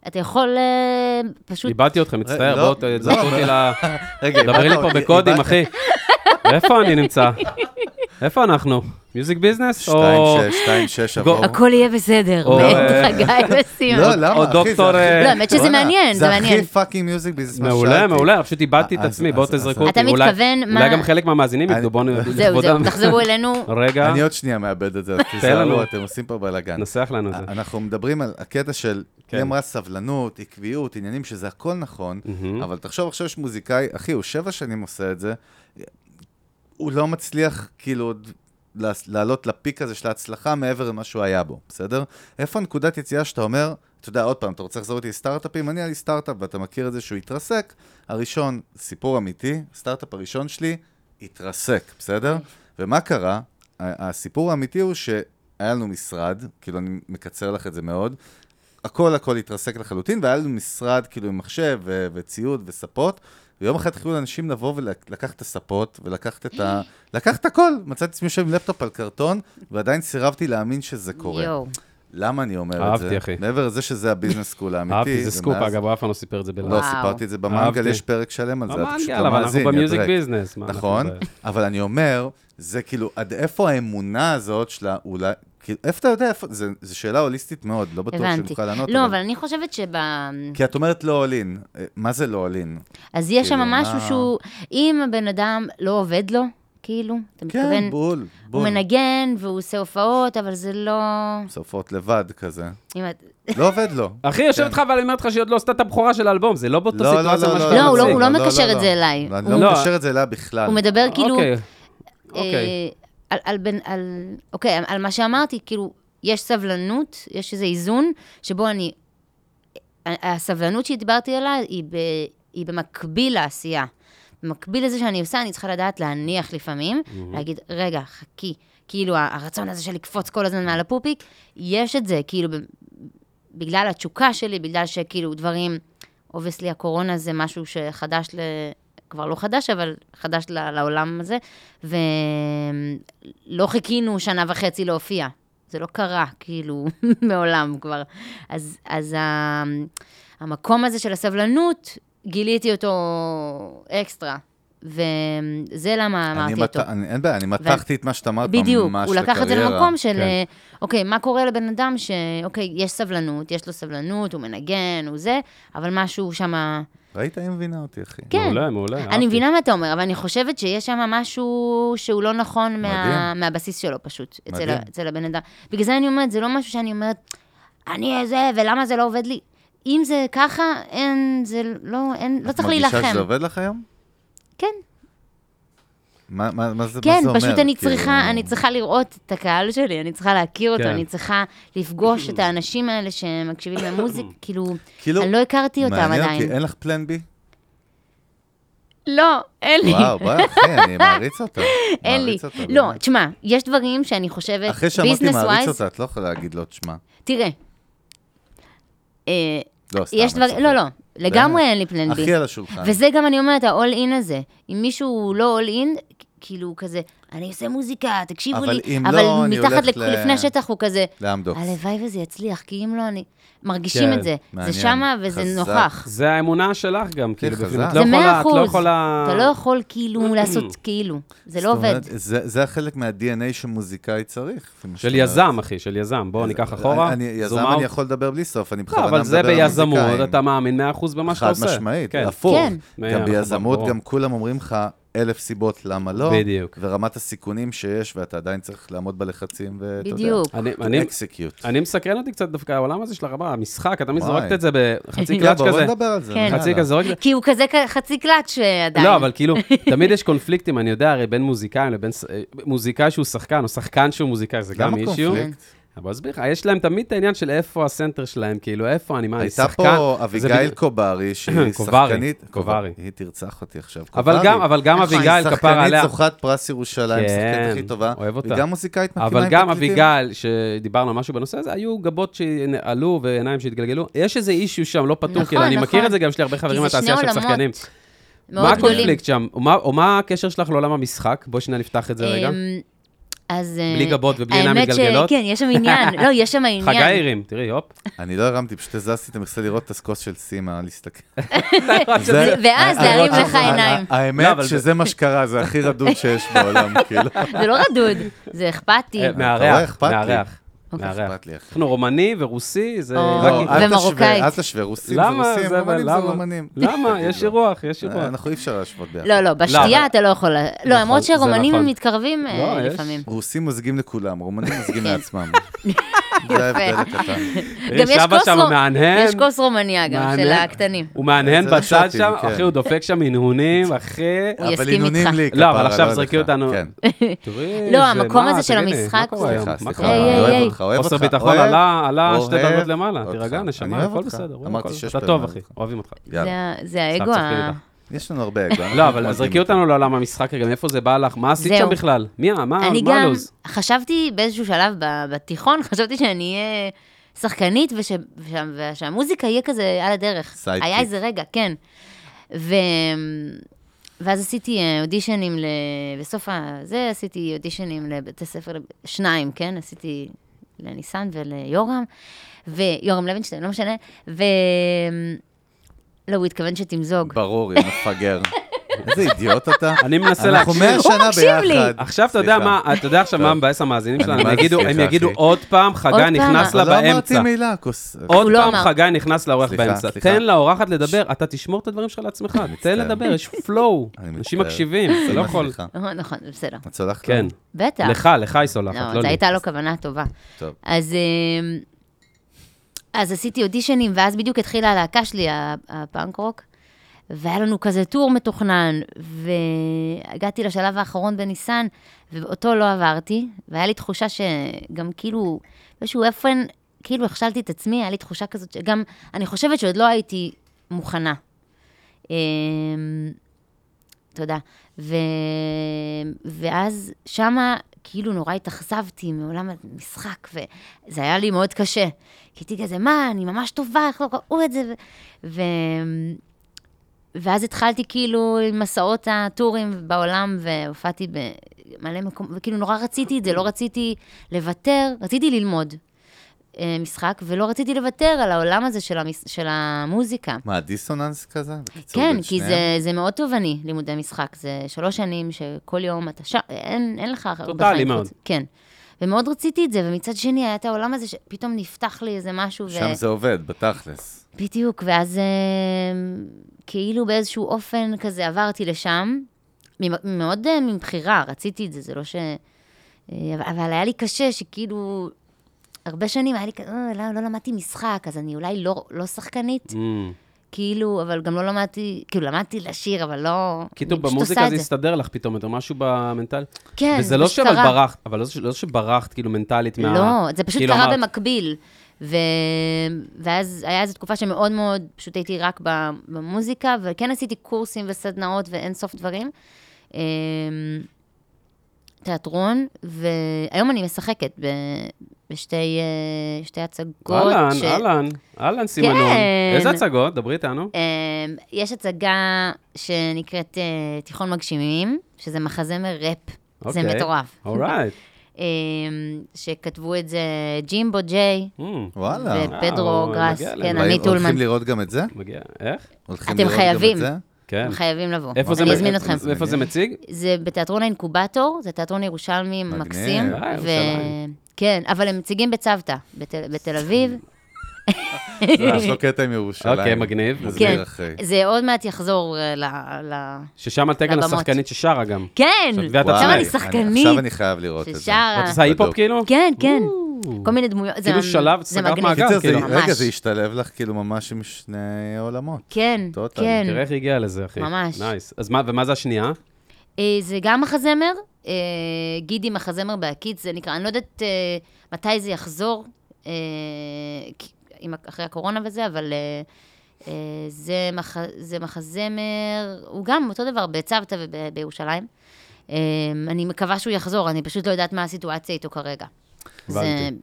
[SPEAKER 6] אתה יכול אה, פשוט...
[SPEAKER 4] איבדתי אותך, מצטער,
[SPEAKER 5] לא, אה,
[SPEAKER 4] בואו תזרקו אותי ל...
[SPEAKER 5] רגע,
[SPEAKER 4] דברי לי
[SPEAKER 5] איבדת
[SPEAKER 4] פה
[SPEAKER 5] אותי,
[SPEAKER 4] בקודים,
[SPEAKER 5] איבדת-
[SPEAKER 4] אחי. איפה אני נמצא? איפה אנחנו? מיוזיק ביזנס? או...
[SPEAKER 5] 2-6, 2-6
[SPEAKER 4] גו-
[SPEAKER 5] עבור.
[SPEAKER 6] הכל יהיה בסדר,
[SPEAKER 4] או,
[SPEAKER 6] מאת
[SPEAKER 4] אה,
[SPEAKER 6] חגי וסיון.
[SPEAKER 5] לא, למה,
[SPEAKER 4] או
[SPEAKER 5] אחי? זה
[SPEAKER 4] דוקטור,
[SPEAKER 5] הכי-
[SPEAKER 4] אה,
[SPEAKER 6] לא, האמת שזה
[SPEAKER 5] בואנה,
[SPEAKER 6] מעניין, זה מעניין.
[SPEAKER 5] זה הכי פאקינג מיוזיק ביזנס. מה
[SPEAKER 4] מעולה,
[SPEAKER 5] שאלתי.
[SPEAKER 4] מעולה, פשוט איבדתי את
[SPEAKER 5] אה, אז-
[SPEAKER 4] עצמי,
[SPEAKER 5] אז-
[SPEAKER 4] בואו
[SPEAKER 5] אז-
[SPEAKER 4] תזרקו
[SPEAKER 5] אז-
[SPEAKER 4] אותי.
[SPEAKER 6] אתה
[SPEAKER 4] אולי-
[SPEAKER 6] מתכוון
[SPEAKER 4] אולי
[SPEAKER 6] מה-
[SPEAKER 4] גם חלק מהמאזינים
[SPEAKER 5] אני-
[SPEAKER 4] יתנו, בואו נ-
[SPEAKER 6] זהו, זהו,
[SPEAKER 4] לכבודם.
[SPEAKER 6] תחזרו אלינו.
[SPEAKER 4] רגע,
[SPEAKER 5] אני עוד שנייה מאבד את זה, אז
[SPEAKER 4] תן לנו.
[SPEAKER 5] תיזהרו, אתם עושים פה בלאגן.
[SPEAKER 4] נסח לנו את זה.
[SPEAKER 5] אנחנו מדברים על הקטע של,
[SPEAKER 4] כן.
[SPEAKER 5] היא אמרה סבלנות, עקביות, עניינים שזה הכל נכון,
[SPEAKER 4] מהמם.
[SPEAKER 5] אבל תחשוב עכשיו יש מוזיקאי, אחי, הוא שבע שנים עושה את זה, הוא לא מצליח כאילו עוד לה- לעלות לפיק הזה של ההצלחה מעבר למה שהוא היה בו, בסדר? איפה הנקודת יציאה שאתה אומר, אתה יודע, עוד פעם, אתה רוצה לחזור אותי לסטארט-אפים? אני היה לי סטארט-אפ, ואתה מכיר את זה שהוא התרסק. הראשון, סיפור אמיתי, הסטארט-אפ הראשון שלי התרסק, בסדר? ומה קרה? ה- הסיפור האמיתי הוא שהיה לנו משרד, כאילו, אני מקצר לך את זה מאוד, הכל הכל התרסק לחלוטין, והיה לנו משרד כאילו עם מחשב ו- וציוד וספות, ויום אחד התחילו לאנשים לבוא ולקחת את הספות, ולקחת את ה... לקחת את הכל, מצאתי את עצמי יושב עם לפטופ על קרטון, ועדיין סירבתי להאמין שזה קורה.
[SPEAKER 6] יואו.
[SPEAKER 5] למה אני אומר את
[SPEAKER 4] אהבתי,
[SPEAKER 5] זה?
[SPEAKER 4] אחי.
[SPEAKER 5] מעבר לזה שזה הביזנס כול האמיתי.
[SPEAKER 4] אהבתי, זה סקופ,
[SPEAKER 5] ומאז-
[SPEAKER 4] אגב, הוא אף פעם לא סיפר את זה בלעד.
[SPEAKER 5] לא,
[SPEAKER 6] וואו.
[SPEAKER 5] סיפרתי את זה במנגל,
[SPEAKER 4] אהבתי.
[SPEAKER 5] יש פרק שלם על זה, אתה פשוט
[SPEAKER 4] במנגל,
[SPEAKER 5] לא
[SPEAKER 4] אבל אנחנו
[SPEAKER 5] מאזין, יא
[SPEAKER 4] במיוזיק
[SPEAKER 5] דרק.
[SPEAKER 4] ביזנס. מה, אנחנו
[SPEAKER 5] נכון,
[SPEAKER 4] ב-
[SPEAKER 5] אבל אני אומר, זה כאילו, עד איפה האמונה הזאת שלה, אולי, כאילו, איפה אתה יודע איפה, זה- זו שאלה הוליסטית מאוד, לא בטוח
[SPEAKER 6] הבנתי.
[SPEAKER 5] שנוכל לענות.
[SPEAKER 6] לא, אבל אני חושבת שב...
[SPEAKER 5] כי את אומרת לא אולין, מה זה לא אולין?
[SPEAKER 6] אז יש שם
[SPEAKER 5] כאילו,
[SPEAKER 6] משהו
[SPEAKER 5] מה-
[SPEAKER 6] שהוא... אם הבן אדם לא עובד לו, כאילו, אתה
[SPEAKER 5] כן,
[SPEAKER 6] מתכוון...
[SPEAKER 5] בול,
[SPEAKER 6] הוא
[SPEAKER 5] בול.
[SPEAKER 6] מנגן והוא עושה הופעות, אבל זה לא...
[SPEAKER 5] סופות לבד כזה.
[SPEAKER 6] אם את-
[SPEAKER 5] לא עובד לו.
[SPEAKER 4] אחי, יושבת איתך ואני אומרת לך שהיא עוד לא עשתה את הבכורה של האלבום, זה לא באותה
[SPEAKER 5] לא, לא,
[SPEAKER 4] סיטואציה מה שאתה
[SPEAKER 6] לא, הוא לא-
[SPEAKER 4] מציג.
[SPEAKER 6] הוא לא מקשר את זה אליי.
[SPEAKER 5] אני
[SPEAKER 4] הוא-
[SPEAKER 5] לא מקשר את זה אליה בכלל.
[SPEAKER 6] הוא מדבר כאילו...
[SPEAKER 4] אוקיי,
[SPEAKER 6] אה,
[SPEAKER 4] אוקיי.
[SPEAKER 6] על, על, בין, על, אוקיי, על, על מה שאמרתי, כאילו, יש סבלנות, יש איזה איזון, שבו אני... ה- הסבלנות שהדברתי עליה היא, ב, היא במקביל לעשייה. במקביל לזה שאני עושה, אני צריכה לדעת להניח לפעמים, להגיד, רגע, חכי. כאילו, ה- הרצון הזה של לקפוץ כל הזמן מעל הפופיק, יש את זה, כאילו, ב- בגלל התשוקה שלי, בגלל שכאילו דברים, אובייסלי הקורונה זה משהו שחדש ל... כבר לא חדש, אבל חדש ל- לעולם הזה, ולא חיכינו שנה וחצי להופיע. זה לא קרה, כאילו, מעולם כבר. אז, אז ה... המקום הזה של הסבלנות, גיליתי אותו אקסטרה. וזה למה
[SPEAKER 5] אני
[SPEAKER 6] אמרתי אותו.
[SPEAKER 5] מת- אני- אין בעיה, אני מתחתי את מה שאת אמרת ממש לקריירה.
[SPEAKER 6] בדיוק, הוא לקח את זה למקום של,
[SPEAKER 4] כן.
[SPEAKER 6] אה, אוקיי, מה קורה לבן אדם ש... אוקיי, יש סבלנות, יש לו סבלנות, הוא מנגן, הוא זה, אבל משהו שם...
[SPEAKER 5] ראית, היא מבינה אותי, אחי.
[SPEAKER 6] כן.
[SPEAKER 4] מעולה, מעולה.
[SPEAKER 6] אני
[SPEAKER 4] אהבתי.
[SPEAKER 6] מבינה מה אתה אומר, אבל אני חושבת שיש שם משהו שהוא לא נכון מה...
[SPEAKER 5] מדהים.
[SPEAKER 6] מהבסיס שלו פשוט, אצל,
[SPEAKER 5] מדהים.
[SPEAKER 6] ה... אצל הבן אדם. בגלל זה אני אומרת, זה לא משהו שאני אומרת, אני זה, ולמה זה לא עובד לי? אם זה ככה, אין, זה לא, אין, לא צריך
[SPEAKER 5] את מרגישה
[SPEAKER 6] להילחם.
[SPEAKER 5] שזה עובד לך היום?
[SPEAKER 6] כן,
[SPEAKER 5] מה, מה, מה, זה, מה
[SPEAKER 6] כן,
[SPEAKER 5] זה אומר?
[SPEAKER 6] פשוט אני
[SPEAKER 5] כאילו?
[SPEAKER 6] צריכה, אני צריכה לראות את הקהל שלי, אני צריכה להכיר אותו,
[SPEAKER 4] כן.
[SPEAKER 6] אני צריכה לפגוש את האנשים האלה שמקשיבים למוזיק, כאילו,
[SPEAKER 5] כאילו,
[SPEAKER 6] אני לא הכרתי אותם
[SPEAKER 5] מעניין
[SPEAKER 6] עדיין.
[SPEAKER 5] אותי, אין לך פלן בי?
[SPEAKER 6] לא, אין לי.
[SPEAKER 5] וואו, בואי, אחי, אני מעריץ אותה.
[SPEAKER 6] אין לי.
[SPEAKER 5] מעריץ אותה,
[SPEAKER 6] לא,
[SPEAKER 5] באמת.
[SPEAKER 6] תשמע, יש דברים שאני חושבת,
[SPEAKER 5] אחרי שאמרתי
[SPEAKER 6] ביזנס
[SPEAKER 5] מעריץ
[SPEAKER 6] ווייז,
[SPEAKER 5] אותה, את לא יכולה להגיד לו, תשמע.
[SPEAKER 6] תראה, אה,
[SPEAKER 5] לא, סתם.
[SPEAKER 6] יש
[SPEAKER 5] אני צוחק.
[SPEAKER 6] דברים, לא, לא, לגמרי אין לי פלן בי.
[SPEAKER 5] הכי על השולחן.
[SPEAKER 6] וזה גם אני אומרת, ה-all in הזה. אם מישהו הוא לא all in, כ- כאילו הוא כזה, אני עושה מוזיקה, תקשיבו
[SPEAKER 5] אבל
[SPEAKER 6] לי,
[SPEAKER 5] אם
[SPEAKER 6] אבל
[SPEAKER 5] לא, אני
[SPEAKER 6] מתחת
[SPEAKER 5] הולך
[SPEAKER 6] לכ-
[SPEAKER 5] ל-
[SPEAKER 6] לפני השטח הוא כזה,
[SPEAKER 5] לאמדוקס.
[SPEAKER 6] הלוואי וזה יצליח, כי אם לא, אני... מרגישים
[SPEAKER 4] כן,
[SPEAKER 6] את זה. זה
[SPEAKER 5] מעניין.
[SPEAKER 6] שמה וזה
[SPEAKER 5] חזק.
[SPEAKER 6] נוכח.
[SPEAKER 4] זה האמונה שלך גם, כאילו,
[SPEAKER 5] חזק.
[SPEAKER 4] בפנים. את לא
[SPEAKER 6] זה
[SPEAKER 4] יכולה,
[SPEAKER 6] מאה
[SPEAKER 4] את לא
[SPEAKER 6] אחוז.
[SPEAKER 4] יכולה...
[SPEAKER 6] אתה לא יכול כאילו לעשות כאילו. זה לא
[SPEAKER 5] זאת
[SPEAKER 6] עובד.
[SPEAKER 5] אומרת, זה זה החלק מה-DNA שמוזיקאי צריך. זה מה שאת
[SPEAKER 4] של
[SPEAKER 5] אומרת.
[SPEAKER 4] יזם, אחי, של יזם. בואו ניקח אחורה,
[SPEAKER 5] אני- יזם
[SPEAKER 4] זום
[SPEAKER 5] אני
[SPEAKER 4] אאוט.
[SPEAKER 5] יכול לדבר בלי סוף, אני בכוונה
[SPEAKER 4] לא,
[SPEAKER 5] מדבר
[SPEAKER 4] אבל זה
[SPEAKER 5] על
[SPEAKER 4] ביזמות,
[SPEAKER 5] מוזיקאים.
[SPEAKER 4] אתה מאמין 100% במה שאתה
[SPEAKER 5] חד
[SPEAKER 4] עושה.
[SPEAKER 5] משמעית,
[SPEAKER 4] כן.
[SPEAKER 5] הפוך.
[SPEAKER 6] כן.
[SPEAKER 5] גם
[SPEAKER 4] אנחנו
[SPEAKER 5] ביזמות,
[SPEAKER 4] ברור.
[SPEAKER 5] גם כולם אומרים לך אלף סיבות למה לא.
[SPEAKER 4] בדיוק.
[SPEAKER 5] ורמת הסיכונים שיש, ואתה עדיין צריך לעמוד בלחצים, ואתה יודע.
[SPEAKER 6] בדיוק.
[SPEAKER 4] אני- אני-
[SPEAKER 5] אקסקיוט.
[SPEAKER 4] אני מסקרן אותי קצת דווקא, העולם הזה של הרבה, המשחק, אתה תמיד
[SPEAKER 5] וואי.
[SPEAKER 4] זורקת את זה בחצי
[SPEAKER 5] יאללה,
[SPEAKER 4] קלאץ'
[SPEAKER 5] בואו
[SPEAKER 4] כזה.
[SPEAKER 5] לא, נדבר על זה.
[SPEAKER 6] כן.
[SPEAKER 5] יאללה.
[SPEAKER 4] חצי כזה זורק את זה.
[SPEAKER 6] כי הוא כזה כ- חצי קלאץ' אה, עדיין.
[SPEAKER 4] לא, אבל כאילו, תמיד יש קונפליקטים, אני יודע, הרי בין מוזיקאים לבין... ס- אה, מוזיקאי שהוא שחקן, או שחקן שהוא מוזיקאי, זה
[SPEAKER 5] למה
[SPEAKER 4] גם אישיו.
[SPEAKER 6] כן.
[SPEAKER 5] קונפליקט?
[SPEAKER 4] אבל אסביר לך, יש להם תמיד את העניין של איפה הסנטר שלהם, כאילו, איפה אני, מה, אני
[SPEAKER 5] הייתה
[SPEAKER 4] שחקן?
[SPEAKER 5] פה
[SPEAKER 4] וזה
[SPEAKER 5] אביגיל
[SPEAKER 4] בדיוק-
[SPEAKER 5] קוברי, שהיא
[SPEAKER 4] קוברי,
[SPEAKER 5] שחקנית...
[SPEAKER 4] קוברי.
[SPEAKER 5] היא תרצח אותי עכשיו. אה,
[SPEAKER 4] אבל גם, אבל גם
[SPEAKER 6] נכון.
[SPEAKER 4] אביגיל, כפר
[SPEAKER 5] שחקנית
[SPEAKER 4] עליה.
[SPEAKER 5] זוכת פרס ירושלים,
[SPEAKER 4] כן,
[SPEAKER 5] שחקנית הכי טובה.
[SPEAKER 4] אוהב אותה.
[SPEAKER 5] היא גם מוזיקאית מתאימה
[SPEAKER 4] אבל
[SPEAKER 5] עם
[SPEAKER 4] גם
[SPEAKER 5] תקליטים.
[SPEAKER 4] אביגיל, שדיברנו על משהו בנושא הזה, היו גבות שעלו ועיניים שהתגלגלו. יש איזה אישיו שם, לא פתור,
[SPEAKER 6] נכון,
[SPEAKER 4] כאילו, אני מכיר
[SPEAKER 6] נכון.
[SPEAKER 4] את זה, גם יש לי הרבה חברים
[SPEAKER 6] זה שני
[SPEAKER 4] מהתעשייה שהם
[SPEAKER 6] עולמות
[SPEAKER 4] שחקנים.
[SPEAKER 6] מאוד
[SPEAKER 4] מה
[SPEAKER 6] גדולים.
[SPEAKER 4] הקונפליקט שם? או מה- או מה הקשר שלך לעולם המשחק? בואי שניה נפתח את זה אה, רגע.
[SPEAKER 6] אמ, אז... אה,
[SPEAKER 4] בלי גבות ובלי עיניים
[SPEAKER 6] האמת ש-
[SPEAKER 4] מתגלגלות?
[SPEAKER 6] כן, יש שם עניין. לא, יש שם עניין.
[SPEAKER 4] חגי הרים, תראי, הופ.
[SPEAKER 5] אני לא הרמתי, פשוט הזזתי את המכסה לראות את הכוס של סימה, להסתכל.
[SPEAKER 6] זה-
[SPEAKER 4] אה,
[SPEAKER 6] ואז להרים
[SPEAKER 5] אבל-
[SPEAKER 6] לך עיניים.
[SPEAKER 4] לא,
[SPEAKER 5] האמת
[SPEAKER 4] אבל זה-
[SPEAKER 5] שזה מה שקרה, זה הכי רדוד שיש בעולם, כאילו.
[SPEAKER 6] זה לא רדוד, זה אכפתי.
[SPEAKER 4] אה,
[SPEAKER 5] רואה,
[SPEAKER 4] מארח,
[SPEAKER 5] אכפת לי.
[SPEAKER 4] מארח.
[SPEAKER 6] אוקיי.
[SPEAKER 4] מארח.
[SPEAKER 5] לא אכפת לי, אחי.
[SPEAKER 4] אנחנו רומני ורוסי, זה...
[SPEAKER 6] או.
[SPEAKER 4] רק-
[SPEAKER 5] לא, אל
[SPEAKER 6] אוקיי.
[SPEAKER 5] תשווה-
[SPEAKER 6] ומרוקאית.
[SPEAKER 5] אל תשווה, רוסים זה
[SPEAKER 4] למה?
[SPEAKER 5] רוסים,
[SPEAKER 4] זה-
[SPEAKER 5] רומנים זה
[SPEAKER 4] למה?
[SPEAKER 5] רומנים.
[SPEAKER 4] למה? יש אירוח, יש
[SPEAKER 5] אה,
[SPEAKER 6] נכון.
[SPEAKER 4] אירוח.
[SPEAKER 5] אנחנו אי אפשר להשוות ביחד.
[SPEAKER 6] לא, לא,
[SPEAKER 4] לא, אבל-
[SPEAKER 6] בשתייה אתה לא יכול... לה- לא, למרות
[SPEAKER 4] זה
[SPEAKER 6] שרומנים
[SPEAKER 4] נכון.
[SPEAKER 6] הם מתקרבים אה,
[SPEAKER 4] לא, יש.
[SPEAKER 6] לפעמים.
[SPEAKER 5] רוסים מוזגים לכולם, רומנים מוזגים לעצמם. זה ההבדל הקטן.
[SPEAKER 6] גם יש
[SPEAKER 4] אבא
[SPEAKER 6] כוס
[SPEAKER 4] אה, שם
[SPEAKER 6] רומ-
[SPEAKER 4] מהנהן.
[SPEAKER 6] יש כוס רומניה גם, של
[SPEAKER 4] מהנהן.
[SPEAKER 6] הקטנים.
[SPEAKER 4] הוא מהנהן
[SPEAKER 5] זה
[SPEAKER 4] בצד
[SPEAKER 5] חשבתי,
[SPEAKER 4] שם,
[SPEAKER 5] כן.
[SPEAKER 4] אחי, הוא דופק שם הנהונים, אחי.
[SPEAKER 6] הוא
[SPEAKER 5] אבל
[SPEAKER 6] יסכים
[SPEAKER 5] עינונים
[SPEAKER 6] איתך.
[SPEAKER 5] לי,
[SPEAKER 4] לא, אבל
[SPEAKER 5] כפרה,
[SPEAKER 4] עכשיו
[SPEAKER 5] לך.
[SPEAKER 4] זרקי אותנו.
[SPEAKER 5] כן.
[SPEAKER 4] תראי,
[SPEAKER 6] לא,
[SPEAKER 4] זה-
[SPEAKER 6] המקום
[SPEAKER 4] מה,
[SPEAKER 6] הזה של
[SPEAKER 4] תגידי,
[SPEAKER 6] המשחק
[SPEAKER 4] מה קורה
[SPEAKER 6] זה-
[SPEAKER 4] היום?
[SPEAKER 5] סליחה,
[SPEAKER 4] מה
[SPEAKER 5] סליחה,
[SPEAKER 4] קורה?
[SPEAKER 6] היי,
[SPEAKER 5] אני
[SPEAKER 6] היי,
[SPEAKER 5] אוהב
[SPEAKER 6] היי.
[SPEAKER 5] אותך, אוהב אותך.
[SPEAKER 4] חוסר ביטחון
[SPEAKER 5] אוהב,
[SPEAKER 4] עלה, עלה שתי
[SPEAKER 5] אוהב
[SPEAKER 4] דרגות למעלה,
[SPEAKER 5] אותך.
[SPEAKER 4] תירגע,
[SPEAKER 5] אני
[SPEAKER 4] נשמה,
[SPEAKER 5] אוהב
[SPEAKER 4] הכל
[SPEAKER 5] אותך.
[SPEAKER 4] בסדר. אוהב,
[SPEAKER 5] אמרתי
[SPEAKER 4] הכל-
[SPEAKER 5] שש
[SPEAKER 4] אתה טוב,
[SPEAKER 5] פעמים.
[SPEAKER 4] אחי, אוהבים אותך.
[SPEAKER 5] יאללה.
[SPEAKER 6] זה- זה
[SPEAKER 4] סתם
[SPEAKER 6] האגו
[SPEAKER 4] צוחקים
[SPEAKER 6] ה...
[SPEAKER 4] איתך.
[SPEAKER 5] יש לנו הרבה אגו.
[SPEAKER 4] לא, אבל אז זרקי אותנו לעולם המשחק רגע, מאיפה זה בא לך? מה עשית
[SPEAKER 6] זהו.
[SPEAKER 4] שם בכלל? מי, מה, אה, מה
[SPEAKER 6] אני גם
[SPEAKER 4] הלו"ז?
[SPEAKER 6] חשבתי באיזשהו שלב ב- בתיכון, חשבתי שאני אהיה שחקנית וש- ושה- ושהמוזיקה יהיה כזה על הדרך.
[SPEAKER 5] Sidekick.
[SPEAKER 6] היה איזה רגע, כן. ו... ואז עשיתי אה, אודישנים, ל... בסוף הזה עשיתי אודישנים לבתי ספר, שניים, כן? עשיתי לניסן וליורם, ויורם לוינשטיין, לא משנה, ו... לא, הוא התכוון שתמזוג.
[SPEAKER 5] ברור, יא מפגר. איזה אידיוט אתה.
[SPEAKER 4] אני מנסה
[SPEAKER 5] אנחנו
[SPEAKER 4] להקשיב.
[SPEAKER 5] מאה שנה
[SPEAKER 6] מקשיב לי.
[SPEAKER 5] ביחד.
[SPEAKER 4] עכשיו אתה יודע
[SPEAKER 5] סליחה.
[SPEAKER 4] מה, אתה יודע עכשיו מה
[SPEAKER 5] טוב.
[SPEAKER 4] מבאס המאזינים
[SPEAKER 5] אני
[SPEAKER 4] שלנו, הם
[SPEAKER 5] ממש
[SPEAKER 4] יגידו- הם
[SPEAKER 5] סליחה,
[SPEAKER 4] יגידו
[SPEAKER 5] אחי.
[SPEAKER 4] עוד פעם,
[SPEAKER 6] עוד
[SPEAKER 4] חגי
[SPEAKER 6] פעם.
[SPEAKER 4] נכנס לה
[SPEAKER 5] אבל לא אמרתי
[SPEAKER 4] באמצע.
[SPEAKER 5] מילה, כוס.
[SPEAKER 4] עוד
[SPEAKER 6] הוא לא
[SPEAKER 4] פעם
[SPEAKER 6] אמר.
[SPEAKER 4] חגי נכנס לאורח
[SPEAKER 5] סליחה,
[SPEAKER 4] באמצע.
[SPEAKER 5] סליחה.
[SPEAKER 4] תן לאורחת לדבר, אתה תשמור את הדברים שלך לעצמך, תן
[SPEAKER 5] מצטער.
[SPEAKER 4] לדבר, יש פלואו,
[SPEAKER 5] אני
[SPEAKER 4] אנשים
[SPEAKER 5] מצטער.
[SPEAKER 4] מקשיבים, אתה לא
[SPEAKER 5] סימה,
[SPEAKER 4] יכול.
[SPEAKER 5] סליחה.
[SPEAKER 6] נכון, זה בסדר.
[SPEAKER 5] את סולחת?
[SPEAKER 4] כן,
[SPEAKER 5] לנו?
[SPEAKER 6] בטח.
[SPEAKER 4] לך, לך היא סולחת,
[SPEAKER 6] לא,
[SPEAKER 4] לא
[SPEAKER 6] זו
[SPEAKER 4] לי.
[SPEAKER 6] הייתה לו כוונה טובה.
[SPEAKER 5] טוב.
[SPEAKER 6] אז, אמ, אז עשיתי אודישנים, ואז בדיוק התחילה הלהקה שלי, ה- הפאנק רוק, והיה לנו כזה טור מתוכנן, והגעתי לשלב האחרון בניסן, ואותו לא עברתי, והיה לי תחושה שגם כאילו, באיזשהו אופן, כאילו הכשלתי את עצמי, היה לי תחושה כזאת שגם, אני חושבת שעוד לא הייתי מוכנה. אמ, תודה. ו... ואז שמה כאילו נורא התאכזבתי מעולם המשחק, וזה היה לי מאוד קשה. כי הייתי כזה, מה, אני ממש טובה, איך לא ראו את זה? ו... ו... ואז התחלתי כאילו עם מסעות הטורים בעולם, והופעתי במלא מקום, וכאילו נורא רציתי את זה, לא רציתי לוותר, רציתי ללמוד אה, משחק, ולא רציתי לוותר על העולם הזה של, המס... של המוזיקה.
[SPEAKER 5] מה, דיסוננס כזה? בקיצור,
[SPEAKER 6] כן,
[SPEAKER 5] בין
[SPEAKER 6] כי
[SPEAKER 5] שניהם?
[SPEAKER 6] זה, זה מאוד תובעני, לימודי משחק. זה שלוש שנים שכל יום אתה שם, אין, אין לך... הרבה
[SPEAKER 4] טוטאלי
[SPEAKER 6] חיים
[SPEAKER 4] מאוד.
[SPEAKER 6] חוץ- כן. ומאוד רציתי את זה, ומצד שני היה את העולם הזה שפתאום נפתח לי איזה משהו,
[SPEAKER 5] שם זה עובד, בתכלס.
[SPEAKER 6] בדיוק, ואז אה, כאילו באיזשהו אופן כזה עברתי לשם, ממ- מאוד אה, מבחירה, רציתי את זה, זה לא ש... אה, אבל- אבל היה לי קשה שכאילו, הרבה שנים היה לי כזה, "אה, לא, לא למדתי משחק, אז אני אולי לא, לא שחקנית.
[SPEAKER 4] אמ,
[SPEAKER 6] כאילו, אבל גם לא למדתי, כאילו, למדתי לשיר, אבל לא...
[SPEAKER 4] קיטוב
[SPEAKER 6] אני פשוט
[SPEAKER 4] כאילו, במוזיקה
[SPEAKER 6] עושה
[SPEAKER 4] זה
[SPEAKER 6] את
[SPEAKER 4] הסתדר לך פתאום יותר, משהו במנטל.
[SPEAKER 6] כן,
[SPEAKER 4] וזה לא
[SPEAKER 6] פשוט
[SPEAKER 4] שאבל
[SPEAKER 6] קרה.
[SPEAKER 4] ברחת, אבל לא ש- לא שברחת כאילו מנטלית מה...
[SPEAKER 6] לא, זה פשוט
[SPEAKER 4] כאילו
[SPEAKER 6] קרה
[SPEAKER 4] אמרת,
[SPEAKER 6] במקביל. ו... ואז היה איזו תקופה שמאוד מאוד, פשוט הייתי רק ב- במוזיקה, וכן עשיתי קורסים וסדנאות ואין סוף דברים. אמ, תיאטרון, והיום אני משחקת ב... בשתי אה, שתי הצגות.
[SPEAKER 4] אהלן,
[SPEAKER 6] ש-
[SPEAKER 4] אהלן, אהלן סימנון.
[SPEAKER 6] כן.
[SPEAKER 4] איזה הצגות? דברי איתנו.
[SPEAKER 6] אמ, יש הצגה שנקראת אה, תיכון מגשימים, שזה מחזמר ראפ. זה
[SPEAKER 4] אוקיי.
[SPEAKER 6] מטורף.
[SPEAKER 4] אורייט.
[SPEAKER 6] אמ, שכתבו את זה ג'ימבו ג'יי
[SPEAKER 4] אמ,
[SPEAKER 5] וואלה.
[SPEAKER 4] אה,
[SPEAKER 6] ופדרו
[SPEAKER 4] הוא
[SPEAKER 6] גראס,
[SPEAKER 4] מגיע
[SPEAKER 6] כן,
[SPEAKER 4] להם.
[SPEAKER 6] עמית טולמן.
[SPEAKER 5] הולכים לראות גם את זה?
[SPEAKER 4] מגיע, איך?
[SPEAKER 5] הולכים
[SPEAKER 6] אתם
[SPEAKER 5] לראות גם
[SPEAKER 6] חייבים.
[SPEAKER 5] את זה?
[SPEAKER 4] כן.
[SPEAKER 6] אתם חייבים לבוא.
[SPEAKER 4] איפה זה
[SPEAKER 6] אוקיי. אני
[SPEAKER 4] מ-
[SPEAKER 6] אזמין אתכם.
[SPEAKER 4] איפה זה מציג?
[SPEAKER 6] זה בתיאטרון האינקובטור, זה תיאטרון ירושלמי
[SPEAKER 5] מגניב.
[SPEAKER 6] מקסים.
[SPEAKER 4] אה,
[SPEAKER 6] ו-
[SPEAKER 4] ירושלים.
[SPEAKER 6] כן, אבל הם מציגים בצוותא, בתל- בתל אביב.
[SPEAKER 5] זה, לא, יש לו קטע עם ירושלים.
[SPEAKER 4] אוקיי, מגניב.
[SPEAKER 5] נסביר
[SPEAKER 6] כן,
[SPEAKER 5] אחרי.
[SPEAKER 6] זה עוד מעט יחזור אה, ל- ל...
[SPEAKER 4] ששם תגן
[SPEAKER 6] לבמות.
[SPEAKER 4] השחקנית ששרה גם.
[SPEAKER 6] כן!
[SPEAKER 4] עכשיו, גביעת
[SPEAKER 5] וואי,
[SPEAKER 6] עכשיו אני
[SPEAKER 4] עצמאי.
[SPEAKER 5] עכשיו
[SPEAKER 6] שחקנית
[SPEAKER 5] אני חייב לראות את זה.
[SPEAKER 4] ואת
[SPEAKER 6] ששרה.
[SPEAKER 4] עושה היפ-הופ
[SPEAKER 5] בדוק.
[SPEAKER 4] כאילו?
[SPEAKER 6] אה. כן, כן.
[SPEAKER 4] וואו.
[SPEAKER 6] כל מיני דמויות. זה
[SPEAKER 4] כאילו
[SPEAKER 6] ממ-
[SPEAKER 4] שלב,
[SPEAKER 6] זה
[SPEAKER 4] סגרת
[SPEAKER 6] מגניב.
[SPEAKER 4] מעגל,
[SPEAKER 5] קיצר, זה-
[SPEAKER 4] כאילו.
[SPEAKER 5] רגע,
[SPEAKER 6] ממש.
[SPEAKER 5] זה השתלב לך כאילו ממש עם שני עולמות.
[SPEAKER 6] כן,
[SPEAKER 5] טוטל.
[SPEAKER 6] כן.
[SPEAKER 4] תראה איך היא הגיעה לזה, אחי.
[SPEAKER 6] ממש.
[SPEAKER 4] נייס. אז מה, ומה זה השנייה?
[SPEAKER 6] אה, זה גם מחזמר, אה, אה, גידי מחזמר בהקיץ, זה נקרא, אני לא יודעת אה, מתי זה יחזור, אה, כי- עם, ה- אחרי הקורונה וזה, אבל אה, אה, זה, מח, זה מחזמר, הוא גם אותו דבר בצוותא ובירושלים. אה, אני מקווה שהוא יחזור, אני פשוט לא יודעת מה הסיטואציה איתו כרגע. זה,
[SPEAKER 4] הבנתי.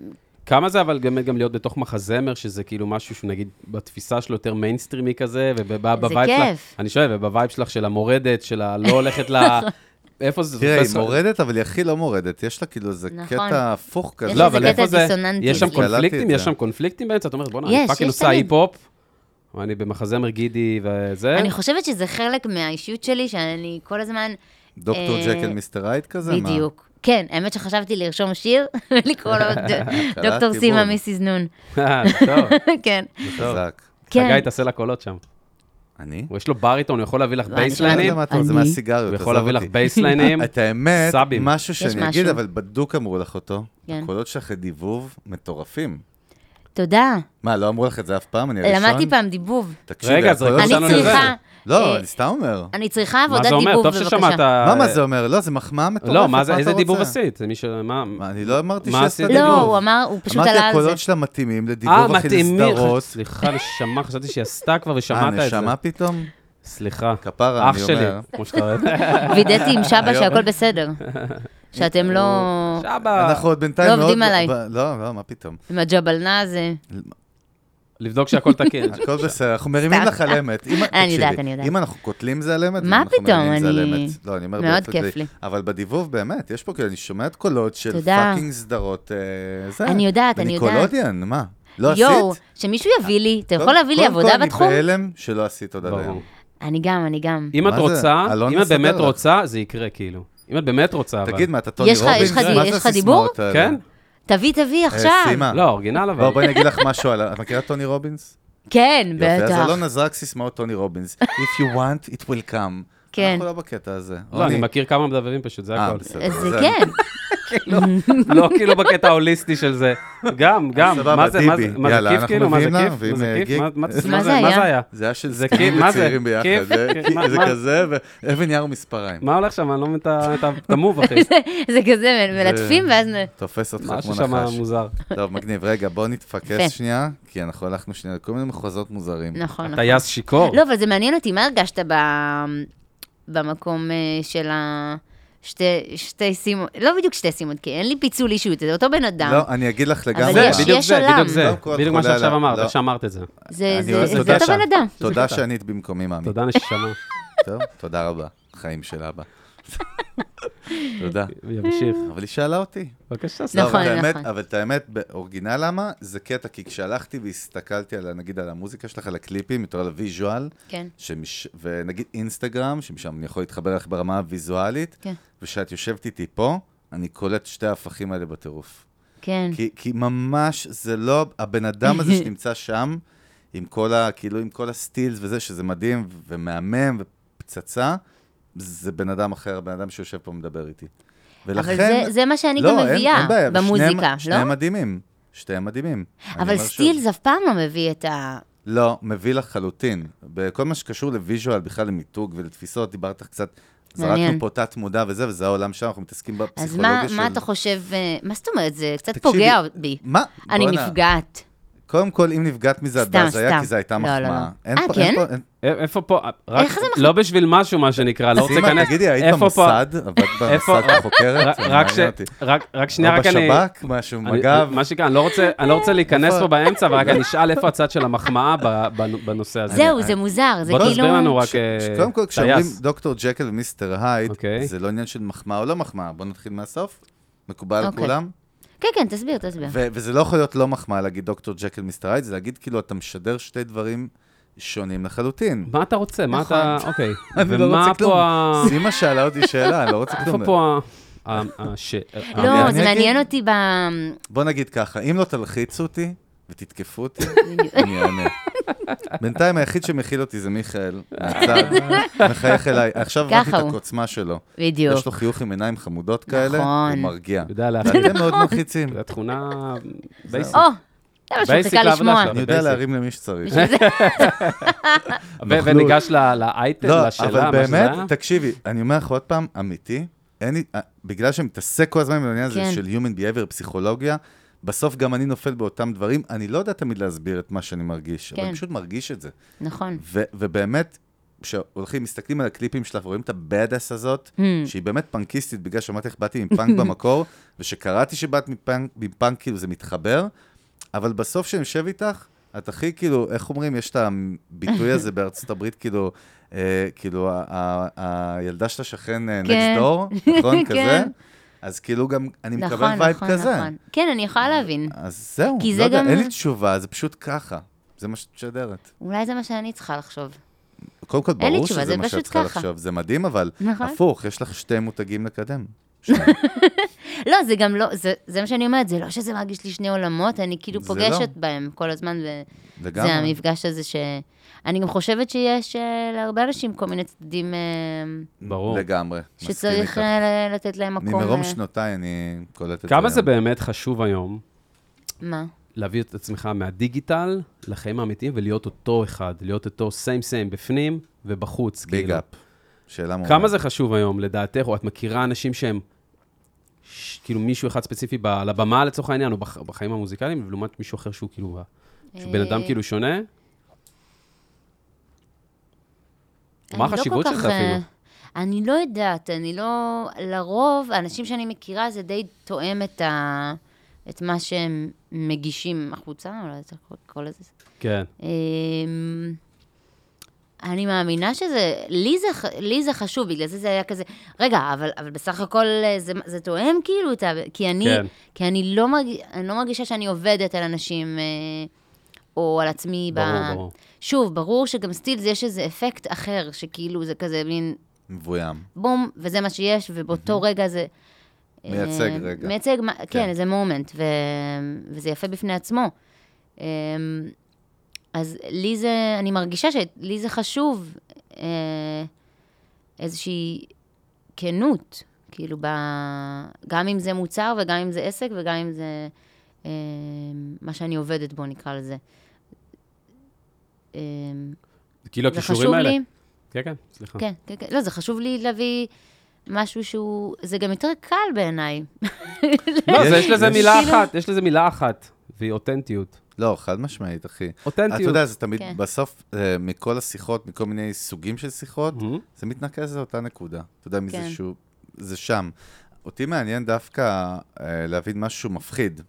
[SPEAKER 4] כמה זה אבל באמת גם להיות בתוך מחזמר, שזה כאילו משהו שנגיד בתפיסה שלו יותר מיינסטרימי כזה, ובווייב שלך...
[SPEAKER 6] כיף.
[SPEAKER 4] אני שואל, ובווייב שלך של המורדת, של הלא הולכת ל... איפה זה?
[SPEAKER 5] תראה, היא
[SPEAKER 4] פרופסור-
[SPEAKER 5] מורדת, אבל היא הכי לא מורדת. יש לה כאילו איזה
[SPEAKER 6] נכון.
[SPEAKER 5] קטע הפוך כזה.
[SPEAKER 6] יש
[SPEAKER 4] לא,
[SPEAKER 6] איזה
[SPEAKER 4] אבל
[SPEAKER 6] קטע
[SPEAKER 4] איפה זה?
[SPEAKER 6] דיסוננטי.
[SPEAKER 4] יש שם
[SPEAKER 5] קלטתי כן, את
[SPEAKER 4] קונפליקטים?
[SPEAKER 5] זה.
[SPEAKER 4] יש שם קונפליקטים באמצע? את אומרת, בואנה,
[SPEAKER 6] יש,
[SPEAKER 4] אני
[SPEAKER 6] יש
[SPEAKER 4] פאקינג עושה
[SPEAKER 6] תמיד.
[SPEAKER 4] היפ-הופ, ואני במחזמר גידי וזה.
[SPEAKER 6] אני חושבת שזה חלק מהאישיות שלי, שאני כל הזמן...
[SPEAKER 5] דוקטור
[SPEAKER 6] אה,
[SPEAKER 5] ג'קל מיסטר הייד כזה? מה?
[SPEAKER 6] בדיוק. כן, האמת שחשבתי לרשום שיר ולקרוא לו ד- דוקטור
[SPEAKER 5] בול.
[SPEAKER 6] סימה מיסיס נון.
[SPEAKER 4] אה, טוב,
[SPEAKER 6] כן.
[SPEAKER 5] חזק.
[SPEAKER 6] כן.
[SPEAKER 4] חגי, תעשה לה קולות שם.
[SPEAKER 5] אני?
[SPEAKER 4] הוא, יש לו בריטון, הוא יכול להביא לך
[SPEAKER 6] לא, אני
[SPEAKER 5] לא
[SPEAKER 6] אני-
[SPEAKER 5] יודע
[SPEAKER 4] בייסליינים,
[SPEAKER 5] מה אתה אומר, זה
[SPEAKER 6] אני-
[SPEAKER 5] מהסיגריות,
[SPEAKER 4] הוא
[SPEAKER 5] עזוב
[SPEAKER 4] יכול להביא לך
[SPEAKER 5] אותי.
[SPEAKER 4] בייסליינים.
[SPEAKER 5] את האמת,
[SPEAKER 4] סאבים.
[SPEAKER 5] משהו
[SPEAKER 6] יש
[SPEAKER 5] שאני אגיד,
[SPEAKER 6] משהו.
[SPEAKER 5] אבל בדוק אמרו לך אותו.
[SPEAKER 6] כן.
[SPEAKER 5] הקולות שלך לדיבוב מטורפים.
[SPEAKER 6] תודה.
[SPEAKER 5] מה, לא אמרו לך את זה אף פעם? אני הראשון?
[SPEAKER 6] למדתי פעם דיבוב.
[SPEAKER 5] תקשיבי,
[SPEAKER 4] רגע, אז
[SPEAKER 5] הקולות
[SPEAKER 4] רגע,
[SPEAKER 5] שלך-
[SPEAKER 4] אני צריכה,
[SPEAKER 5] לא,
[SPEAKER 6] אה,
[SPEAKER 5] אני סתם אומר.
[SPEAKER 6] אני צריכה
[SPEAKER 4] מה
[SPEAKER 6] עבודת
[SPEAKER 4] זה אומר?
[SPEAKER 6] דיבוב,
[SPEAKER 4] טוב
[SPEAKER 6] בבקשה.
[SPEAKER 4] ששמעת...
[SPEAKER 5] מה מה זה אומר? לא, זה מחמאה מטורפת,
[SPEAKER 4] אה, לא, מה
[SPEAKER 5] אתה
[SPEAKER 4] זה, איזה דיבוב
[SPEAKER 5] רוצה?
[SPEAKER 4] עשית? זה מי ש... מה...
[SPEAKER 5] מה, אני לא אמרתי
[SPEAKER 4] מה
[SPEAKER 5] שיש לה
[SPEAKER 4] עשית?
[SPEAKER 5] דיבוב.
[SPEAKER 6] לא, הוא אמר, הוא פשוט עלה
[SPEAKER 5] אמרתי,
[SPEAKER 6] על זה.
[SPEAKER 5] הקולות שלה מתאימים
[SPEAKER 4] אה,
[SPEAKER 5] לדיבוב הכי
[SPEAKER 4] מתאימים לך.
[SPEAKER 5] לסדרות.
[SPEAKER 4] סליחה, נשמה, חשבתי שהיא עשתה כבר
[SPEAKER 5] אה,
[SPEAKER 4] ושמעת את זה.
[SPEAKER 5] נשמה פתאום?
[SPEAKER 4] סליחה.
[SPEAKER 5] כפרה,
[SPEAKER 4] אח
[SPEAKER 5] אני
[SPEAKER 4] שלי,
[SPEAKER 5] אומר.
[SPEAKER 4] כמו שאתה רואה.
[SPEAKER 6] וידאתי עם שבא שהכל בסדר. שאתם לא...
[SPEAKER 4] שבא.
[SPEAKER 5] אנחנו עוד בינתיים
[SPEAKER 6] לא
[SPEAKER 5] מאוד...
[SPEAKER 6] עובדים עליי.
[SPEAKER 5] ב- לא, לא, מה פתאום.
[SPEAKER 6] עם הג'בלנה הזה.
[SPEAKER 4] לבדוק שהכל תקין.
[SPEAKER 5] הכל בסדר, אנחנו מרימים
[SPEAKER 6] סתם.
[SPEAKER 5] לך על אמת. אם-
[SPEAKER 6] אני יודעת,
[SPEAKER 5] תקשיבי,
[SPEAKER 6] אני יודעת.
[SPEAKER 5] אם אנחנו קוטלים זה על אמת,
[SPEAKER 6] מה
[SPEAKER 5] ואם אנחנו
[SPEAKER 6] פתאום,
[SPEAKER 5] מרימים זה על
[SPEAKER 6] אני-
[SPEAKER 5] אמת. לא, אני אומר
[SPEAKER 6] מאוד
[SPEAKER 5] באופן
[SPEAKER 6] כיף
[SPEAKER 5] כללי.
[SPEAKER 6] לי.
[SPEAKER 5] אבל בדיבוב, באמת, יש פה כאילו, אני שומע את קולות של
[SPEAKER 6] תודה.
[SPEAKER 5] פאקינג סדרות, אה, זה.
[SPEAKER 6] אני יודעת, אני יודעת.
[SPEAKER 5] וניקולודיאן, מה? לא עשית?
[SPEAKER 6] יואו, שמישהו יביא לי, אתה יכול
[SPEAKER 5] קודם-
[SPEAKER 6] להביא לי
[SPEAKER 5] קודם
[SPEAKER 6] עבודה
[SPEAKER 5] כל,
[SPEAKER 6] בתחום?
[SPEAKER 5] אני בהלם שלא עשית עוד עד
[SPEAKER 4] ברור.
[SPEAKER 5] היום.
[SPEAKER 6] אני גם, אני גם.
[SPEAKER 4] אם את
[SPEAKER 5] מה זה?
[SPEAKER 4] רוצה,
[SPEAKER 5] אלון
[SPEAKER 4] אם את
[SPEAKER 5] מסדר
[SPEAKER 4] באמת
[SPEAKER 5] לך.
[SPEAKER 4] רוצה, זה יקרה, כאילו. אם את באמת רוצה, אבל...
[SPEAKER 5] תגיד, מה, אתה טוני
[SPEAKER 6] יש לך-
[SPEAKER 5] רובינס?
[SPEAKER 6] יש לך די-
[SPEAKER 5] מה זה
[SPEAKER 6] יש לך
[SPEAKER 5] הסיסמאות האלה?
[SPEAKER 4] כן?
[SPEAKER 6] תביא, תביא
[SPEAKER 5] אה,
[SPEAKER 6] עכשיו.
[SPEAKER 5] סימה.
[SPEAKER 4] לא, אורגינל אבל.
[SPEAKER 5] בוא, בואי אני אגיד לך משהו על... ה- את מכירה את טוני רובינס?
[SPEAKER 6] כן,
[SPEAKER 5] יופי, אז לא
[SPEAKER 6] בטח.
[SPEAKER 5] אלונה זרק סיסמאות טוני רובינס. If you want, it will come.
[SPEAKER 6] כן.
[SPEAKER 5] אנחנו לא בקטע הזה.
[SPEAKER 4] לא, אני
[SPEAKER 5] רוני-
[SPEAKER 4] מכיר כמה מדבבים פשוט, זה
[SPEAKER 5] אה,
[SPEAKER 4] הכל.
[SPEAKER 5] בסדר,
[SPEAKER 6] אז זה
[SPEAKER 5] אז-
[SPEAKER 6] כן.
[SPEAKER 4] לא כאילו בקטע ההוליסטי של זה. גם, גם.
[SPEAKER 5] סבבה,
[SPEAKER 4] מה זה, מה זה,
[SPEAKER 5] דיבי.
[SPEAKER 4] מה זה
[SPEAKER 5] יאללה,
[SPEAKER 4] כיף
[SPEAKER 5] אנחנו
[SPEAKER 4] כאילו? מה זה
[SPEAKER 5] מביאים לה,
[SPEAKER 4] כיף?
[SPEAKER 5] ואם,
[SPEAKER 4] מה זה
[SPEAKER 5] אה,
[SPEAKER 4] כיף?
[SPEAKER 5] גיג-
[SPEAKER 4] מה- מה
[SPEAKER 6] מה זה
[SPEAKER 4] מה
[SPEAKER 6] היה?
[SPEAKER 4] זה היה?
[SPEAKER 5] זה היה של
[SPEAKER 4] זה
[SPEAKER 5] זקנים
[SPEAKER 4] כיף, מה זה?
[SPEAKER 5] וצעירים ביחד.
[SPEAKER 4] כיף?
[SPEAKER 5] זה-
[SPEAKER 4] כן, מה-
[SPEAKER 5] זה
[SPEAKER 4] מה-
[SPEAKER 5] כזה, ו- אבן יער ומספריים.
[SPEAKER 4] מה הולך שם? אני לא מבין את ה- את ה- את המוב, אחי.
[SPEAKER 6] זה כזה, מלטפים ואז... נ-
[SPEAKER 5] תופס אותך
[SPEAKER 4] משהו
[SPEAKER 5] כמו
[SPEAKER 4] שם
[SPEAKER 5] נחש.
[SPEAKER 4] מוזר.
[SPEAKER 6] נכון.
[SPEAKER 5] טוב, מגניב. רגע, בוא
[SPEAKER 6] יפה.
[SPEAKER 5] נתפקס שנייה, כי אנחנו הלכנו שנייה לכל מיני מחוזות מוזרים.
[SPEAKER 6] נכון, נכון.
[SPEAKER 4] טייס שיכור.
[SPEAKER 6] לא, אבל זה מעניין אותי, מה הרגשת ב... במקום אה, של ה... שתי, שתי סימון, לא בדיוק שתי סימון, כי אין לי פיצול אישיות, זה אותו בן אדם.
[SPEAKER 5] לא, אני אגיד לך לגמרי.
[SPEAKER 6] נכון. אבל
[SPEAKER 4] זה,
[SPEAKER 6] יש-
[SPEAKER 4] בדיוק
[SPEAKER 6] יש
[SPEAKER 4] זה,
[SPEAKER 6] עולם.
[SPEAKER 4] בדיוק זה.
[SPEAKER 5] לא כל
[SPEAKER 4] בדיוק מה
[SPEAKER 5] חולה
[SPEAKER 4] שעכשיו
[SPEAKER 5] עליו,
[SPEAKER 4] אמרת,
[SPEAKER 5] לא.
[SPEAKER 4] איך שאמרת את זה.
[SPEAKER 6] זה,
[SPEAKER 5] אני
[SPEAKER 6] זה,
[SPEAKER 5] אוהב-
[SPEAKER 6] זה,
[SPEAKER 5] תודה
[SPEAKER 6] אותו
[SPEAKER 5] שם.
[SPEAKER 6] בן אדם.
[SPEAKER 5] תודה שענית במקומי, מאמי.
[SPEAKER 4] תודה, נשמה.
[SPEAKER 5] טוב, תודה רבה. חיים של אבא. תודה.
[SPEAKER 4] ימשיך.
[SPEAKER 5] אבל היא שאלה אותי.
[SPEAKER 4] בבקשה, סתם.
[SPEAKER 5] לא, אבל
[SPEAKER 6] נכון,
[SPEAKER 5] את האמת-
[SPEAKER 6] נכון.
[SPEAKER 5] אבל את האמת, באורגינל למה, זה קטע, כי כשהלכתי והסתכלתי על, ה- נגיד, על המוזיקה שלך, על הקליפים, יותר על הוויז'ואל,
[SPEAKER 6] כן.
[SPEAKER 5] שמש... ונגיד אינסטגרם, שמשם אני יכול להתחבר לך ברמה הוויזואלית,
[SPEAKER 6] כן.
[SPEAKER 5] וכשאת יושבת איתי פה, אני קולט שתי ההפכים האלה בטירוף.
[SPEAKER 6] כן,
[SPEAKER 5] כי, כי ממש, זה לא, הבן אדם הזה שנמצא שם, עם כל ה... כאילו, עם כל הסטילס וזה, שזה מדהים ומהמם ופצצה, זה בן אדם אחר, הבן אדם שיושב פה מדבר איתי.
[SPEAKER 6] אבל
[SPEAKER 5] ולכן...
[SPEAKER 6] זה, זה מה שאני
[SPEAKER 5] לא,
[SPEAKER 6] גם
[SPEAKER 5] אין-
[SPEAKER 6] מביאה
[SPEAKER 5] אין בעיה,
[SPEAKER 6] במוזיקה,
[SPEAKER 5] שניהם,
[SPEAKER 6] לא?
[SPEAKER 5] שניהם מדהימים. שניהם מדהימים. אני
[SPEAKER 6] אבל
[SPEAKER 5] אומר שוב.
[SPEAKER 6] סטילס אף פעם לא מביא את ה...
[SPEAKER 5] לא, מביא לחלוטין. בכל מה שקשור לוויז'ואל, בכלל למיתוג ולתפיסות, דיברת קצת,
[SPEAKER 6] מעניין.
[SPEAKER 5] זרקנו פה תת מודע וזה, וזה העולם שם, אנחנו מתעסקים
[SPEAKER 6] אז
[SPEAKER 5] בפסיכולוגיה
[SPEAKER 6] מה,
[SPEAKER 5] של...
[SPEAKER 6] מה אתה חושב, אה, מה זאת אומרת, זה קצת
[SPEAKER 5] תקשיבי,
[SPEAKER 6] פוגע בי.
[SPEAKER 5] מה?
[SPEAKER 6] אני
[SPEAKER 5] בואנה.
[SPEAKER 6] נפגעת.
[SPEAKER 5] קודם כל, אם נפגעת מזה, את
[SPEAKER 6] סתם,
[SPEAKER 5] בהזיה,
[SPEAKER 6] סתם.
[SPEAKER 5] כי זו הייתה
[SPEAKER 6] לא, לא, לא.
[SPEAKER 5] מחמאה. אין
[SPEAKER 6] אה,
[SPEAKER 5] פה- אין
[SPEAKER 6] כן?
[SPEAKER 5] פה- אין-
[SPEAKER 4] אה, איפה פה? אה, רק-
[SPEAKER 6] איך זה
[SPEAKER 4] לא בשביל משהו, מה שנקרא, לא רוצה
[SPEAKER 5] סימה,
[SPEAKER 4] להיכנס.
[SPEAKER 5] תגידי, היית
[SPEAKER 4] איפה פה-
[SPEAKER 5] במוסד? עבדת
[SPEAKER 4] איפה- אה,
[SPEAKER 5] במוסד כחוקרת?
[SPEAKER 4] רק-
[SPEAKER 5] זה
[SPEAKER 4] רק ש...
[SPEAKER 5] מעניין אותי.
[SPEAKER 4] רק- רק שנייה,
[SPEAKER 5] או
[SPEAKER 4] רק אני...
[SPEAKER 5] בשב"כ, משהו,
[SPEAKER 4] אני-
[SPEAKER 5] מג"ב?
[SPEAKER 4] מה שנקרא, אני לא רוצה- אני לא רוצה להיכנס
[SPEAKER 5] איפה-
[SPEAKER 4] פה באמצע, אבל רק אני אשאל איפה הצד של המחמאה ב- בנ- בנושא הזה.
[SPEAKER 6] זהו, זה מוזר, זה
[SPEAKER 4] בוא
[SPEAKER 6] כאילו...
[SPEAKER 4] תסביר לנו רק
[SPEAKER 5] ש-
[SPEAKER 4] אה,
[SPEAKER 5] ש- קודם כל, כשאומרים
[SPEAKER 4] טייס.
[SPEAKER 5] דוקטור ג'קל ומיסטר הייד,
[SPEAKER 4] אוקיי.
[SPEAKER 5] זה לא עניין של מחמאה או לא מחמאה. בואו נתחיל מהסוף. מקובל על
[SPEAKER 6] אוקיי.
[SPEAKER 5] כולם?
[SPEAKER 6] כן, כן, תסביר, תסביר.
[SPEAKER 5] ו- וזה לא יכול להיות לא מחמאה להגיד דוקטור ג'קל מיסטר הייד, זה להגיד כאילו אתה משדר שתי דברים שונים לחלוטין.
[SPEAKER 4] מה אתה רוצה? מה
[SPEAKER 6] נכון.
[SPEAKER 4] אתה... אוקיי.
[SPEAKER 5] אני לא
[SPEAKER 4] ומה
[SPEAKER 5] רוצה כלום.
[SPEAKER 4] פה ה...
[SPEAKER 5] סימה שאלה אותי שאלה, אני לא רוצה
[SPEAKER 4] איפה
[SPEAKER 5] כלום.
[SPEAKER 4] פה ה... ה- אה, הש- ה-
[SPEAKER 5] אני-
[SPEAKER 6] לא,
[SPEAKER 5] אני
[SPEAKER 6] זה
[SPEAKER 5] אגיד-
[SPEAKER 6] מעניין אותי ב...
[SPEAKER 5] בוא נגיד ככה, אם לא תלחיצו אותי ותתקפו אותי, אני אענה. בינתיים היחיד שמכיל אותי זה מיכאל, מהצד, מחייך אליי. עכשיו
[SPEAKER 6] ככה
[SPEAKER 5] הבנתי את
[SPEAKER 6] הוא.
[SPEAKER 5] הקוצמה שלו.
[SPEAKER 6] בדיוק.
[SPEAKER 5] יש לו חיוך עם עיניים חמודות כאלה,
[SPEAKER 6] נכון.
[SPEAKER 5] הוא מרגיע.
[SPEAKER 4] יודע להכין.
[SPEAKER 5] ואתם מאוד מלחיצים.
[SPEAKER 4] זו תכונה בייסית.
[SPEAKER 6] או, זה מה
[SPEAKER 4] בייסיק
[SPEAKER 6] שחיכה
[SPEAKER 4] לעבודה
[SPEAKER 6] לשמוע.
[SPEAKER 4] שלנו.
[SPEAKER 5] אני יודע
[SPEAKER 4] בייסיק.
[SPEAKER 5] להרים למי שצריך.
[SPEAKER 4] ו- וניגש ל- לאייטם,
[SPEAKER 5] לא,
[SPEAKER 4] לשאלה,
[SPEAKER 5] אבל
[SPEAKER 4] מה שזה
[SPEAKER 5] לא, באמת,
[SPEAKER 4] היה.
[SPEAKER 5] תקשיבי, אני אומר לך עוד פעם, אמיתי, אין, לי- אה, בגלל שאני מתעסק כל הזמן בעניין הזה
[SPEAKER 6] כן.
[SPEAKER 5] של Human Behavior, פסיכולוגיה, בסוף גם אני נופל באותם דברים. אני לא יודע תמיד להסביר את מה שאני מרגיש, אבל
[SPEAKER 6] כן.
[SPEAKER 5] אני פשוט מרגיש את זה.
[SPEAKER 6] נכון.
[SPEAKER 5] ו- ובאמת, כשהולכים, מסתכלים על הקליפים שלך ורואים את הבאדס הזאת,
[SPEAKER 6] Hmm.
[SPEAKER 5] שהיא באמת פאנקיסטית, בגלל שאמרתי לך, באתי עם פאנק במקור, ושקראתי שבאת מפאנק, מפאנק, כאילו זה מתחבר, אבל בסוף כשאני יושב איתך, את הכי כאילו, איך אומרים, יש את הביטוי הזה בארצות הברית, כאילו, אה, כאילו, ה- ה- ה- הילדה של השכן אה,
[SPEAKER 6] כן.
[SPEAKER 5] next door, נכון, כזה?
[SPEAKER 6] כן.
[SPEAKER 5] אז כאילו גם, אני
[SPEAKER 6] נכון,
[SPEAKER 5] מקבל וייב
[SPEAKER 6] נכון,
[SPEAKER 5] כזה.
[SPEAKER 6] נכון. כן, אני יכולה להבין.
[SPEAKER 5] אז זהו,
[SPEAKER 6] כי
[SPEAKER 5] לא
[SPEAKER 6] זה
[SPEAKER 5] יודע,
[SPEAKER 6] גם-
[SPEAKER 5] אין לי תשובה, זה פשוט ככה. זה מה שאת משדרת.
[SPEAKER 6] אולי זה מה שאני צריכה לחשוב.
[SPEAKER 5] קודם כל,
[SPEAKER 6] אין לי
[SPEAKER 5] ברור
[SPEAKER 6] תשובה,
[SPEAKER 5] שזה
[SPEAKER 6] זה
[SPEAKER 5] מה שאת
[SPEAKER 6] פשוט
[SPEAKER 5] צריכה
[SPEAKER 6] ככה.
[SPEAKER 5] לחשוב, זה מדהים, אבל
[SPEAKER 6] נכון.
[SPEAKER 5] הפוך, יש לך שתי מותגים לקדם.
[SPEAKER 6] לא, זה גם לא, זה, זה מה שאני אומרת, זה לא שזה מרגיש לי שני עולמות, אני כאילו
[SPEAKER 5] זה
[SPEAKER 6] פוגשת
[SPEAKER 5] לא.
[SPEAKER 6] בהם כל הזמן, וזה
[SPEAKER 5] לגמרי.
[SPEAKER 6] המפגש הזה ש... אני גם חושבת שיש אה, להרבה אנשים כל מיני צדדים אה,
[SPEAKER 4] ברור.
[SPEAKER 5] לגמרי, מסכים
[SPEAKER 6] שצריך
[SPEAKER 5] איתך.
[SPEAKER 6] אה, ל- לתת להם מקום.
[SPEAKER 5] ממרום
[SPEAKER 6] אה,
[SPEAKER 5] שנותיי אני קולט את זה.
[SPEAKER 4] כמה זה
[SPEAKER 5] היום.
[SPEAKER 4] באמת חשוב היום
[SPEAKER 6] מה?
[SPEAKER 4] להביא את עצמך מהדיגיטל לחיים האמיתיים ולהיות אותו אחד, להיות אותו סיים סיים בפנים ובחוץ,
[SPEAKER 5] ביג
[SPEAKER 4] כאילו.
[SPEAKER 5] אפ. שאלה
[SPEAKER 6] נכון.
[SPEAKER 5] מעולה.
[SPEAKER 4] כמה זה חשוב היום, לדעתך, או את מכירה אנשים שהם, ש- כאילו מישהו אחד ספציפי ב- על הבמה לצורך העניין, או בח- בחיים המוזיקליים, ולעומת מישהו אחר שהוא כאילו, ה- שהוא בן אדם
[SPEAKER 6] אה,
[SPEAKER 4] כאילו שונה?
[SPEAKER 6] אני
[SPEAKER 4] מה
[SPEAKER 6] לא כל
[SPEAKER 4] החשיבות של
[SPEAKER 6] כך,
[SPEAKER 4] זה
[SPEAKER 6] אה,
[SPEAKER 4] אפילו?
[SPEAKER 6] אני לא יודעת, אני לא... לרוב, האנשים שאני מכירה, זה די תואם את ה... את מה שהם מגישים החוצה, אולי צריך לקרוא לזה.
[SPEAKER 4] כן.
[SPEAKER 6] אמ, אני מאמינה שזה, לי זה, ח- לי זה חשוב, בגלל זה זה היה כזה, רגע, אבל, אבל בסך הכל אה, זה, זה תואם כאילו את ה... כי אני,
[SPEAKER 4] כן.
[SPEAKER 6] כן. כי אני לא, מרג, אני לא מרגישה שאני עובדת על אנשים אה, או על עצמי.
[SPEAKER 4] ברור, ברור.
[SPEAKER 6] שוב, ברור שגם סטילס יש איזה אפקט אחר, שכאילו זה כזה מין
[SPEAKER 5] מבוים.
[SPEAKER 6] בום, וזה מה שיש, ובאותו רגע זה...
[SPEAKER 5] מייצג
[SPEAKER 6] אה,
[SPEAKER 5] רגע.
[SPEAKER 6] מייצג, מה-
[SPEAKER 5] כן.
[SPEAKER 6] כן, איזה מומנט, וזה יפה בפני עצמו. אה, אז לי זה, אני מרגישה שלי זה חשוב אה, איזושהי כנות, כאילו, ב, גם אם זה מוצר וגם אם זה עסק וגם אם זה אה, מה שאני עובדת בו, נקרא לזה. אה,
[SPEAKER 4] כאילו
[SPEAKER 6] זה
[SPEAKER 4] הכישורים
[SPEAKER 6] חשוב
[SPEAKER 4] האלה.
[SPEAKER 6] לי.
[SPEAKER 4] כן, כן,
[SPEAKER 5] אה.
[SPEAKER 4] סליחה.
[SPEAKER 6] כן, כן, כן. לא, זה חשוב לי להביא משהו שהוא... זה גם יותר קל בעיניי.
[SPEAKER 4] לא, זה-
[SPEAKER 5] יש-
[SPEAKER 4] יש לזה
[SPEAKER 5] יש-
[SPEAKER 4] מילה
[SPEAKER 6] כאילו-
[SPEAKER 4] אחת, יש לזה מילה אחת, והיא אותנטיות.
[SPEAKER 5] לא, חד משמעית, אחי.
[SPEAKER 4] אותנטיות.
[SPEAKER 5] אתה יודע, זה תמיד,
[SPEAKER 6] כן.
[SPEAKER 5] בסוף, אה, מכל השיחות, מכל מיני סוגים של שיחות,
[SPEAKER 4] מהמם.
[SPEAKER 5] זה מתנקז לאותה נקודה. אתה יודע, מזה
[SPEAKER 6] כן.
[SPEAKER 5] שהוא... זה שם. אותי מעניין דווקא אה, להבין משהו מפחיד,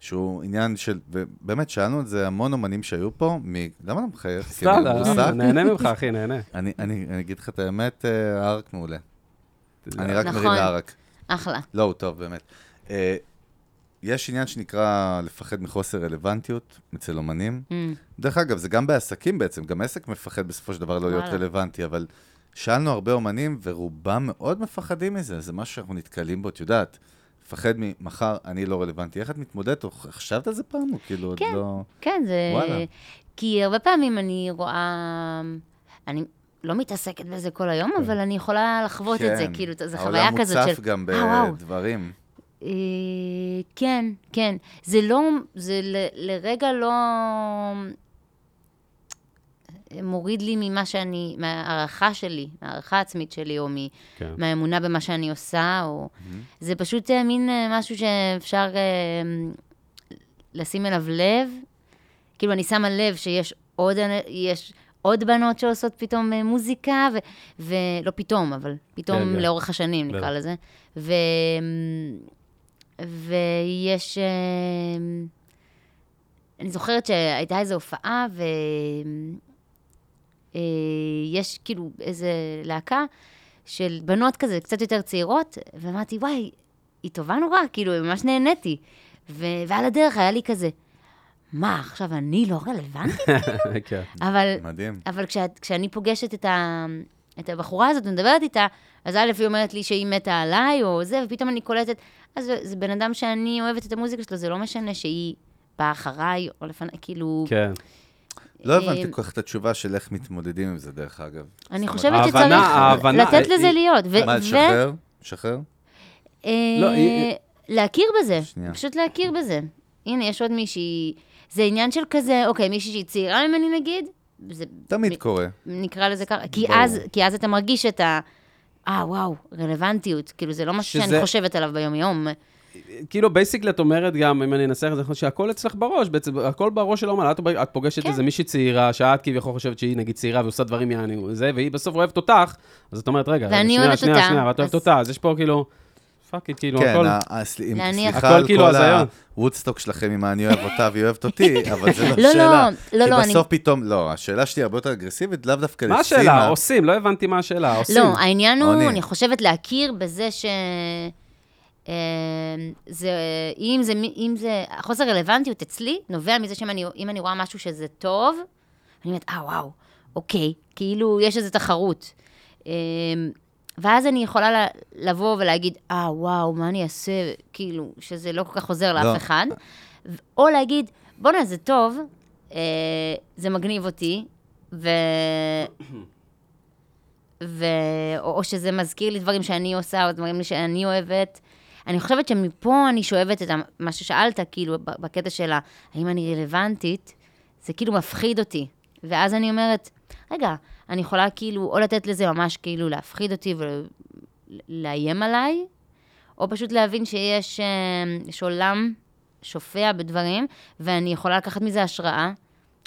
[SPEAKER 5] שהוא עניין של... באמת, שאלנו את זה המון אומנים שהיו פה, מ... למה אתה מחייך? כאילו,
[SPEAKER 4] סלאדה,
[SPEAKER 5] מרוסק?
[SPEAKER 4] נהנה ממך, אחי, נהנה.
[SPEAKER 5] אני, אני, אני אגיד לך את האמת, אה, הערק מעולה. אני רק מרים
[SPEAKER 6] נכון.
[SPEAKER 5] לערק.
[SPEAKER 6] אחלה.
[SPEAKER 5] לא, הוא טוב, באמת. אה, יש עניין שנקרא לפחד מחוסר רלוונטיות אצל אומנים.
[SPEAKER 6] Mm,
[SPEAKER 5] דרך אגב, זה גם בעסקים בעצם, גם עסק מפחד בסופו של דבר לא להיות
[SPEAKER 6] וואלה.
[SPEAKER 5] רלוונטי, אבל שאלנו הרבה אומנים, ורובם מאוד מפחדים מזה, זה משהו שאנחנו נתקלים בו, את יודעת. מפחד ממחר, אני לא רלוונטי. איך את מתמודדת? או חשבת על זה פעם? או כאילו, עוד
[SPEAKER 6] כן.
[SPEAKER 5] לא...
[SPEAKER 6] כן, זה...
[SPEAKER 5] וואלה.
[SPEAKER 6] כי הרבה פעמים אני רואה... אני לא מתעסקת בזה כל היום, אבל אני יכולה לחוות את זה,
[SPEAKER 5] כן.
[SPEAKER 6] כאילו, זו חוויה כזאת של...
[SPEAKER 5] העולם מוצף גם
[SPEAKER 6] אה, וואו.
[SPEAKER 5] בדברים.
[SPEAKER 6] אה, כן, כן. זה לא, זה ל- לרגע לא אה, מוריד לי ממה שאני, מההערכה שלי, מההערכה העצמית שלי, או מ,
[SPEAKER 4] כן.
[SPEAKER 6] מהאמונה במה שאני עושה, או... זה פשוט אה, מין אה, משהו שאפשר אה, לשים אליו לב. כאילו, אני שמה לב שיש עוד, אנ- יש עוד בנות שעושות פתאום אה, מוזיקה, ו, ולא פתאום, אבל פתאום
[SPEAKER 4] כן.
[SPEAKER 6] לאורך השנים,
[SPEAKER 4] בטח.
[SPEAKER 6] נקרא לזה. ו... ויש... אה, אני זוכרת שהייתה איזו הופעה, ויש כאילו איזה להקה של בנות כזה, קצת יותר צעירות, ואמרתי, וואי, היא טובה נורא, כאילו, ממש נהניתי. ו... ועל הדרך היה לי כזה, מה, עכשיו אני לא רלוונטית?
[SPEAKER 4] כן.
[SPEAKER 6] אבל
[SPEAKER 5] מדהים.
[SPEAKER 6] אבל כשאת, כשאני פוגשת את, ה, את הבחורה הזאת ומדברת איתה, אז א' היא אומרת לי שהיא מתה עליי או זה, ופתאום אני קולטת, אז זה, זה בן אדם שאני אוהבת את המוזיקה שלו, זה לא משנה שהיא באה אחריי או לפניי, כאילו, כן.
[SPEAKER 4] כן.
[SPEAKER 5] לא הבנתי
[SPEAKER 6] אה,
[SPEAKER 5] כל כך את התשובה של איך מתמודדים עם זה, דרך אגב.
[SPEAKER 6] אני
[SPEAKER 5] זאת אומרת,
[SPEAKER 6] חושבת שצריך
[SPEAKER 4] ההבנה- ההבנה-
[SPEAKER 6] לתת לזה
[SPEAKER 4] היא-
[SPEAKER 6] להיות. ו-
[SPEAKER 5] מה,
[SPEAKER 6] ו-
[SPEAKER 5] לשחרר? לשחרר?
[SPEAKER 6] אה,
[SPEAKER 4] לא, היא-
[SPEAKER 6] להכיר בזה,
[SPEAKER 5] שנייה.
[SPEAKER 6] פשוט להכיר בזה. הנה, יש עוד מישהי, זה עניין של כזה, אוקיי, מישהי שהיא צעירה ממני נגיד, זה
[SPEAKER 5] תמיד
[SPEAKER 6] מ-
[SPEAKER 5] קורה.
[SPEAKER 6] נקרא לזה ככה, כי
[SPEAKER 5] ברור.
[SPEAKER 6] אז, כי אז אתה מרגיש את ה... אה, וואו, רלוונטיות. כאילו, זה לא משהו
[SPEAKER 4] שזה-
[SPEAKER 6] שאני חושבת עליו ביום-יום.
[SPEAKER 4] כאילו, בייסיקלי את אומרת גם, אם אני אנסח את זה נכון, שהכל אצלך בראש, בעצם, הכל בראש של האומן. את, את פוגשת
[SPEAKER 6] כן.
[SPEAKER 4] איזה מישהי צעירה, שאת כביכול חושבת שהיא נגיד צעירה ועושה דברים יעני זה, והיא בסוף אוהבת אותך, אז את אומרת, רגע, רגע,
[SPEAKER 6] ואני
[SPEAKER 4] שנייה,
[SPEAKER 6] אוהבת
[SPEAKER 4] שנייה,
[SPEAKER 6] אותה,
[SPEAKER 4] שנייה, ואת אוהבת
[SPEAKER 6] אז-
[SPEAKER 4] אותה, אז יש פה כאילו, פאק איט, כאילו,
[SPEAKER 5] כן,
[SPEAKER 4] הכל...
[SPEAKER 5] ה- הסל- אם-
[SPEAKER 6] להניח.
[SPEAKER 5] סליחה על
[SPEAKER 4] הכל כאילו
[SPEAKER 5] כל
[SPEAKER 4] הזיה.
[SPEAKER 5] הוודסטוק שלכם, אם אני אוהב אותה והיא אוהבת אותי, אבל זה לא
[SPEAKER 6] לא,
[SPEAKER 5] השאלה.
[SPEAKER 6] לא, לא,
[SPEAKER 5] כי
[SPEAKER 6] אני-
[SPEAKER 5] בסוף פתאום, לא, השאלה שלי הרבה יותר אגרסיבית, לאו דווקא לסימה.
[SPEAKER 4] מה השאלה? עושים, לא הבנתי מה השאלה, עושים.
[SPEAKER 6] לא, העניין הוא,
[SPEAKER 5] עונים.
[SPEAKER 6] אני חושבת להכיר בזה ש... אה, זה, אם זה, מי- אם זה, החוסר רלוונטיות אצלי נובע מזה שאם אני, אם אני רואה משהו שזה טוב, אני אומרת, אה, וואו, אוקיי, כאילו יש איזו תחרות. אה, ואז אני יכולה ל- לבוא ולהגיד, אה, וואו, מה אני אעשה, כאילו, שזה לא כל כך עוזר
[SPEAKER 5] לא.
[SPEAKER 6] לאף אחד. ו- או להגיד, בואנה, זה טוב, אה, זה מגניב אותי, ו... ו... או, או שזה מזכיר לי דברים שאני עושה, או דברים שאני אוהבת. אני חושבת שמפה אני שואבת את המ- מה ששאלת, כאילו, ב- בקטע של ה- האם אני רלוונטית, זה כאילו מפחיד אותי. ואז אני אומרת, רגע, אני יכולה כאילו, או לתת לזה ממש כאילו להפחיד אותי ולאיים עליי, או פשוט להבין שיש אה, יש עולם שופע בדברים, ואני יכולה לקחת מזה השראה,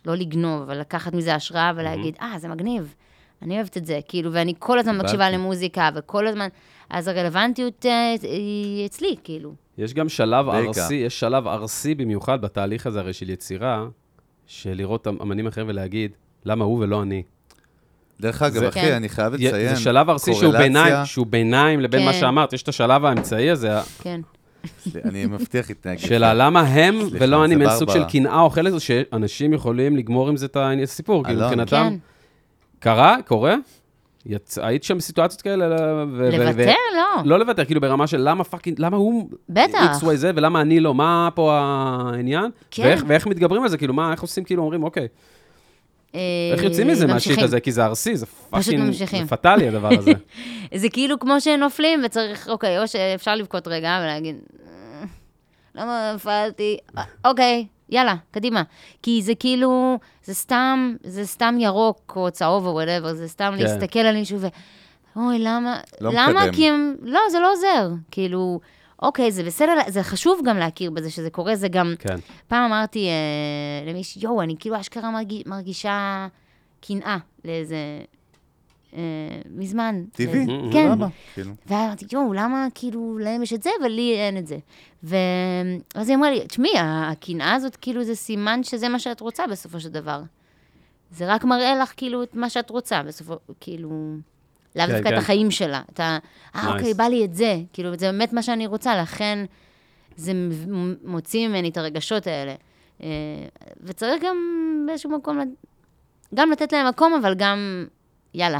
[SPEAKER 6] לא לגנוב, אבל לקחת מזה השראה
[SPEAKER 4] Mhm.
[SPEAKER 6] ולהגיד, אה, זה מגניב, אני אוהבת את זה, כאילו, ואני כל הזמן מקשיבה
[SPEAKER 4] קיבלתי.
[SPEAKER 6] למוזיקה, וכל הזמן, אז הרלוונטיות אה, היא אצלי, כאילו.
[SPEAKER 4] יש גם שלב
[SPEAKER 5] רגע.
[SPEAKER 4] ארסי, יש שלב ארסי במיוחד בתהליך הזה הרי של יצירה, של לראות אמנים אחרים ולהגיד, למה הוא ולא אני?
[SPEAKER 5] דרך אגב,
[SPEAKER 4] זה-
[SPEAKER 6] כן.
[SPEAKER 5] אחי, אני חייב לציין,
[SPEAKER 4] זה שלב ארסי שהוא
[SPEAKER 5] קורלציה-
[SPEAKER 4] ביניים, שהוא ביניים לבין מה
[SPEAKER 6] כן.
[SPEAKER 4] שאמרת, יש את השלב האמצעי הזה, ה-
[SPEAKER 6] כן.
[SPEAKER 5] סלי- אני מבטיח להתנהג.
[SPEAKER 4] של הלמה הם
[SPEAKER 5] סליחה,
[SPEAKER 4] ולא אני,
[SPEAKER 5] זה
[SPEAKER 4] מן סוג של
[SPEAKER 5] ברברה.
[SPEAKER 4] קנאה או חלק, שאנשים יכולים לגמור עם זה את הסיפור, כאילו
[SPEAKER 5] אלון.
[SPEAKER 4] מבחינתם.
[SPEAKER 6] כן.
[SPEAKER 4] קרה, קורה, יצ- היית שם בסיטואציות כאלה? ו- ו- ו-
[SPEAKER 6] לוותר? לא.
[SPEAKER 4] לא לוותר, כאילו ברמה של למה פאקינג, למה הוא...
[SPEAKER 6] בטח.
[SPEAKER 4] X, Y, Z, ולמה אני לא, מה פה העניין?
[SPEAKER 6] כן.
[SPEAKER 4] ואיך, ואיך מתגברים על זה, כאילו, מה, איך עושים, כאילו, אומרים, אוקיי,
[SPEAKER 6] אה,
[SPEAKER 4] איך יוצאים מזה מהשיט
[SPEAKER 6] ממשיכים.
[SPEAKER 4] הזה, כי זה ארסי, זה פאקינג, זה
[SPEAKER 6] ממשיכים.
[SPEAKER 4] פטאלי הדבר הזה.
[SPEAKER 6] זה כאילו כמו שנופלים וצריך, אוקיי, או שאפשר לבכות רגע ולהגיד, "אה, למה נפלתי? אה, אוקיי, יאללה, קדימה. כי זה כאילו, זה סתם, זה סתם ירוק או צהוב או וואטאבר, זה סתם
[SPEAKER 4] כן.
[SPEAKER 6] להסתכל על מישהו ו... אוי, למה?
[SPEAKER 5] לא
[SPEAKER 6] למה?
[SPEAKER 5] מקדם.
[SPEAKER 6] כי הם... לא, זה לא עוזר. כאילו, אוקיי, זה בסדר, זה חשוב גם להכיר בזה שזה קורה, זה גם...
[SPEAKER 4] כן.
[SPEAKER 6] פעם אמרתי אה, למישהו, יואו, אני כאילו אשכרה מרגיש, מרגישה קנאה לאיזה... אה, מזמן.
[SPEAKER 5] טבעי,
[SPEAKER 6] לאיזה-
[SPEAKER 5] זה
[SPEAKER 6] כן.
[SPEAKER 5] למה, כאילו.
[SPEAKER 6] ואז אמרתי, יואו, למה כאילו להם יש את זה ולי אין את זה? ואז היא אמרה לי, תשמעי, ה- הקנאה הזאת, כאילו זה סימן שזה מה שאת רוצה בסופו של דבר. זה רק מראה לך כאילו את מה שאת רוצה בסופו, כאילו... לאו
[SPEAKER 4] כן,
[SPEAKER 6] דווקא
[SPEAKER 4] כן.
[SPEAKER 6] את החיים שלה. את ה... אה,
[SPEAKER 4] Nice.
[SPEAKER 6] אוקיי, בא לי את זה. כאילו, זה באמת מה שאני רוצה, לכן זה מ- מוציא ממני את הרגשות האלה. אה, וצריך גם באיזשהו מקום, לת- גם לתת להם מקום, אבל גם, יאללה.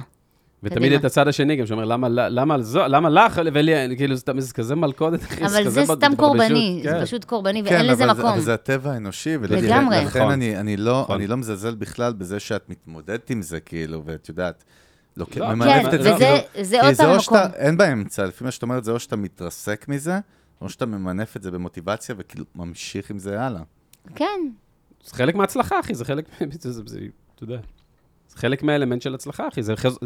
[SPEAKER 4] ותמיד
[SPEAKER 6] קדימה.
[SPEAKER 4] את הצד השני גם, שאומר, למה, למה, על זו- למה לך ולי, כאילו, זה סתם- זה כזה מלכודת, אחי,
[SPEAKER 6] אבל
[SPEAKER 4] כזה
[SPEAKER 6] זה
[SPEAKER 4] בת-
[SPEAKER 6] סתם
[SPEAKER 4] התרבשות,
[SPEAKER 6] קורבני,
[SPEAKER 4] כן.
[SPEAKER 6] זה פשוט קורבני,
[SPEAKER 5] כן,
[SPEAKER 6] ואין לזה
[SPEAKER 5] אבל זה-
[SPEAKER 6] מקום.
[SPEAKER 5] אבל זה הטבע האנושי. ולכן-
[SPEAKER 6] לגמרי.
[SPEAKER 5] לכן
[SPEAKER 4] נכון.
[SPEAKER 5] אני- אני לא-
[SPEAKER 4] נכון.
[SPEAKER 5] אני לא מזלזל בכלל בזה שאת מתמודדת עם זה, כאילו, ואת יודעת, לוקח-
[SPEAKER 4] לא,
[SPEAKER 6] כן,
[SPEAKER 5] ממנפת את זה.
[SPEAKER 6] וזה
[SPEAKER 5] כאילו,
[SPEAKER 6] זה
[SPEAKER 5] כי
[SPEAKER 6] עוד
[SPEAKER 5] זה או
[SPEAKER 6] פעם מקום.
[SPEAKER 5] שאתה- אין באמצע, לפי מה שאת אומרת, זה או שאתה מתרסק מזה, או שאתה ממנף את זה במוטיבציה וכאילו ממשיך עם זה הלאה.
[SPEAKER 6] כן,
[SPEAKER 4] זה חלק מההצלחה, אחי, זה חלק, זה, זה, זה, אתה יודע, זה חלק מהאלמנט של הצלחה, אחי, זה, חז...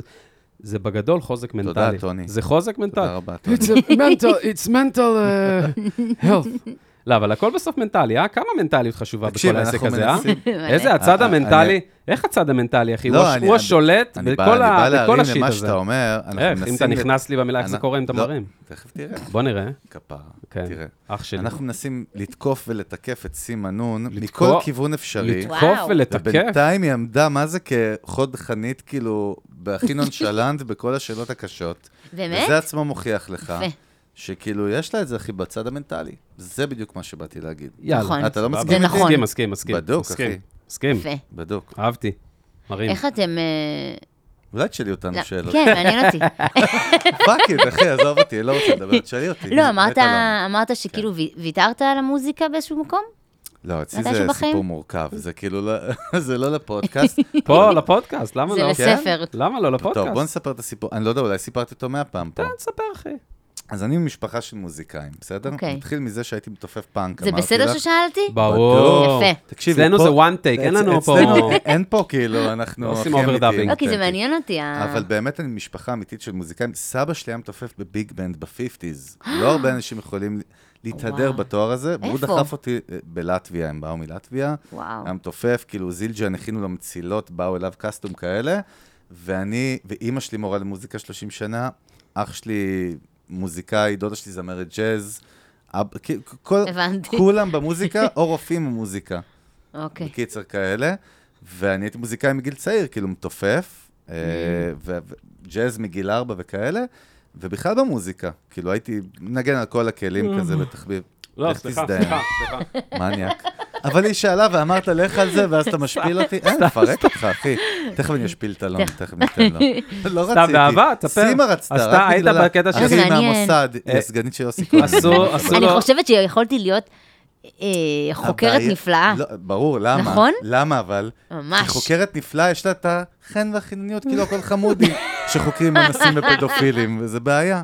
[SPEAKER 4] זה בגדול חוזק מנטלי.
[SPEAKER 5] טוני.
[SPEAKER 4] זה חוזק מנטלי.
[SPEAKER 5] תודה רבה, טוני.
[SPEAKER 4] a mental, it's mental uh, health. לא, אבל הכל בסוף מנטלי, אה? כמה מנטליות חשובה
[SPEAKER 5] תקשיב,
[SPEAKER 4] בכל העסק
[SPEAKER 5] אנחנו
[SPEAKER 4] הזה, אה?
[SPEAKER 5] מנסים-
[SPEAKER 4] איזה הצד
[SPEAKER 5] אה, אה,
[SPEAKER 4] המנטלי, איך הצד המנטלי, אחי?
[SPEAKER 5] לא,
[SPEAKER 4] הוא הש-
[SPEAKER 5] אני-
[SPEAKER 4] הוא
[SPEAKER 5] אני-
[SPEAKER 4] השולט
[SPEAKER 5] אני בא-
[SPEAKER 4] בכל ה-
[SPEAKER 5] אני בא
[SPEAKER 4] בכל
[SPEAKER 5] להרים
[SPEAKER 4] השיט
[SPEAKER 5] למה שאתה
[SPEAKER 4] הזה.
[SPEAKER 5] אומר, אנחנו
[SPEAKER 4] איך,
[SPEAKER 5] מנסים...
[SPEAKER 4] אם אתה
[SPEAKER 5] לת-
[SPEAKER 4] נכנס לי במילה, איך זה
[SPEAKER 5] אנ-
[SPEAKER 4] קורה אם אתה
[SPEAKER 5] לא,
[SPEAKER 4] מרים?
[SPEAKER 5] תכף תראה,
[SPEAKER 4] בוא נראה.
[SPEAKER 5] כפרה,
[SPEAKER 4] כן,
[SPEAKER 5] תראה.
[SPEAKER 4] אח שלי.
[SPEAKER 5] אנחנו מנסים לתקוף ולתקף את סימה נון מכל
[SPEAKER 4] לתקוף-
[SPEAKER 5] כיוון אפשרי.
[SPEAKER 4] לתקוף
[SPEAKER 6] וואו.
[SPEAKER 4] ולתקף.
[SPEAKER 5] ובינתיים היא עמדה, מה זה, כחוד חנית, כאילו, בהכי נונשלנט בכל השאלות הקשות.
[SPEAKER 6] באמת?
[SPEAKER 5] וזה עצמו מוכיח לך,
[SPEAKER 6] יפה.
[SPEAKER 5] שכאילו, יש לה את זה, אחי, בצד המנטלי. זה בדיוק מה שבאתי להגיד.
[SPEAKER 4] יאללה.
[SPEAKER 6] נכון.
[SPEAKER 5] אתה לא
[SPEAKER 4] סבבה.
[SPEAKER 5] מסכים איתי?
[SPEAKER 6] זה נכון.
[SPEAKER 4] מסכים, אוקיי, מסכים, מסכים.
[SPEAKER 5] בדוק,
[SPEAKER 4] מסכים,
[SPEAKER 5] אחי.
[SPEAKER 4] מסכים.
[SPEAKER 6] יפה.
[SPEAKER 5] בדוק.
[SPEAKER 4] אהבתי. מרים.
[SPEAKER 6] איך אתם... אה,
[SPEAKER 5] אולי תשאלי אותנו
[SPEAKER 6] לא,
[SPEAKER 5] שאלות.
[SPEAKER 6] כן, מעניין אותי.
[SPEAKER 5] פאק איט, אחי, עזוב אותי, אני לא רוצה לדבר, תשאלי אותי.
[SPEAKER 6] לא, אמרת-
[SPEAKER 5] מת עליו.
[SPEAKER 6] אמרת שכאילו וי- ויתרת על המוזיקה באיזשהו מקום?
[SPEAKER 5] לא, אצלי
[SPEAKER 6] מתישהו
[SPEAKER 5] זה
[SPEAKER 6] בחיים?
[SPEAKER 5] סיפור מורכב, זה כאילו, לא- זה לא לפודקאסט.
[SPEAKER 4] פה, לפודקאסט, למה
[SPEAKER 6] זה
[SPEAKER 4] לא?
[SPEAKER 6] לספר.
[SPEAKER 4] למה לא לפודקאסט? כן.
[SPEAKER 5] טוב, בוא נספר את הסיפור, אני לא יודע, אולי סיפרתי אותו מאה פעם פה.
[SPEAKER 4] תספר, אחי.
[SPEAKER 5] אז אני ממשפחה של מוזיקאים, בסדר?
[SPEAKER 6] אוקיי.
[SPEAKER 5] נתחיל מזה שהייתי מתופף פאנק,
[SPEAKER 6] זה
[SPEAKER 5] אמרתי לך.
[SPEAKER 6] בסדר ששאלתי?
[SPEAKER 4] ברור.
[SPEAKER 6] יפה.
[SPEAKER 5] תקשיבי,
[SPEAKER 4] אצלנו
[SPEAKER 5] פה-
[SPEAKER 4] זה one take, אין
[SPEAKER 5] אצ-
[SPEAKER 4] לנו פה...
[SPEAKER 5] אצלנו אין פה, כאילו, אנחנו
[SPEAKER 4] לא עושים
[SPEAKER 5] הכי
[SPEAKER 4] overdubbing.
[SPEAKER 5] אמיתיים.
[SPEAKER 6] לא, כי זה
[SPEAKER 5] אותנטיים.
[SPEAKER 6] מעניין אותי. ה-
[SPEAKER 5] אבל באמת אני משפחה אמיתית של מוזיקאים. סבא שלי היה מתופף בביג בנד בפיפטיז. לא הרבה אנשים יכולים להתהדר
[SPEAKER 6] וואו.
[SPEAKER 5] בתואר הזה. והוא
[SPEAKER 6] איפה?
[SPEAKER 5] דחף אותי אה, בלטביה, הם באו מלטביה.
[SPEAKER 6] וואו.
[SPEAKER 5] היה מתופף, כאילו זילג'ן הכינו לו מצילות, באו אליו קסטום כאלה. ואני, ואימא שלי מורה למוזיקה 30 שנה, אח שלי מוזיקאי, דודה שלי זמרת ג'אז. אב- כאילו, כל-
[SPEAKER 6] הבנתי.
[SPEAKER 5] כולם במוזיקה, או רופאים במוזיקה.
[SPEAKER 6] אוקיי.
[SPEAKER 5] בקיצר כאלה, ואני הייתי מוזיקאי מגיל צעיר, כאילו מתופף, אה,
[SPEAKER 4] Mm.
[SPEAKER 5] ו- וג'אז מגיל ארבע וכאלה, ובכלל במוזיקה, כאילו הייתי מנגן על כל הכלים כזה בתחביב.
[SPEAKER 4] לא,
[SPEAKER 5] לך
[SPEAKER 4] סליחה,
[SPEAKER 5] תזדיין,
[SPEAKER 4] סליחה, סליחה.
[SPEAKER 5] מניאק. אבל היא שאלה ואמרת לך על זה, ואז אתה משפיל אותי? אין, נפרק אותך, אחי. תכף אני אשפיל את אלון, תכף ניתן לו. לא רציתי.
[SPEAKER 4] באהבה, תספר.
[SPEAKER 5] סימה רצתה,
[SPEAKER 4] אז
[SPEAKER 5] רק
[SPEAKER 4] אתה היית
[SPEAKER 5] בגללה.
[SPEAKER 4] בקטע של-
[SPEAKER 5] אחי
[SPEAKER 6] מעניין.
[SPEAKER 5] מהמוסד, היא
[SPEAKER 4] אה,
[SPEAKER 5] הסגנית של יוסי כהן.
[SPEAKER 4] אסור- אסור
[SPEAKER 6] אני
[SPEAKER 4] לא-
[SPEAKER 6] חושבת שיכולתי להיות אה, חוקרת
[SPEAKER 5] הבעיה-
[SPEAKER 6] נפלאה.
[SPEAKER 5] לא, ברור, למה?
[SPEAKER 6] נכון?
[SPEAKER 5] למה אבל?
[SPEAKER 6] ממש.
[SPEAKER 5] כי חוקרת נפלאה, יש לה את החן והחינניות, כאילו הכל חמודים, שחוקרים אנסים ופדופילים, וזה בעיה.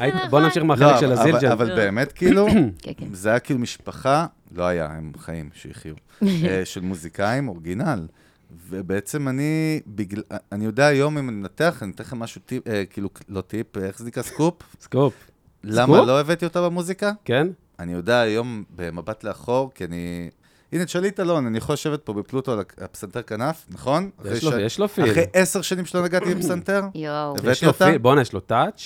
[SPEAKER 4] היית- בוא נמשיך
[SPEAKER 5] לא,
[SPEAKER 4] מהחלק של
[SPEAKER 5] אבל-
[SPEAKER 4] הזילג'ל.
[SPEAKER 5] אבל באמת, כאילו,
[SPEAKER 6] כן, כן.
[SPEAKER 5] זה היה כאילו משפחה, לא היה, הם חיים, שיחיו, אה, של מוזיקאים, אורגינל. ובעצם אני, בגלל, אני יודע היום אם אני מנתח, אני אתן לכם משהו טיפ, אה, כאילו, לא טיפ, איך זה נקרא סקופ?
[SPEAKER 4] סקופ,
[SPEAKER 5] למה
[SPEAKER 4] סקופ?
[SPEAKER 5] לא הבאתי אותה במוזיקה?
[SPEAKER 4] כן?
[SPEAKER 5] אני יודע היום במבט לאחור, כי אני... הנה, תשאלי את אלון, אני יכול לשבת פה בפלוטו על הפסנתר כנף, נכון? אחרי
[SPEAKER 4] לו-
[SPEAKER 5] ש-
[SPEAKER 4] יש לו פיל.
[SPEAKER 5] אחרי עשר שנים שלא נגעתי בפסנתר,
[SPEAKER 6] יואו.
[SPEAKER 5] הבאתי
[SPEAKER 4] יש לו
[SPEAKER 5] אותה?
[SPEAKER 4] פיל, בואנה, יש לו טאץ'.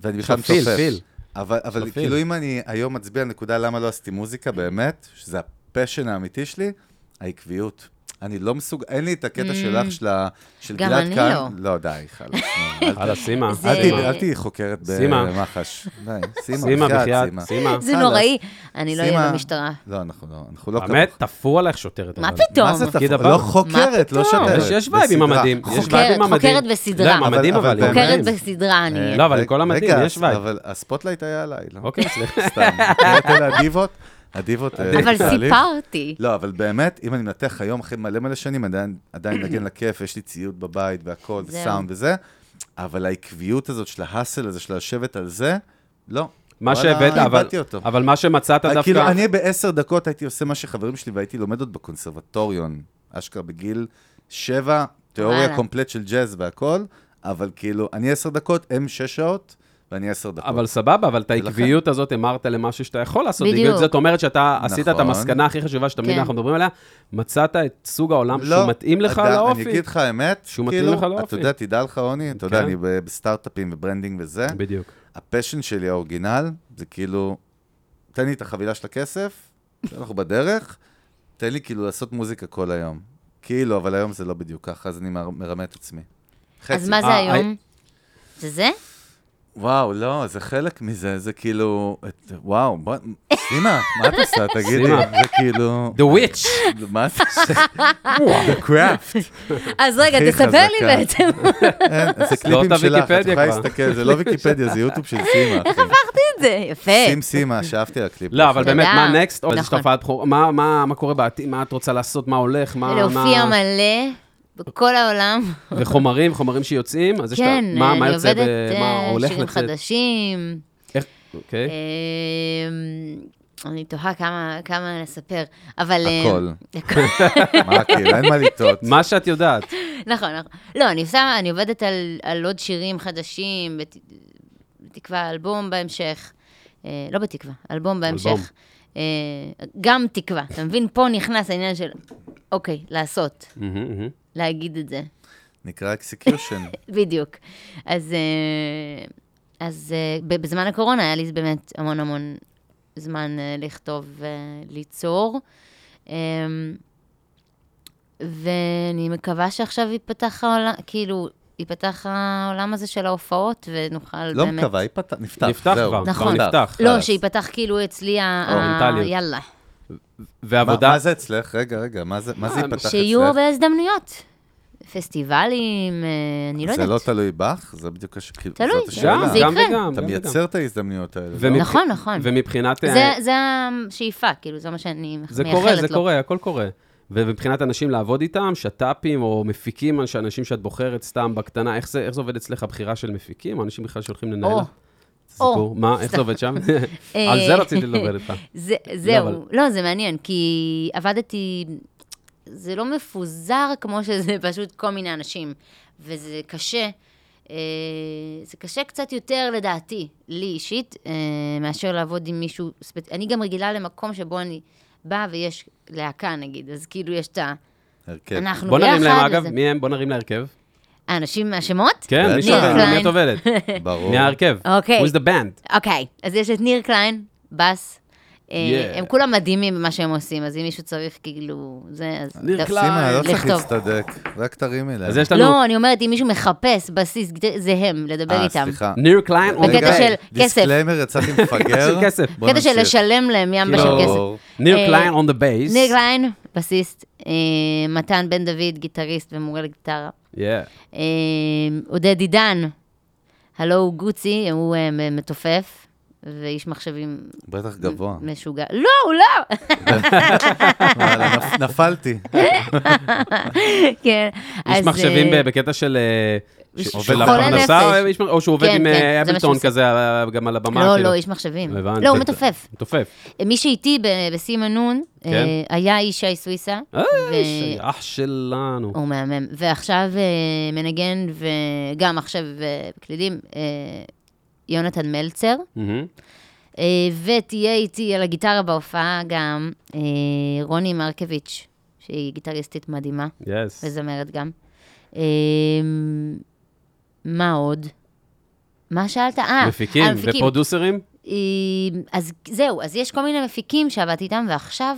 [SPEAKER 5] ואני
[SPEAKER 4] יש
[SPEAKER 5] בכלל
[SPEAKER 4] לו פיל,
[SPEAKER 5] מתופף.
[SPEAKER 4] פיל.
[SPEAKER 5] אבל,
[SPEAKER 4] יש
[SPEAKER 5] אבל
[SPEAKER 4] לו פיל.
[SPEAKER 5] כאילו אם אני היום מצביע על נקודה למה לא עשיתי מוזיקה, באמת, שזה הפשן האמיתי שלי, העקביות. אני לא מסוג... אין לי את הקטע שלך, של ה- של
[SPEAKER 6] Mm. גם
[SPEAKER 5] גלעד
[SPEAKER 6] אני
[SPEAKER 5] כאן.
[SPEAKER 6] לא.
[SPEAKER 5] לא, די, חלאס. נו, אל-
[SPEAKER 4] הלאה, סימה.
[SPEAKER 6] זה-
[SPEAKER 5] אל
[SPEAKER 4] סימה.
[SPEAKER 5] תהיי- אל תהיי חוקרת
[SPEAKER 4] סימה.
[SPEAKER 5] במח"ש. די,
[SPEAKER 4] סימה,
[SPEAKER 5] סימה, בחייאת,
[SPEAKER 4] בחייאת,
[SPEAKER 5] סימה.
[SPEAKER 4] סימה.
[SPEAKER 6] זה
[SPEAKER 5] חלאס.
[SPEAKER 6] נוראי. אני לא אהיה
[SPEAKER 5] סימה-
[SPEAKER 6] במשטרה.
[SPEAKER 5] לא, אנחנו לא, אנחנו לא
[SPEAKER 4] באמת, תפרו עלייך שוטרת.
[SPEAKER 6] מה
[SPEAKER 4] אבל.
[SPEAKER 6] פתאום?
[SPEAKER 5] מה זה
[SPEAKER 4] תפקיד
[SPEAKER 5] תפקיד
[SPEAKER 4] הבא.
[SPEAKER 5] לא חוקרת, לא
[SPEAKER 6] פתאום?
[SPEAKER 5] שוטרת.
[SPEAKER 4] יש- יש וייב עם
[SPEAKER 5] בסדרה.
[SPEAKER 4] המדים. יש
[SPEAKER 5] חוקרת.
[SPEAKER 4] וייב עם
[SPEAKER 6] חוקרת,
[SPEAKER 4] המדים.
[SPEAKER 6] חוקרת בסדרה.
[SPEAKER 4] לא, עם המדים
[SPEAKER 5] אבל-
[SPEAKER 4] אבל.
[SPEAKER 5] אבל
[SPEAKER 4] עם המדים.
[SPEAKER 6] חוקרת בסדרה אני אהיה.
[SPEAKER 4] לא, אבל עם כל המדים,
[SPEAKER 5] רגע,
[SPEAKER 4] יש וייב.
[SPEAKER 5] אבל הספוטלייט היה עליי, לא?
[SPEAKER 4] אוקיי, סליחה.
[SPEAKER 5] סתם, נתת לדיבות, הדיבות... אה,
[SPEAKER 6] אבל
[SPEAKER 5] תהליך.
[SPEAKER 6] סיפרתי.
[SPEAKER 5] לא, אבל באמת, אם אני מנתח היום אחרי מלא מלא שנים, עדיין- עדיין נגן לכיף, יש לי ציוד בבית והכל,
[SPEAKER 6] זהו.
[SPEAKER 5] וסאונד וזה, אבל העקביות הזאת של ההאסל הזה, של לשבת על זה, לא.
[SPEAKER 4] מה
[SPEAKER 5] וואלה,
[SPEAKER 4] שהבאת, אבל-
[SPEAKER 5] איבדתי אותו.
[SPEAKER 4] אבל מה שמצאת דווקא...
[SPEAKER 5] כאילו, אני בעשר דקות הייתי עושה מה שחברים שלי והייתי לומד עוד בקונסרבטוריון, אשכרה בגיל שבע, תיאוריה
[SPEAKER 6] וואלה.
[SPEAKER 5] קומפלט של ג'אז והכל, אבל כאילו, אני עשר דקות, הם שש שעות, ואני עשר דקות.
[SPEAKER 4] אבל סבבה, אבל את
[SPEAKER 5] נכון. ולכן-
[SPEAKER 4] העקביות הזאת המרת למשהו שאתה יכול לעשות.
[SPEAKER 6] בדיוק.
[SPEAKER 4] בדיוק. זאת אומרת שאתה עשית את
[SPEAKER 5] נכון.
[SPEAKER 4] המסקנה הכי חשובה שתמיד
[SPEAKER 6] כן.
[SPEAKER 4] אנחנו מדברים עליה, מצאת את סוג העולם שהוא מתאים לך
[SPEAKER 5] לא, אתה-
[SPEAKER 4] לאופי.
[SPEAKER 5] אני אגיד לך האמת,
[SPEAKER 4] שהוא מתאים
[SPEAKER 5] כאילו,
[SPEAKER 4] לך לאופי.
[SPEAKER 5] אתה יודע, תדע לך, רוני, אתה יודע,
[SPEAKER 4] כן.
[SPEAKER 5] אני ב- בסטארט-אפים וברנדינג וזה,
[SPEAKER 4] בדיוק.
[SPEAKER 5] הפשן שלי, האורגינל, זה כאילו, תן לי את החבילה של הכסף, אנחנו בדרך, תן לי כאילו לעשות מוזיקה כל היום. כאילו, אבל היום זה לא בדיוק ככה, אז אני מר- מרמה את עצמי.
[SPEAKER 6] אז מה זה
[SPEAKER 4] אה,
[SPEAKER 6] היום? זה זה?
[SPEAKER 5] וואו, לא, זה חלק מזה, זה כאילו... את- וואו, בוא... סימה, מה את עושה? תגידי,
[SPEAKER 4] סימה.
[SPEAKER 5] זה כאילו...
[SPEAKER 4] The Witch.
[SPEAKER 5] מה זה? The craft.
[SPEAKER 6] אז רגע,
[SPEAKER 5] הכי
[SPEAKER 6] תספר לי
[SPEAKER 5] חזקה.
[SPEAKER 6] בעצם.
[SPEAKER 5] אין, זה
[SPEAKER 4] לא
[SPEAKER 5] קליפים
[SPEAKER 4] אותה
[SPEAKER 5] שלך, את
[SPEAKER 4] ויקיפדיה
[SPEAKER 5] יכולה
[SPEAKER 4] כבר.
[SPEAKER 5] להסתכל, זה לא ויקיפדיה, זה יוטיוב של סימה. אחי.
[SPEAKER 6] אמרתי את זה.
[SPEAKER 5] שים
[SPEAKER 6] יפה.
[SPEAKER 5] סימה, שאפתי על הקליפ.
[SPEAKER 4] לא, אבל
[SPEAKER 6] תודה.
[SPEAKER 4] באמת, מה נקסט? או איזה
[SPEAKER 6] נכון.
[SPEAKER 4] שתופעת בכורה, מה- מה מה קורה בעתיד? מה את רוצה לעשות? מה הולך? מה...
[SPEAKER 6] להופיע
[SPEAKER 4] מה-
[SPEAKER 6] מלא בכל העולם.
[SPEAKER 4] וחומרים, חומרים שיוצאים? אז יש את ה-
[SPEAKER 6] כן,
[SPEAKER 4] מה- מה
[SPEAKER 6] אני
[SPEAKER 4] יוצא ב-
[SPEAKER 6] עובדת
[SPEAKER 4] מה
[SPEAKER 6] אה,
[SPEAKER 4] הולך
[SPEAKER 6] שירים אה,
[SPEAKER 4] לצאת?
[SPEAKER 6] חדשים.
[SPEAKER 4] איך- אוקיי.
[SPEAKER 6] אה, אני תוהה כמה- כמה לספר, אבל... אה,
[SPEAKER 5] הכל. מה, כאילו, אין מה לטעות.
[SPEAKER 4] מה שאת יודעת.
[SPEAKER 6] נכון, נכון. לא, אני עושה, אני עובדת על, על עוד שירים חדשים, בת, בתקווה אלבום בהמשך. אה, לא בתקווה, אלבום בהמשך.
[SPEAKER 4] אלבום.
[SPEAKER 6] אה, גם תקווה, אתה מבין? פה נכנס העניין של, אוקיי, לעשות,
[SPEAKER 4] מהמם, מהמם.
[SPEAKER 6] להגיד את זה.
[SPEAKER 5] נקרא אקסקיושן.
[SPEAKER 6] בדיוק. אז, אה, אז אה, ב- בזמן הקורונה היה לי באמת המון המון זמן אה, לכתוב וליצור. אה, ואני מקווה שעכשיו ייפתח העולם, כאילו, ייפתח העולם הזה של ההופעות, ונוכל
[SPEAKER 5] לא
[SPEAKER 6] באמת...
[SPEAKER 5] מקווה, ייפתח, נפתח.
[SPEAKER 4] נפתח
[SPEAKER 5] זהו.
[SPEAKER 4] כבר,
[SPEAKER 6] נכון.
[SPEAKER 4] כבר נפתח. אה,
[SPEAKER 6] לא,
[SPEAKER 5] חלאס.
[SPEAKER 6] שייפתח כאילו אצלי ה... ה-
[SPEAKER 4] האוריינטליות.
[SPEAKER 6] יאללה.
[SPEAKER 5] מה
[SPEAKER 4] ועבודה...
[SPEAKER 5] מה זה אצלך? רגע, רגע, מה זה מה
[SPEAKER 4] אה,
[SPEAKER 5] זה ייפתח אצלך?
[SPEAKER 6] שיהיו הרבה הזדמנויות. פסטיבלים, אה, אני לא
[SPEAKER 5] זה
[SPEAKER 6] יודעת.
[SPEAKER 5] לא תלוי בך? זה בדיוק הש... כאילו,
[SPEAKER 6] תלוי,
[SPEAKER 5] זאת השאלה.
[SPEAKER 4] גם,
[SPEAKER 6] זה
[SPEAKER 4] גם
[SPEAKER 6] יקרה.
[SPEAKER 4] וגם.
[SPEAKER 5] אתה
[SPEAKER 4] גם
[SPEAKER 5] מייצר את ההזדמנויות האלה.
[SPEAKER 4] ומת-
[SPEAKER 5] לא?
[SPEAKER 6] נכון, נכון.
[SPEAKER 4] ומבחינת... אה,
[SPEAKER 6] זה, זה השאיפה, כאילו, זה מה שאני מייחלת לו.
[SPEAKER 4] זה קורה,
[SPEAKER 6] לא.
[SPEAKER 4] זה קורה, הכל קורה. ומבחינת אנשים לעבוד איתם, שת"פים או מפיקים, אנש- אנשים שאת בוחרת סתם בקטנה, איך זה, איך זה עובד אצלך, הבחירה של מפיקים? אנשים בכלל שהולכים לנהל?
[SPEAKER 6] או, אה,
[SPEAKER 4] סיפור. מה, איך זה עובד שם? על זה רציתי לדבר איתך.
[SPEAKER 6] זה,
[SPEAKER 4] אבל-
[SPEAKER 6] זהו, לא, זה מעניין, כי עבדתי, זה לא מפוזר כמו שזה פשוט כל מיני אנשים, וזה קשה. אה, זה קשה קצת יותר לדעתי, לי אישית, אה, מאשר לעבוד עם מישהו ספציפי. אני גם רגילה למקום שבו אני באה ויש להקה נגיד, אז כאילו יש את ה...
[SPEAKER 5] הרכב.
[SPEAKER 6] אנחנו
[SPEAKER 4] כן. בוא נרים להם, אגב,
[SPEAKER 6] וזה.
[SPEAKER 4] מי הם? בוא נרים להרכב.
[SPEAKER 6] האנשים מהשמות?
[SPEAKER 4] כן,
[SPEAKER 5] ניר
[SPEAKER 4] מי שאתם,
[SPEAKER 6] קליין.
[SPEAKER 4] מי את עובדת?
[SPEAKER 5] ברור.
[SPEAKER 4] מי ההרכב?
[SPEAKER 6] אוקיי.
[SPEAKER 4] Who's the band?
[SPEAKER 6] אוקיי, אז יש את ניר קליין, בס. אה,
[SPEAKER 4] Yeah.
[SPEAKER 6] הם כולם מדהימים במה שהם עושים, אז אם מישהו צריך כאילו, זה, אז...
[SPEAKER 4] ניר
[SPEAKER 6] ד-
[SPEAKER 4] קליין.
[SPEAKER 5] סימה, לא צריך
[SPEAKER 6] לכתוב.
[SPEAKER 5] להצטדק, רק תרימי להם.
[SPEAKER 4] אז יש לנו
[SPEAKER 6] לא, אני אומרת, אם מישהו מחפש בסיס, זה הם, לדבר איתם.
[SPEAKER 5] אה, סליחה.
[SPEAKER 4] ניר קליין או
[SPEAKER 6] בקטע
[SPEAKER 5] רגע,
[SPEAKER 6] של כסף.
[SPEAKER 5] דיסקליימר, יצאתי מפגר.
[SPEAKER 4] של כסף.
[SPEAKER 5] בוא
[SPEAKER 6] קטע של
[SPEAKER 5] נמשיך.
[SPEAKER 6] לשלם להם ים בשל
[SPEAKER 4] כאילו,
[SPEAKER 6] כסף.
[SPEAKER 4] ניר
[SPEAKER 6] אה,
[SPEAKER 4] קליין on the bass.
[SPEAKER 6] ניר קליין, בסיסט, אה, מתן בן דוד, גיטריסט ומורה לגיטרה.
[SPEAKER 4] Yeah.
[SPEAKER 6] אה, עודד עידן, הלו הוא גוצי, הוא אה, מ- מתופף, ואיש מחשבים
[SPEAKER 5] בטח גבוה.
[SPEAKER 6] משוגע. לא, הוא לא!
[SPEAKER 5] וואלה, אה, נפ- נפלתי.
[SPEAKER 6] כן.
[SPEAKER 4] איש
[SPEAKER 6] אז,
[SPEAKER 4] מחשבים
[SPEAKER 6] אה,
[SPEAKER 4] ב- בקטע של... אה, ש-
[SPEAKER 6] איש-
[SPEAKER 4] של
[SPEAKER 5] חולה
[SPEAKER 4] הפרנסה,
[SPEAKER 6] נפש.
[SPEAKER 4] או איש מח- או שהוא עובד
[SPEAKER 6] כן,
[SPEAKER 4] עם
[SPEAKER 6] כן,
[SPEAKER 4] אה,
[SPEAKER 6] זה מה שהוא
[SPEAKER 4] אבלטון
[SPEAKER 6] עושה.
[SPEAKER 4] כזה אה, גם על הבמה?
[SPEAKER 6] לא,
[SPEAKER 4] כאילו?
[SPEAKER 6] לא, איש מחשבים.
[SPEAKER 4] הבנתי.
[SPEAKER 6] לא, הוא מתופף.
[SPEAKER 4] מתופף.
[SPEAKER 6] מי שאיתי ב- בסימן נון,
[SPEAKER 4] כן.
[SPEAKER 6] אה, היה ישי סוויסה.
[SPEAKER 4] אה,
[SPEAKER 6] ו-
[SPEAKER 4] איש, אח שלנו.
[SPEAKER 6] הוא מהמם. ועכשיו אה, מנגן, וגם עכשיו אה, בקלידים, אה, יונתן מלצר.
[SPEAKER 4] מהמם.
[SPEAKER 6] אה, ותהיה איתי על הגיטרה בהופעה גם אה, רוני מרקביץ', שהיא גיטריסטית מדהימה,
[SPEAKER 4] יס.
[SPEAKER 6] וזמרת גם. אה, מה עוד? מה שאלת? אה,
[SPEAKER 4] מפיקים
[SPEAKER 6] המפיקים.
[SPEAKER 4] ופרודוסרים?
[SPEAKER 6] אה, אז זהו, אז יש כל מיני מפיקים שעבדתי איתם, ועכשיו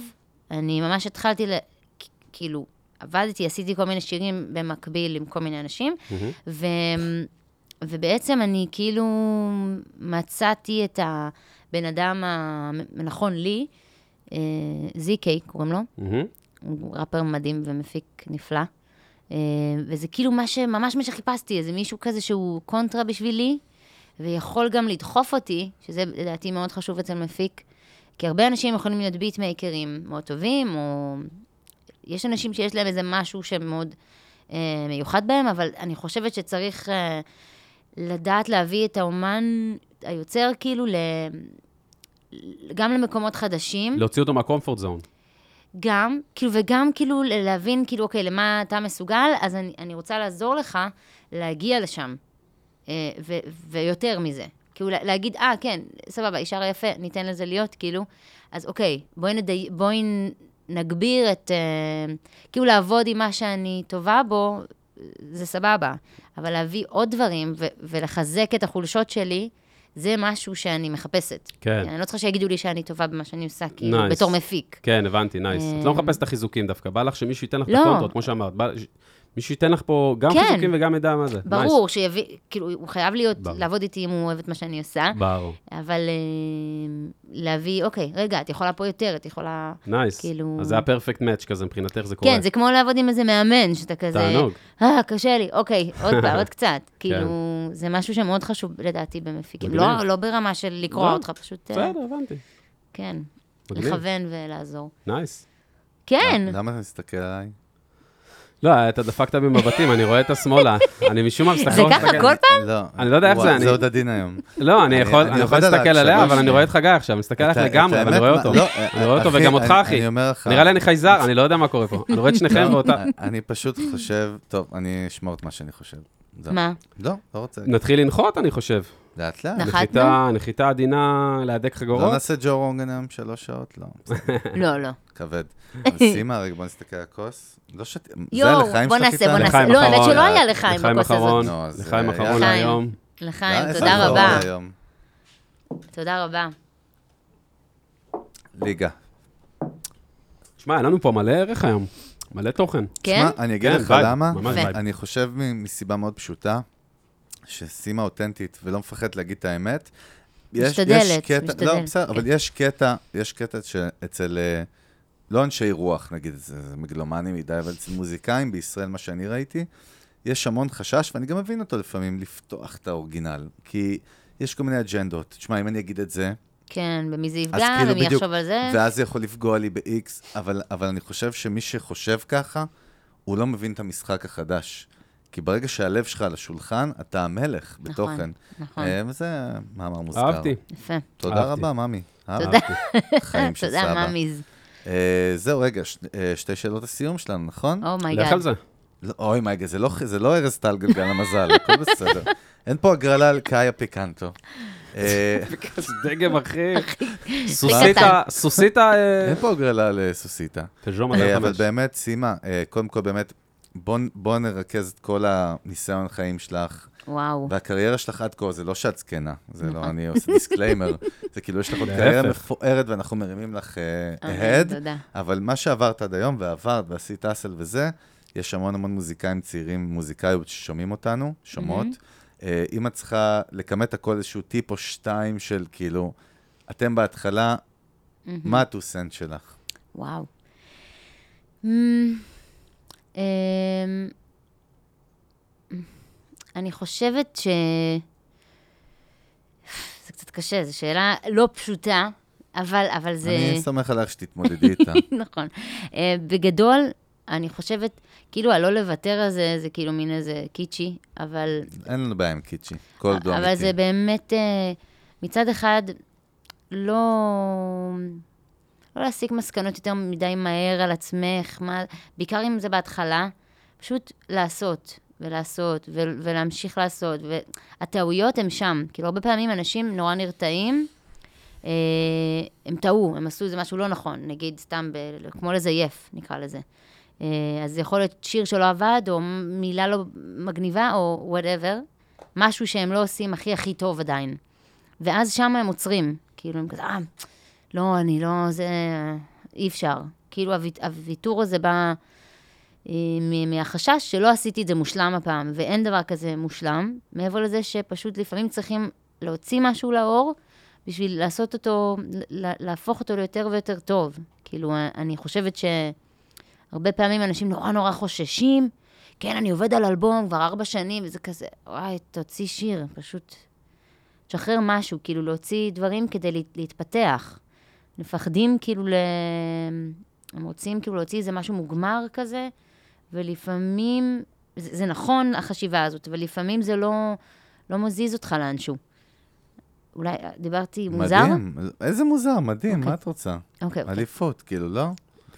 [SPEAKER 6] אני ממש התחלתי, ל... כ- כאילו, עבדתי, עשיתי כל מיני שירים במקביל עם כל מיני אנשים, ו... ובעצם אני כאילו מצאתי את הבן אדם הנכון לי, אה, ZK קוראים לו,
[SPEAKER 4] מהמם.
[SPEAKER 6] הוא ראפר מדהים ומפיק נפלא. אה, וזה כאילו מה שממש מה שחיפשתי, איזה מישהו כזה שהוא קונטרה בשבילי, ויכול גם לדחוף אותי, שזה לדעתי מאוד חשוב אצל מפיק, כי הרבה אנשים יכולים להיות ביטמייקרים מאוד טובים, או... יש אנשים שיש להם איזה משהו שמאוד אה, מיוחד בהם, אבל אני חושבת שצריך אה, לדעת להביא את האומן היוצר כאילו ל... גם למקומות חדשים.
[SPEAKER 4] להוציא אותו מהקומפורט זון.
[SPEAKER 6] גם, כאילו, וגם כאילו ל- להבין, כאילו, אוקיי, למה אתה מסוגל, אז אני, אני רוצה לעזור לך להגיע לשם. אה, ו, ויותר מזה. כאילו, לה- להגיד, אה, כן, סבבה, אישר יפה, ניתן לזה להיות, כאילו. אז אוקיי, בואי, נדי, בואי נ- נגביר את... אה, כאילו, לעבוד עם מה שאני טובה בו, אה, זה סבבה. אבל להביא עוד דברים ו, ולחזק את החולשות שלי, זה משהו שאני מחפשת.
[SPEAKER 4] כן.
[SPEAKER 6] אני לא צריכה שיגידו לי שאני טובה במה שאני עושה, כאילו,
[SPEAKER 4] Nice.
[SPEAKER 6] בתור מפיק.
[SPEAKER 4] כן, הבנתי, נייס. את לא מחפשת את החיזוקים דווקא, בא לך שמישהו ייתן לך את
[SPEAKER 6] אה, לא.
[SPEAKER 4] הקונטרות, כמו שאמרת. בא- ש- מישהו ייתן לך פה גם
[SPEAKER 6] כן.
[SPEAKER 4] חיזוקים וגם מידע מה זה.
[SPEAKER 6] ברור, שיביא, כאילו, הוא חייב להיות,
[SPEAKER 4] ברור.
[SPEAKER 6] לעבוד איתי אם הוא אוהב את מה שאני עושה,
[SPEAKER 4] Nice. ברור.
[SPEAKER 6] אבל אה, להביא, אוקיי, רגע, את יכולה פה יותר, את יכולה...
[SPEAKER 4] נייס.
[SPEAKER 6] כאילו-
[SPEAKER 4] אז זה היה פרפקט מאץ' כזה, מבחינתך זה קורה.
[SPEAKER 6] כן, זה כמו לעבוד עם איזה מאמן, שאתה כזה...
[SPEAKER 4] תענוג.
[SPEAKER 6] אה, קשה לי, אוקיי, עוד פעם, עוד קצת.
[SPEAKER 4] כן.
[SPEAKER 6] כאילו, זה משהו שמאוד חשוב לדעתי במפיקים.
[SPEAKER 4] מגניב.
[SPEAKER 6] לא לא ברמה של לקרוע
[SPEAKER 4] לא.
[SPEAKER 6] אותך, פשוט... אה,
[SPEAKER 4] בסדר, הבנתי.
[SPEAKER 6] כן,
[SPEAKER 4] מגניב. אה,
[SPEAKER 6] לכוון ולעזור.
[SPEAKER 4] נייס.
[SPEAKER 6] כן,
[SPEAKER 5] למה אתה מסתכל עליי?
[SPEAKER 4] לא, אתה דפקת במבטים, אני רואה את השמאלה. אני משום מה מסתכל...
[SPEAKER 6] זה ככה
[SPEAKER 4] מסתכל-
[SPEAKER 6] כל פעם?
[SPEAKER 5] לא.
[SPEAKER 4] אני לא יודע איך
[SPEAKER 5] וואי,
[SPEAKER 4] זה, אני-
[SPEAKER 5] זה עוד עדין היום.
[SPEAKER 4] לא, אני
[SPEAKER 5] אני-
[SPEAKER 4] יכול
[SPEAKER 5] אני
[SPEAKER 4] אני יכול
[SPEAKER 5] עובד על
[SPEAKER 4] להסתכל עליה,
[SPEAKER 5] ההקשבה
[SPEAKER 4] אבל אני
[SPEAKER 5] שנייה.
[SPEAKER 4] רואה את חגי עכשיו, אני מסתכל עליך
[SPEAKER 5] אתה-
[SPEAKER 4] לגמרי,
[SPEAKER 5] אתה
[SPEAKER 4] אבל אני רואה
[SPEAKER 5] האמת,
[SPEAKER 4] אותו.
[SPEAKER 5] לא,
[SPEAKER 4] אני רואה אותו
[SPEAKER 5] אחי,
[SPEAKER 4] וגם אותך,
[SPEAKER 5] אני-
[SPEAKER 4] אחי.
[SPEAKER 5] אני אומר לך-
[SPEAKER 4] נראה לי אני חייזר, אני לא יודע מה קורה פה. אני רואה את שניכם
[SPEAKER 5] לא,
[SPEAKER 4] ואותה...
[SPEAKER 5] אני פשוט חושב, טוב, אני אשמור את מה שאני חושב. זהו.
[SPEAKER 6] מה?
[SPEAKER 5] לא, לא רוצה.
[SPEAKER 4] נתחיל לנחות, אני חושב.
[SPEAKER 5] לאט לאט.
[SPEAKER 6] נחתנו?
[SPEAKER 4] נחיתה, נחיתה עדינה, להדק
[SPEAKER 5] לא
[SPEAKER 6] נכון.
[SPEAKER 4] חגורות.
[SPEAKER 5] נעשה ג'ו רונגן היום שלוש שעות, לא.
[SPEAKER 6] לא, לא.
[SPEAKER 5] כבד. אבל סימה, רגע, בוא נסתכל על הכוס. לא שת... זה
[SPEAKER 6] יואו,
[SPEAKER 5] לחיים
[SPEAKER 6] בוא
[SPEAKER 5] שתית?
[SPEAKER 6] נעשה, בוא
[SPEAKER 5] לחיים.
[SPEAKER 6] נעשה.
[SPEAKER 4] לחיים
[SPEAKER 6] לא, האמת
[SPEAKER 4] אחרון.
[SPEAKER 6] שלא היה לחיים
[SPEAKER 4] לחיים
[SPEAKER 6] בכוס לא הזאת.
[SPEAKER 4] אחרון, אה,
[SPEAKER 5] נו, אז,
[SPEAKER 4] לחיים
[SPEAKER 5] אה,
[SPEAKER 4] אחרון
[SPEAKER 6] לחיים.
[SPEAKER 4] היום.
[SPEAKER 5] די,
[SPEAKER 6] לחיים,
[SPEAKER 5] אה, איזה
[SPEAKER 6] תודה
[SPEAKER 5] חרון
[SPEAKER 6] רבה.
[SPEAKER 5] היום.
[SPEAKER 6] תודה רבה.
[SPEAKER 5] ליגה.
[SPEAKER 4] שמע, היה לנו פה מלא ערך היום, מלא תוכן.
[SPEAKER 6] כן?
[SPEAKER 5] שמע, אני אגיד
[SPEAKER 4] כן,
[SPEAKER 5] לך
[SPEAKER 4] וייב,
[SPEAKER 5] למה.
[SPEAKER 4] ממש
[SPEAKER 6] וייב.
[SPEAKER 5] אני חושב מ- מסיבה מאוד פשוטה, שסימה אותנטית ולא מפחדת להגיד את האמת. יש- יש
[SPEAKER 6] משתדלת,
[SPEAKER 5] קטע- לא,
[SPEAKER 6] משתדלת,
[SPEAKER 5] בסדר,
[SPEAKER 6] כן.
[SPEAKER 5] אבל יש קטע, יש קטע שאצל, אה, לא אנשי רוח, נגיד, זה זה מגלומני מדי, אבל אצל מוזיקאים בישראל, מה שאני ראיתי, יש המון חשש, ואני גם מבין אותו לפעמים, לפתוח את האורגינל. כי יש כל מיני אג'נדות. תשמע, אם אני אגיד את זה,
[SPEAKER 6] כן, במי זה
[SPEAKER 5] אז
[SPEAKER 6] יפגע,
[SPEAKER 5] כאילו,
[SPEAKER 6] ומי
[SPEAKER 5] בדיוק,
[SPEAKER 6] יחשוב על זה.
[SPEAKER 5] ואז זה יכול לפגוע לי ב-X, אבל, אבל אני חושב שמי שחושב ככה, הוא לא מבין את המשחק החדש. כי ברגע שהלב שלך על השולחן, אתה המלך בתוכן.
[SPEAKER 6] נכון.
[SPEAKER 5] אה, וזה מאמר מוזכר.
[SPEAKER 4] אהבתי.
[SPEAKER 6] יפה.
[SPEAKER 5] תודה
[SPEAKER 4] אהבתי.
[SPEAKER 5] רבה, ממי.
[SPEAKER 6] תודה.
[SPEAKER 5] חיים של
[SPEAKER 6] תודה,
[SPEAKER 5] סבא.
[SPEAKER 6] מאמיז.
[SPEAKER 5] אה, זהו, רגע, ש- אה, שתי שאלות הסיום שלנו, נכון?
[SPEAKER 4] לך
[SPEAKER 6] אומייגאד.
[SPEAKER 4] על זה.
[SPEAKER 5] לא, אוי מייגה, זה לא, זה לא ארז טל גלגל המזל, הכל בסדר. אין פה הגרלה על קאיה פיקנטו. אה,
[SPEAKER 4] דגם אחי. סוסיטה, סוסיטה... אה,
[SPEAKER 5] אין פה הגרלה על אה, סוסיתא.
[SPEAKER 4] פז'ו
[SPEAKER 5] אה,
[SPEAKER 4] מדע
[SPEAKER 5] אבל
[SPEAKER 4] חמש.
[SPEAKER 5] באמת, סימה, אה, קודם כל באמת, בואו נרכז את כל הניסיון החיים שלך.
[SPEAKER 6] וואו.
[SPEAKER 5] והקריירה שלך עד כה, זה לא שאת זקנה, זה לא,
[SPEAKER 6] נכון.
[SPEAKER 5] אני עושה דיסקליימר. זה כאילו, יש לך עוד קריירה
[SPEAKER 4] להפך.
[SPEAKER 5] מפוארת ואנחנו מרימים לך אה,
[SPEAKER 6] אמן,
[SPEAKER 5] הד,
[SPEAKER 6] אוקיי, תודה.
[SPEAKER 5] אבל מה שעברת עד היום, ועברת ועשית אסל וזה, יש המון המון מוזיקאים צעירים, מוזיקאיות ששומעים אותנו, שומעות. אה, אם את צריכה לכמת הכל איזשהו טיפ או שתיים של כאילו, אתם בהתחלה, מה הטו-סנט שלך?
[SPEAKER 6] וואו. אמ, אמ, אני חושבת ש... זה קצת קשה, זו שאלה לא פשוטה, אבל, אבל זה...
[SPEAKER 5] אני סומך עליך שתתמודדי איתה.
[SPEAKER 6] נכון. אה, בגדול, אני חושבת, כאילו, הלא לוותר הזה, זה כאילו מין איזה קיצ'י, אבל
[SPEAKER 5] אין לנו בעיה עם קיצ'י, כל דו
[SPEAKER 6] אבל
[SPEAKER 5] אמיתי.
[SPEAKER 6] זה באמת, אה, מצד אחד, לא... לא להסיק מסקנות יותר מדי מהר על עצמך, מה, בעיקר אם זה בהתחלה, פשוט לעשות, ולעשות, ו, ולהמשיך לעשות, והטעויות הן שם. כאילו, הרבה פעמים אנשים נורא נרתעים, אה, הם טעו, הם עשו איזה משהו לא נכון, נגיד סתם, ב, כמו לזייף, נקרא לזה. אה, אז זה יכול להיות שיר שלא עבד, או מילה לא מגניבה, או וואטאבר, משהו שהם לא עושים הכי הכי טוב עדיין. ואז שם הם עוצרים, כאילו, הם כזה, אה, לא, אני לא, זה, אי אפשר. כאילו, הוויט- הוויתור הזה בא אה, מ- מהחשש שלא עשיתי את זה מושלם הפעם, ואין דבר כזה מושלם, מעבר לזה שפשוט לפעמים צריכים להוציא משהו לאור, בשביל לעשות אותו, לה- להפוך אותו ליותר ויותר טוב. כאילו, אני חושבת ש... הרבה פעמים אנשים נורא נורא חוששים. כן, אני עובד על אלבום כבר ארבע שנים, וזה כזה, וואי, תוציא שיר, פשוט... תשחרר משהו, כאילו להוציא דברים כדי להת- להתפתח. מפחדים כאילו ל... הם רוצים כאילו להוציא איזה משהו מוגמר כזה, ולפעמים... זה, זה נכון, החשיבה הזאת, אבל לפעמים זה לא, לא מזיז אותך לאנשהו. אולי אה, דיברתי מוזר?
[SPEAKER 5] מדהים, איזה מוזר, מדהים, מה
[SPEAKER 6] אוקיי.
[SPEAKER 5] את רוצה?
[SPEAKER 6] אוקיי, אוקיי.
[SPEAKER 5] אליפות, כאילו, לא?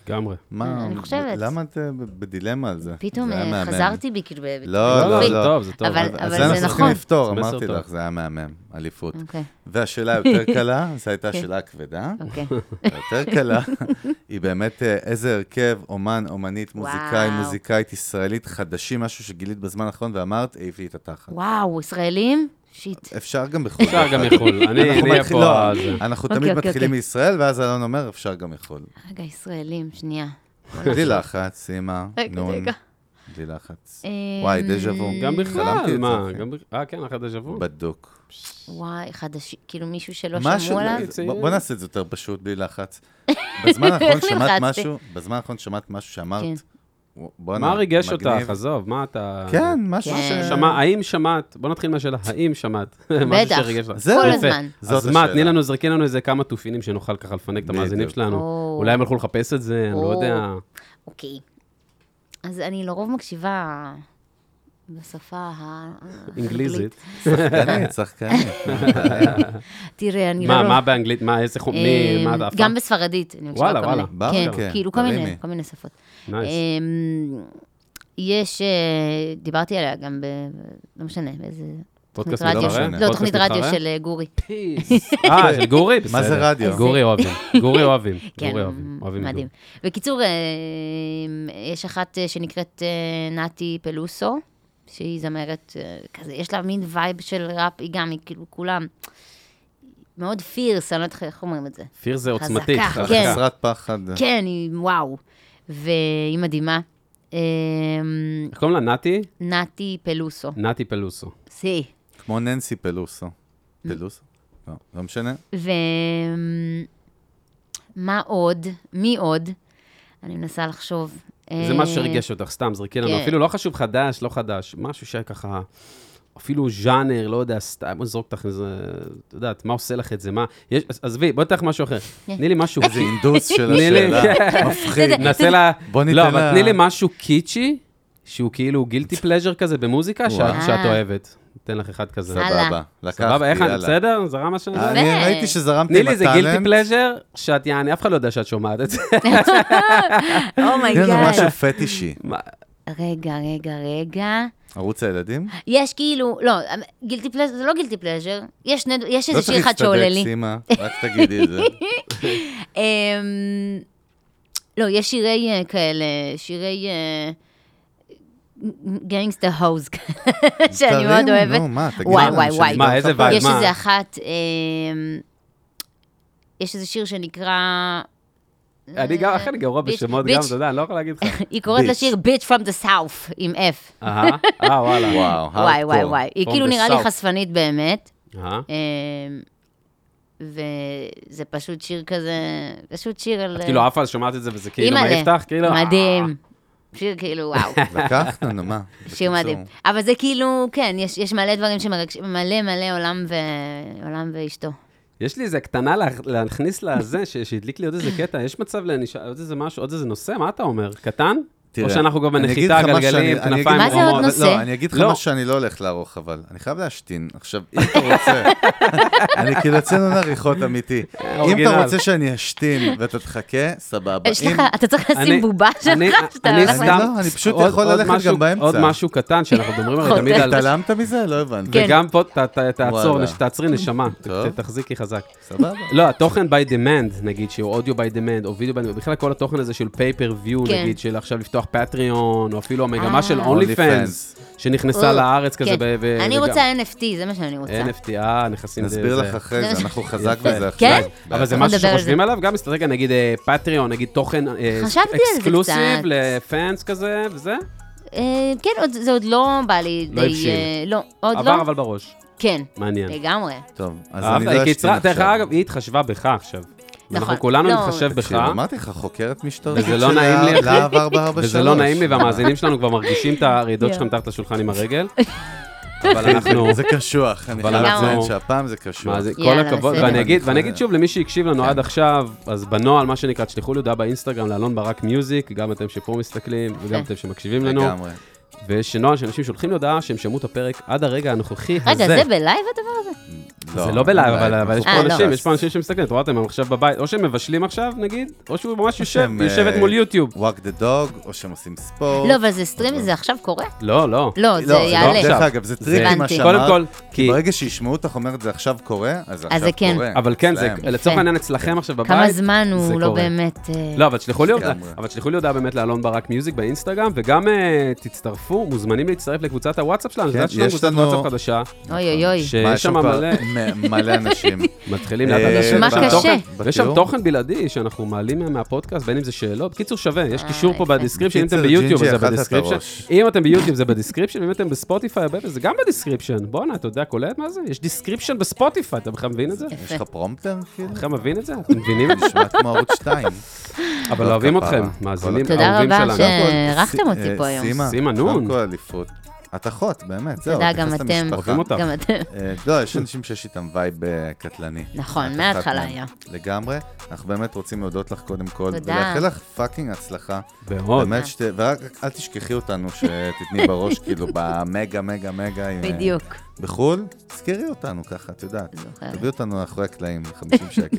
[SPEAKER 4] לגמרי.
[SPEAKER 5] מה,
[SPEAKER 6] אני חושבת.
[SPEAKER 5] למה את אה, ב- בדילמה על זה?
[SPEAKER 6] פתאום
[SPEAKER 5] זה היה
[SPEAKER 6] אה,
[SPEAKER 5] מהמם.
[SPEAKER 6] חזרתי בי, כאילו... ב-
[SPEAKER 5] לא,
[SPEAKER 6] ב-
[SPEAKER 5] לא,
[SPEAKER 6] ב-
[SPEAKER 5] לא.
[SPEAKER 4] טוב, זה טוב.
[SPEAKER 6] אבל-
[SPEAKER 5] אז
[SPEAKER 6] אבל
[SPEAKER 5] זה
[SPEAKER 6] זה
[SPEAKER 5] אנחנו צריכים
[SPEAKER 6] נכון.
[SPEAKER 5] לפתור,
[SPEAKER 4] זה מסר
[SPEAKER 5] אמרתי
[SPEAKER 4] טוב.
[SPEAKER 5] לך, זה היה מהמם, אליפות.
[SPEAKER 6] אוקיי, כן.
[SPEAKER 5] והשאלה היותר קלה, זו הייתה השאלה הכבדה,
[SPEAKER 6] אוקיי.
[SPEAKER 5] היותר קלה, היא באמת אה, איזה הרכב, אומן, אומנית, מוזיקאי,
[SPEAKER 6] וואו.
[SPEAKER 5] מוזיקאית ישראלית חדשים, משהו שגילית בזמן האחרון ואמרת, העיף לי את התחת.
[SPEAKER 6] וואו, ישראלים? שיט.
[SPEAKER 5] אפשר גם בחו"ל.
[SPEAKER 4] אפשר גם
[SPEAKER 5] דרך אגב.
[SPEAKER 4] מחו"ל. אני
[SPEAKER 5] אנחנו
[SPEAKER 4] אני אהיה
[SPEAKER 5] מתחיל-
[SPEAKER 4] פה...
[SPEAKER 5] לא,
[SPEAKER 4] ה- זה.
[SPEAKER 5] אנחנו
[SPEAKER 6] אוקיי,
[SPEAKER 5] תמיד
[SPEAKER 6] אוקיי,
[SPEAKER 5] מתחילים
[SPEAKER 6] אוקיי.
[SPEAKER 5] מישראל, ואז אלון אומר, אפשר גם מחו"ל.
[SPEAKER 6] רגע, ישראלים, שנייה.
[SPEAKER 5] בלי לחץ, סימה,
[SPEAKER 6] רגע,
[SPEAKER 5] נון,
[SPEAKER 6] רגע.
[SPEAKER 5] בלי לחץ.
[SPEAKER 6] אמ,
[SPEAKER 5] וואי, דז'ה וו.
[SPEAKER 4] גם
[SPEAKER 5] חלמתי
[SPEAKER 4] בכלל,
[SPEAKER 5] את
[SPEAKER 4] מה?
[SPEAKER 5] זה, אחי.
[SPEAKER 4] גם בכ- אה, כן, אחרי דז'ה וו.
[SPEAKER 5] בדוק.
[SPEAKER 6] וואי, חדש... כאילו מישהו שלא
[SPEAKER 5] משהו-
[SPEAKER 6] שמעו עליו?
[SPEAKER 4] זה-
[SPEAKER 5] בוא- בוא נעשה את זה יותר פשוט, בלי לחץ. בזמן האחרון
[SPEAKER 6] איך
[SPEAKER 5] שמעת
[SPEAKER 6] נלחצתי?
[SPEAKER 5] משהו, בזמן האחרון שמעת משהו שאמרת,
[SPEAKER 6] כן.
[SPEAKER 5] בואנה,
[SPEAKER 4] מה ריגש
[SPEAKER 5] מגניב."
[SPEAKER 4] אותך? עזוב, מה אתה...
[SPEAKER 5] כן, משהו
[SPEAKER 6] כן.
[SPEAKER 5] ש...
[SPEAKER 4] שמע, האם שמעת, בוא נתחיל מהשאלה, האם שמעת? משהו שריגש לך.
[SPEAKER 5] זהו.
[SPEAKER 6] כל
[SPEAKER 5] יפה.
[SPEAKER 6] הזמן.
[SPEAKER 5] זאת
[SPEAKER 4] אז מה,
[SPEAKER 5] השאלה.
[SPEAKER 4] תני לנו, זרקי לנו איזה כמה תופינים שנוכל ככה לפנק את המאזינים
[SPEAKER 5] בדיוק.
[SPEAKER 4] שלנו.
[SPEAKER 6] או.
[SPEAKER 4] אולי הם הלכו לחפש את זה, אני לא
[SPEAKER 6] או.
[SPEAKER 4] יודע.
[SPEAKER 6] אוקיי. אז אני לרוב מקשיבה בשפה ה...
[SPEAKER 4] אנגליזית.
[SPEAKER 5] שחקנית, שחקנית.
[SPEAKER 6] תראה, אני
[SPEAKER 4] מה,
[SPEAKER 6] לא...
[SPEAKER 4] מה באנגלית? מה, איזה חום? מי, מה,
[SPEAKER 6] אמ,
[SPEAKER 4] אתה אף
[SPEAKER 6] גם
[SPEAKER 4] פעם?
[SPEAKER 6] בספרדית, אני מקשיבה
[SPEAKER 4] וואלה,
[SPEAKER 6] כל
[SPEAKER 4] וואלה.
[SPEAKER 6] מיני.
[SPEAKER 5] ברקה,
[SPEAKER 6] כן, כאילו כל מיני,
[SPEAKER 5] תרימי.
[SPEAKER 6] כל מיני שפות.
[SPEAKER 4] Nice.
[SPEAKER 6] אמ, יש, אה, דיברתי עליה גם ב... לא משנה, באיזה...
[SPEAKER 4] פודקאסט
[SPEAKER 6] תוכנית רדיו
[SPEAKER 5] מתחרה?
[SPEAKER 6] של- לא,
[SPEAKER 4] פודקאסט
[SPEAKER 6] תוכנית רדיו
[SPEAKER 4] מתחרה?
[SPEAKER 6] של אה, גורי.
[SPEAKER 4] אה, של גורי? בסדר.
[SPEAKER 5] מה זה רדיו?
[SPEAKER 4] גורי אוהבים, גורי אוהבים. גורי אוהבים, אוהבים
[SPEAKER 6] כן,
[SPEAKER 4] את
[SPEAKER 6] מדהים.
[SPEAKER 4] גורי.
[SPEAKER 6] בקיצור, אה, יש אחת אה, שנקראת אה, נתי פלוסו, שהיא זמרת אה, כזה, יש לה מין וייב של ראפ, היא גם, היא כאילו כולם מאוד פירס, אני לא יודעת איך אומרים את זה.
[SPEAKER 4] פיר זה
[SPEAKER 6] חזקה,
[SPEAKER 4] עוצמתי.
[SPEAKER 6] כן.
[SPEAKER 4] חזקה.
[SPEAKER 5] חסרת פחד.
[SPEAKER 6] כן, היא וואו, והיא מדהימה. אה,
[SPEAKER 4] איך קוראים לה? נתי?
[SPEAKER 6] נתי פלוסו,
[SPEAKER 4] נתי פלוסו.
[SPEAKER 6] סי.
[SPEAKER 5] כמו ננסי פלוסו.
[SPEAKER 6] כן.
[SPEAKER 5] פלוסו? לא, לא משנה.
[SPEAKER 6] ומה עוד? מי עוד? אני מנסה לחשוב.
[SPEAKER 4] זה
[SPEAKER 6] אה,
[SPEAKER 4] מה שריגש אותך, סתם, זרקי לנו.
[SPEAKER 6] כן.
[SPEAKER 4] אפילו לא חשוב חדש, לא חדש. משהו שהיה ככה, אפילו ז'אנר, לא יודע, סתם, בוא נזרוק אותך איזה, את יודעת, מה עושה לך את זה, מה... יש- אז- עזבי, בוא ניתן לך משהו אחר.
[SPEAKER 6] כן.
[SPEAKER 4] תני לי משהו
[SPEAKER 5] זה
[SPEAKER 4] כזה.
[SPEAKER 5] אינדוס של
[SPEAKER 4] תני לי-
[SPEAKER 5] השאלה. מפחיד.
[SPEAKER 4] נעשה לה...
[SPEAKER 5] בוא ניתן
[SPEAKER 4] לא, אבל
[SPEAKER 5] לה-
[SPEAKER 4] תני לי משהו קיצ'י, שהוא כאילו גילטי פלז'ר כזה במוזיקה שאת
[SPEAKER 5] וואו.
[SPEAKER 6] אה.
[SPEAKER 4] שאת אוהבת. אתן לך אחד כזה.
[SPEAKER 6] הלאה.
[SPEAKER 5] סבבה. לקחתי,
[SPEAKER 4] סבבה, איך אני,
[SPEAKER 5] יאללה.
[SPEAKER 4] בסדר? זרם מה שאני...
[SPEAKER 5] אני
[SPEAKER 6] באמת.
[SPEAKER 5] ראיתי שזרמתי
[SPEAKER 4] תני
[SPEAKER 5] עם
[SPEAKER 4] לי, זה גילטי
[SPEAKER 5] הטאלנט.
[SPEAKER 4] פלז'ר, שאת יעני, אף אחד לא יודע שאת שומעת את זה.
[SPEAKER 6] Oh
[SPEAKER 5] זה
[SPEAKER 6] אומייגאד.
[SPEAKER 5] משהו פטישי.
[SPEAKER 4] מה,
[SPEAKER 6] רגע, רגע, רגע.
[SPEAKER 5] ערוץ הילדים?
[SPEAKER 6] יש כאילו, לא, גילטי פלז'ר, זה לא גילטי פלז'ר. יש שני- יש
[SPEAKER 5] לא
[SPEAKER 6] איזה שיר
[SPEAKER 5] צריך
[SPEAKER 6] אחד שעולה לי.
[SPEAKER 5] להסתדק, סימה, רק תגידי את זה.
[SPEAKER 6] אמ, לא, יש שירי אה, כאלה, שירי גנגסטה הוז כאלה, שאני
[SPEAKER 5] תרים,
[SPEAKER 6] מאוד אוהבת.
[SPEAKER 5] נו, מה, תגידי
[SPEAKER 6] וואי,
[SPEAKER 5] לנו
[SPEAKER 6] וואי,
[SPEAKER 5] שאני
[SPEAKER 6] וואי.
[SPEAKER 5] לא
[SPEAKER 4] מה, איזה
[SPEAKER 5] אוכל.
[SPEAKER 4] וייב?
[SPEAKER 6] יש
[SPEAKER 4] מה?
[SPEAKER 6] איזה אחת, אמ, יש איזה שיר שנקרא,
[SPEAKER 4] אני גם, אכן גרוע
[SPEAKER 6] אה, ביץ',
[SPEAKER 4] בשמות
[SPEAKER 6] ביץ'.
[SPEAKER 4] גם, אתה יודע, אני לא יכול להגיד לך.
[SPEAKER 6] היא קוראת
[SPEAKER 5] Bitch.
[SPEAKER 6] לשיר Bitch from the South, עם F.
[SPEAKER 4] אהה, אה, וואלה.
[SPEAKER 5] וואו,
[SPEAKER 6] וואי, וואי,
[SPEAKER 5] הארדקור.
[SPEAKER 6] וואי. היא
[SPEAKER 4] From
[SPEAKER 6] כאילו
[SPEAKER 4] the
[SPEAKER 6] נראה לי
[SPEAKER 4] South.
[SPEAKER 6] חשפנית באמת.
[SPEAKER 4] אהה.
[SPEAKER 6] אמ, וזה פשוט שיר כזה, פשוט שיר על...
[SPEAKER 4] כאילו עפה, אז שומעת את זה, וזה כאילו
[SPEAKER 6] אימא'לה,
[SPEAKER 4] מהיפתח, כאילו... אה.
[SPEAKER 6] מדהים. שיר כאילו, וואו,
[SPEAKER 5] לקחנו, נו, מה?
[SPEAKER 6] שיר
[SPEAKER 5] בקיצור.
[SPEAKER 6] מדהים. אבל זה כאילו, כן, יש, יש מלא דברים שמרגשים, מלא מלא עולם, ו... עולם ואשתו.
[SPEAKER 4] "אה, יש לי איזה קטנה לה- להכניס לזה, ש- שהדליק לי עוד איזה קטע, יש מצב לנשאל עוד איזה משהו, עוד איזה נושא, מה אתה אומר? קטן?
[SPEAKER 5] תראה,
[SPEAKER 4] או שאנחנו כבר
[SPEAKER 5] אני אגיד
[SPEAKER 4] בנחיתה,
[SPEAKER 5] לך מה
[SPEAKER 4] גלגלים,
[SPEAKER 5] שאני- אני
[SPEAKER 4] כנפיים,
[SPEAKER 6] מה
[SPEAKER 5] אגיד-
[SPEAKER 6] זה עוד
[SPEAKER 4] חומות?
[SPEAKER 6] נושא?
[SPEAKER 5] לא, אני אגיד לך
[SPEAKER 4] לא.
[SPEAKER 5] מה שאני לא הולך לערוך, אבל אני חייב להשתין. עכשיו, אם אתה רוצה, אני כאילו אצלנו נעריכות אמיתי. אם
[SPEAKER 4] אורגינל.
[SPEAKER 5] אתה רוצה שאני אשתין ואתה תחכה, סבבה.
[SPEAKER 6] יש
[SPEAKER 5] אם-
[SPEAKER 6] לך, אתה צריך לשים
[SPEAKER 4] אני-
[SPEAKER 6] בובה
[SPEAKER 4] אני-
[SPEAKER 6] שלך, שאתה...
[SPEAKER 4] אני
[SPEAKER 5] הולך-
[SPEAKER 4] סתם...
[SPEAKER 5] לא, אני פשוט
[SPEAKER 4] עוד-
[SPEAKER 5] יכול
[SPEAKER 4] עוד
[SPEAKER 5] ללכת
[SPEAKER 4] משהו-
[SPEAKER 5] גם באמצע.
[SPEAKER 4] עוד משהו קטן שאנחנו מדברים עליו
[SPEAKER 5] נכון.
[SPEAKER 6] חוטא.
[SPEAKER 4] תמיד על...
[SPEAKER 5] התעלמת מזה? לא הבנתי.
[SPEAKER 6] כן.
[SPEAKER 4] וגם פה ת- ת- תעצור,
[SPEAKER 5] וואלה.
[SPEAKER 4] נש- תעצרי נשמה, ת-
[SPEAKER 5] טוב.
[SPEAKER 4] ת- תחזיקי חזק.
[SPEAKER 5] סבבה.
[SPEAKER 4] לא, התוכן by demand, נגיד, שהוא אודיו by demand, או וידאו by demand, בכלל כל התוכן הזה של פייפריוויו,
[SPEAKER 6] כן.
[SPEAKER 4] נגיד, של עכשיו לפתוח פטריון, או אפילו
[SPEAKER 6] אה.
[SPEAKER 4] המגמה של
[SPEAKER 5] Only
[SPEAKER 4] אונלי פנס, שנכנסה לארץ כזה,
[SPEAKER 6] כן.
[SPEAKER 4] ב- ב-
[SPEAKER 6] אני
[SPEAKER 4] וגם-
[SPEAKER 6] רוצה NFT, זה מה שאני רוצה.
[SPEAKER 4] NFT, אה, נכסים...
[SPEAKER 5] נסביר
[SPEAKER 4] זה-
[SPEAKER 5] לך אחרי זה, אנחנו חזק
[SPEAKER 4] יפה.
[SPEAKER 5] בזה עכשיו.
[SPEAKER 6] כן?
[SPEAKER 4] אבל זה
[SPEAKER 6] אנחנו
[SPEAKER 4] משהו
[SPEAKER 6] נדבר על
[SPEAKER 4] שחושבים עליו, גם אסטרטגיה, נגיד אה, פטריון, נגיד תוכן אה,
[SPEAKER 6] חשבתי על זה
[SPEAKER 4] אקסקלוסיב
[SPEAKER 6] קצת.
[SPEAKER 4] לפאנס כזה, וזה,
[SPEAKER 6] אה, כן, עוד- זה עוד לא בא לי
[SPEAKER 4] לא
[SPEAKER 6] די...
[SPEAKER 4] הבשיל.
[SPEAKER 6] אה, לא, עוד לא.
[SPEAKER 4] עבר אבל בראש,
[SPEAKER 6] כן,
[SPEAKER 4] מעניין.
[SPEAKER 6] לגמרי.
[SPEAKER 5] טוב, אז
[SPEAKER 4] אהבת?
[SPEAKER 5] אני לא
[SPEAKER 4] כי
[SPEAKER 5] אשתין
[SPEAKER 4] הצרה- אה, דרך
[SPEAKER 5] עכשיו.
[SPEAKER 4] אגב, היא התחשבה בך עכשיו.
[SPEAKER 6] נכון.
[SPEAKER 4] אנחנו כולנו
[SPEAKER 6] לא.
[SPEAKER 4] נתחשב בך,
[SPEAKER 5] תקשיב, אמרתי לך, חוקרת משטרתית
[SPEAKER 4] וזה לא נעים לי.
[SPEAKER 5] להב 443.
[SPEAKER 4] וזה לא נעים לי, והמאזינים שלנו כבר מרגישים את הרעידות שלך מתחת לשולחן עם הרגל. אבל אנחנו...
[SPEAKER 5] זה קשוח, אני חייב
[SPEAKER 4] אבל
[SPEAKER 6] אנחנו-
[SPEAKER 5] לציין שהפעם זה קשוח.
[SPEAKER 4] מה זה, כל
[SPEAKER 6] יאללה,
[SPEAKER 4] הכבוד,
[SPEAKER 6] בסדר.
[SPEAKER 4] ואני אגיד, ואני אגיד שוב למי שהקשיב לנו עד עכשיו, אז בנוהל, מה שנקרא, תשלחו לי הודעה באינסטגרם לאלון ברק מיוזיק, גם אתם שפה מסתכלים, וגם אתם שמקשיבים לנו,
[SPEAKER 5] לגמרי.
[SPEAKER 4] ויש נוהל שאנשים שולחים לי הודעה שהם שמעו את הפרק עד הרגע הנוכחי הזה.
[SPEAKER 6] רגע, זה בלייב הדבר הזה?
[SPEAKER 4] זה לא בלייב, אבל אבל יש פה
[SPEAKER 6] אה, לא.
[SPEAKER 4] אנשים, יש פה אנשים שמסתכלים, את רואה אותם הם עכשיו בבית, או שהם מבשלים עכשיו, נגיד, או שהוא ממש יושב,
[SPEAKER 5] שהם,
[SPEAKER 4] היא יושבת
[SPEAKER 5] אה,
[SPEAKER 4] מול יוטיוב.
[SPEAKER 5] walk the dog, או שהם עושים ספורט.
[SPEAKER 6] לא, אבל זה סטרימי, זה עכשיו קורה?
[SPEAKER 4] לא, לא.
[SPEAKER 6] לא, זה
[SPEAKER 5] לא,
[SPEAKER 6] יעלה.
[SPEAKER 5] דרך אגב, זה טריקי מה
[SPEAKER 6] הבנתי.
[SPEAKER 5] שאמרת.
[SPEAKER 4] קודם כל,
[SPEAKER 5] כי
[SPEAKER 4] כי...
[SPEAKER 5] ברגע שישמעו אותך אומרת זה עכשיו קורה, אז זה עכשיו
[SPEAKER 6] זה כן.
[SPEAKER 5] קורה.
[SPEAKER 4] אבל כן, זה,
[SPEAKER 5] אצלם.
[SPEAKER 4] לצורך העניין אצלכם עכשיו בבית,
[SPEAKER 6] כמה זמן
[SPEAKER 4] זה
[SPEAKER 6] הוא לא
[SPEAKER 4] קורה.
[SPEAKER 6] באמת... אה,
[SPEAKER 4] לא, אבל תשלחו לי הודעה,
[SPEAKER 5] לגמרי.
[SPEAKER 4] אבל תשלחו לי הודעה באמת לאלון ברק מיוזיק באינסטגרם, וגם אה, תצטרפו, מוזמנים להצטרף לקבוצת הוואטסאפ שלנו,
[SPEAKER 5] כן,
[SPEAKER 4] זה יש לנו
[SPEAKER 5] יש
[SPEAKER 4] קבוצת
[SPEAKER 5] לנו-
[SPEAKER 4] וואטסאפ חדשה,
[SPEAKER 5] נכון.
[SPEAKER 6] אוי אוי אוי.
[SPEAKER 5] מה,
[SPEAKER 4] שיש אה, שם
[SPEAKER 5] כבר
[SPEAKER 4] מלא,
[SPEAKER 5] מ- מלא אנשים.
[SPEAKER 4] מתחילים
[SPEAKER 5] אה,
[SPEAKER 4] לאט לאט
[SPEAKER 6] נשמע
[SPEAKER 4] לשבת,
[SPEAKER 6] קשה.
[SPEAKER 4] תוכן- ויש שם
[SPEAKER 5] בתיאור.
[SPEAKER 4] תוכן בלעדי שאנחנו מעלים מה- מהפודקאסט, בין אם זה שאלות, בקיצור שווה, יש
[SPEAKER 6] אה,
[SPEAKER 4] קישור פה
[SPEAKER 6] יפה.
[SPEAKER 4] בדיסקריפשן, אם אתם
[SPEAKER 5] בקיצור,
[SPEAKER 4] ביוטיוב
[SPEAKER 5] ג'ינג'י,
[SPEAKER 4] זה
[SPEAKER 5] אכלת את
[SPEAKER 4] בדיסקריפשן,
[SPEAKER 5] הראש.
[SPEAKER 4] אם אתם ביוטיוב זה בדיסקריפשן, אם אתם בספוטיפיי, הרבה, זה גם בדיסקריפשן, בואנה, אתה יודע, קולט מה זה? יש דיסקריפשן בספוטיפיי, אתה בכלל מבין את זה?
[SPEAKER 5] יש לך פרומפטר? כאילו?
[SPEAKER 4] אתה מבין את זה? אתם מבינים את זה?
[SPEAKER 5] נשמע כמו ערוץ 2.
[SPEAKER 4] אבל
[SPEAKER 5] לא
[SPEAKER 4] אוהבים
[SPEAKER 5] כפרה.
[SPEAKER 4] אתכם,
[SPEAKER 5] כל
[SPEAKER 4] מאזינים
[SPEAKER 5] הכבוד.
[SPEAKER 4] אהובים
[SPEAKER 6] תודה
[SPEAKER 4] שלנו.
[SPEAKER 6] רבה שהערכתם
[SPEAKER 5] אה,
[SPEAKER 6] אותי פה היום.
[SPEAKER 5] סימה,
[SPEAKER 4] סימה, נון.
[SPEAKER 5] קודם כל אליפות. את אחות, באמת, זהו.
[SPEAKER 6] תודה,
[SPEAKER 5] את נכנסת
[SPEAKER 6] גם אתם.
[SPEAKER 5] למשפחה.
[SPEAKER 4] אוהבים אותך.
[SPEAKER 6] גם אתם.
[SPEAKER 5] אה, לא, יש אנשים שיש איתם וייב אה, קטלני.
[SPEAKER 6] נכון,
[SPEAKER 5] את אחת
[SPEAKER 6] מההתחלה
[SPEAKER 5] מהם.
[SPEAKER 6] היה.
[SPEAKER 5] לגמרי. אנחנו באמת רוצים להודות לך קודם כל.
[SPEAKER 6] תודה.
[SPEAKER 5] ולאחל לך פאקינג הצלחה.
[SPEAKER 4] מאוד.
[SPEAKER 5] באמת, שת... ורק אל תשכחי אותנו שתתני בראש, כאילו, במגה, מגה, מגה. עם, אה,
[SPEAKER 6] בדיוק.
[SPEAKER 5] בחו"ל, תזכרי אותנו ככה, את יודעת.
[SPEAKER 6] זוכרת.
[SPEAKER 5] תביאי אותנו מאחורי הקלעים, 50 שקל.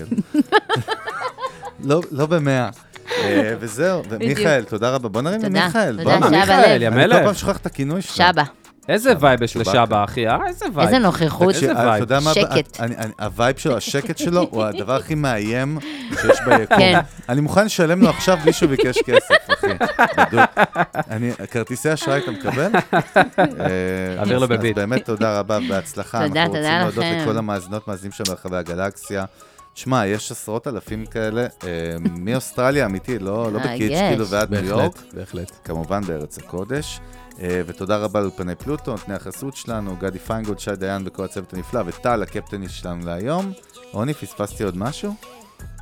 [SPEAKER 5] לא, לא במאה. אה, וזהו, ומיכאל, תודה רבה. בוא נרים
[SPEAKER 6] תודה.
[SPEAKER 5] למיכאל.
[SPEAKER 6] תודה,
[SPEAKER 5] בואנה,
[SPEAKER 6] שבא
[SPEAKER 4] מיכאל,
[SPEAKER 6] לב.
[SPEAKER 4] יא
[SPEAKER 5] אני כל פעם
[SPEAKER 4] מלך.
[SPEAKER 5] שוכח את הכינוי שלך.
[SPEAKER 6] שבא.
[SPEAKER 4] איזה וייב יש
[SPEAKER 5] צ'ובאקה.
[SPEAKER 4] לשבא, אחי, אה? איזה וייב.
[SPEAKER 6] איזה נוחיחות.
[SPEAKER 4] תקשיב,
[SPEAKER 5] אה,
[SPEAKER 4] וייב?
[SPEAKER 5] אתה יודע מה? אה,
[SPEAKER 6] שקט.
[SPEAKER 5] אני- אני- הווייב שלו, השקט שלו, הוא הדבר הכי מאיים שיש ביקום.
[SPEAKER 6] כן.
[SPEAKER 5] אני מוכן לשלם לו עכשיו בלי שהוא ביקש כסף, אחי. בדוק. אני, כרטיסי אשראי אתה מקבל? אה,
[SPEAKER 4] תעביר לו
[SPEAKER 5] אז-
[SPEAKER 4] בביט.
[SPEAKER 5] אז באמת תודה רבה והצלחה.
[SPEAKER 6] תודה,
[SPEAKER 5] אנחנו
[SPEAKER 6] תודה
[SPEAKER 5] רוצים
[SPEAKER 6] לכם.
[SPEAKER 5] להודות לכל המאזינות, מאזינים שלנו ברחבי הגלקסיה. תשמע, יש עשרות אלפים כאלה, אה, מאוסטרליה, אמיתי, לא לא
[SPEAKER 6] אה,
[SPEAKER 5] בקיץ',
[SPEAKER 6] יש.
[SPEAKER 5] כאילו, ועד ניו יורק.
[SPEAKER 4] בהחלט, בהחלט.
[SPEAKER 5] כמובן בארץ הקודש. אה, ותודה רבה לאולפני פלוטו, נותני החסות שלנו, גדי פיינגולד, שי דיין וכל הצוות הנפלא, וטל, הקפטנית שלנו להיום. רוני, פספסתי עוד משהו?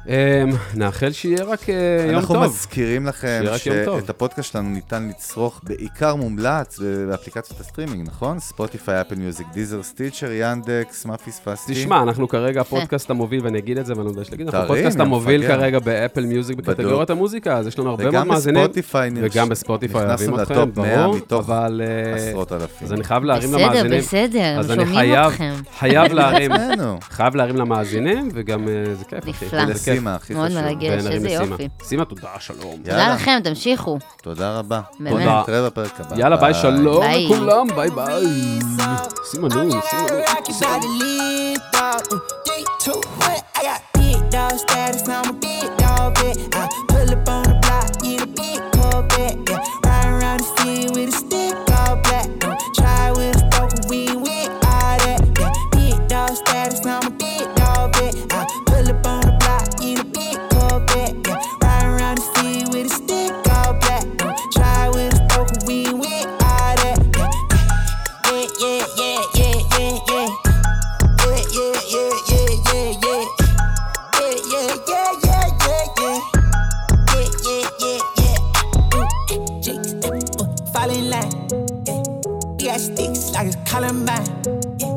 [SPEAKER 4] אמ, נאחל שיהיה רק אה, יום
[SPEAKER 5] אנחנו
[SPEAKER 4] טוב.
[SPEAKER 5] מזכירים לכם
[SPEAKER 4] שיהיה רק יום טוב.
[SPEAKER 5] שאת הפודקאסט שלנו ניתן לצרוך בעיקר מומלץ באפליקציות הסטרימינג, נכון? ספוטיפיי, אפל מיוזיק, דיזר, סטיצ'ר, ינדקס, מה פספסתי?
[SPEAKER 4] תשמע, אנחנו כרגע הפודקאסט המוביל, ואני אגיד את זה ואני לא יודע להגיד, אנחנו
[SPEAKER 5] תרים,
[SPEAKER 4] הפודקאסט
[SPEAKER 5] יא
[SPEAKER 4] המוביל
[SPEAKER 5] מפגר.
[SPEAKER 4] כרגע באפל מיוזיק בקטגוריית המוזיקה, אז יש לנו הרבה מאוד
[SPEAKER 5] וגם
[SPEAKER 4] מאזינים.
[SPEAKER 5] בספוטיפיי נרש-
[SPEAKER 4] וגם בספוטיפיי אוהבים
[SPEAKER 5] נכנסנו
[SPEAKER 4] אתכם,
[SPEAKER 5] לטופ 100
[SPEAKER 4] ברור,
[SPEAKER 5] מתוך
[SPEAKER 4] אבל... אה,
[SPEAKER 5] עשרות אלפים.
[SPEAKER 4] אז אני חייב להרים
[SPEAKER 6] בסדר,
[SPEAKER 4] למאזינים.
[SPEAKER 6] בסדר,
[SPEAKER 4] אז אני
[SPEAKER 6] שומעים
[SPEAKER 4] חייב-
[SPEAKER 6] אתכם.
[SPEAKER 4] חייב להרים,
[SPEAKER 5] אצלנו.
[SPEAKER 4] חייב להרים למאזינים, וגם אה, זה כיף, אחי.
[SPEAKER 6] נפלא.
[SPEAKER 4] זה כיף.
[SPEAKER 5] ולסימה, הכי
[SPEAKER 6] מאוד
[SPEAKER 5] חשוב.
[SPEAKER 6] מרגש.
[SPEAKER 4] ונרים
[SPEAKER 6] איזה
[SPEAKER 4] לסימה.
[SPEAKER 6] יופי.
[SPEAKER 4] סימה, תודה, שלום.
[SPEAKER 6] תודה לכם, תמשיכו.
[SPEAKER 5] תודה רבה.
[SPEAKER 6] באמת.
[SPEAKER 5] בוא נתראה בפרק הבא.
[SPEAKER 4] יאללה, ביי, שלום
[SPEAKER 6] ביי.
[SPEAKER 4] לכולם, ביי ביי. סימה, נו, סימה, נו.
[SPEAKER 2] got a lead dog. mm, Three, two, one. I got big dog status. I'm a big dog. Bet. I pull up on the block in a big Corvette. Yeah. Ride around the city with a stick all black. mm, Try with a smoke, we ain't with all that. Yeah. Big dog status. I'm a big dog. Bet. I pull up on the block in a big Corvette. Yeah. Ride around the city with a stick all black. mm, Try with a smoke, we ain't with all that. Yeah. Yeah, yeah, yeah, yeah, yeah, yeah. Yeah, yeah, yeah, yeah, yeah, yeah. Yeah, yeah, yeah, yeah, yeah, yeah. Yeah, yeah, yeah, yeah. Mm, Jakes, uh, fall in line. Yeah. We got sticks like it's Columbine. Yeah.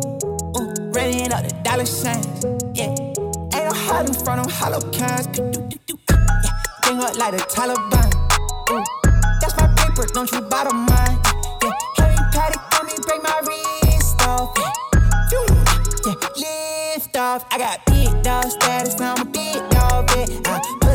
[SPEAKER 2] Mm, running up the dollar signs. Yeah. Ain't no hiding from them hollow kinds. Yeah. Bring up like the Taliban. Mm, That's my paper, don't you bother mine. Yeah. Harry Potter, come and break my wrist off. Yeah. Phew, yeah. Lift off. I got big dog status, I'm a big dog. Yeah. I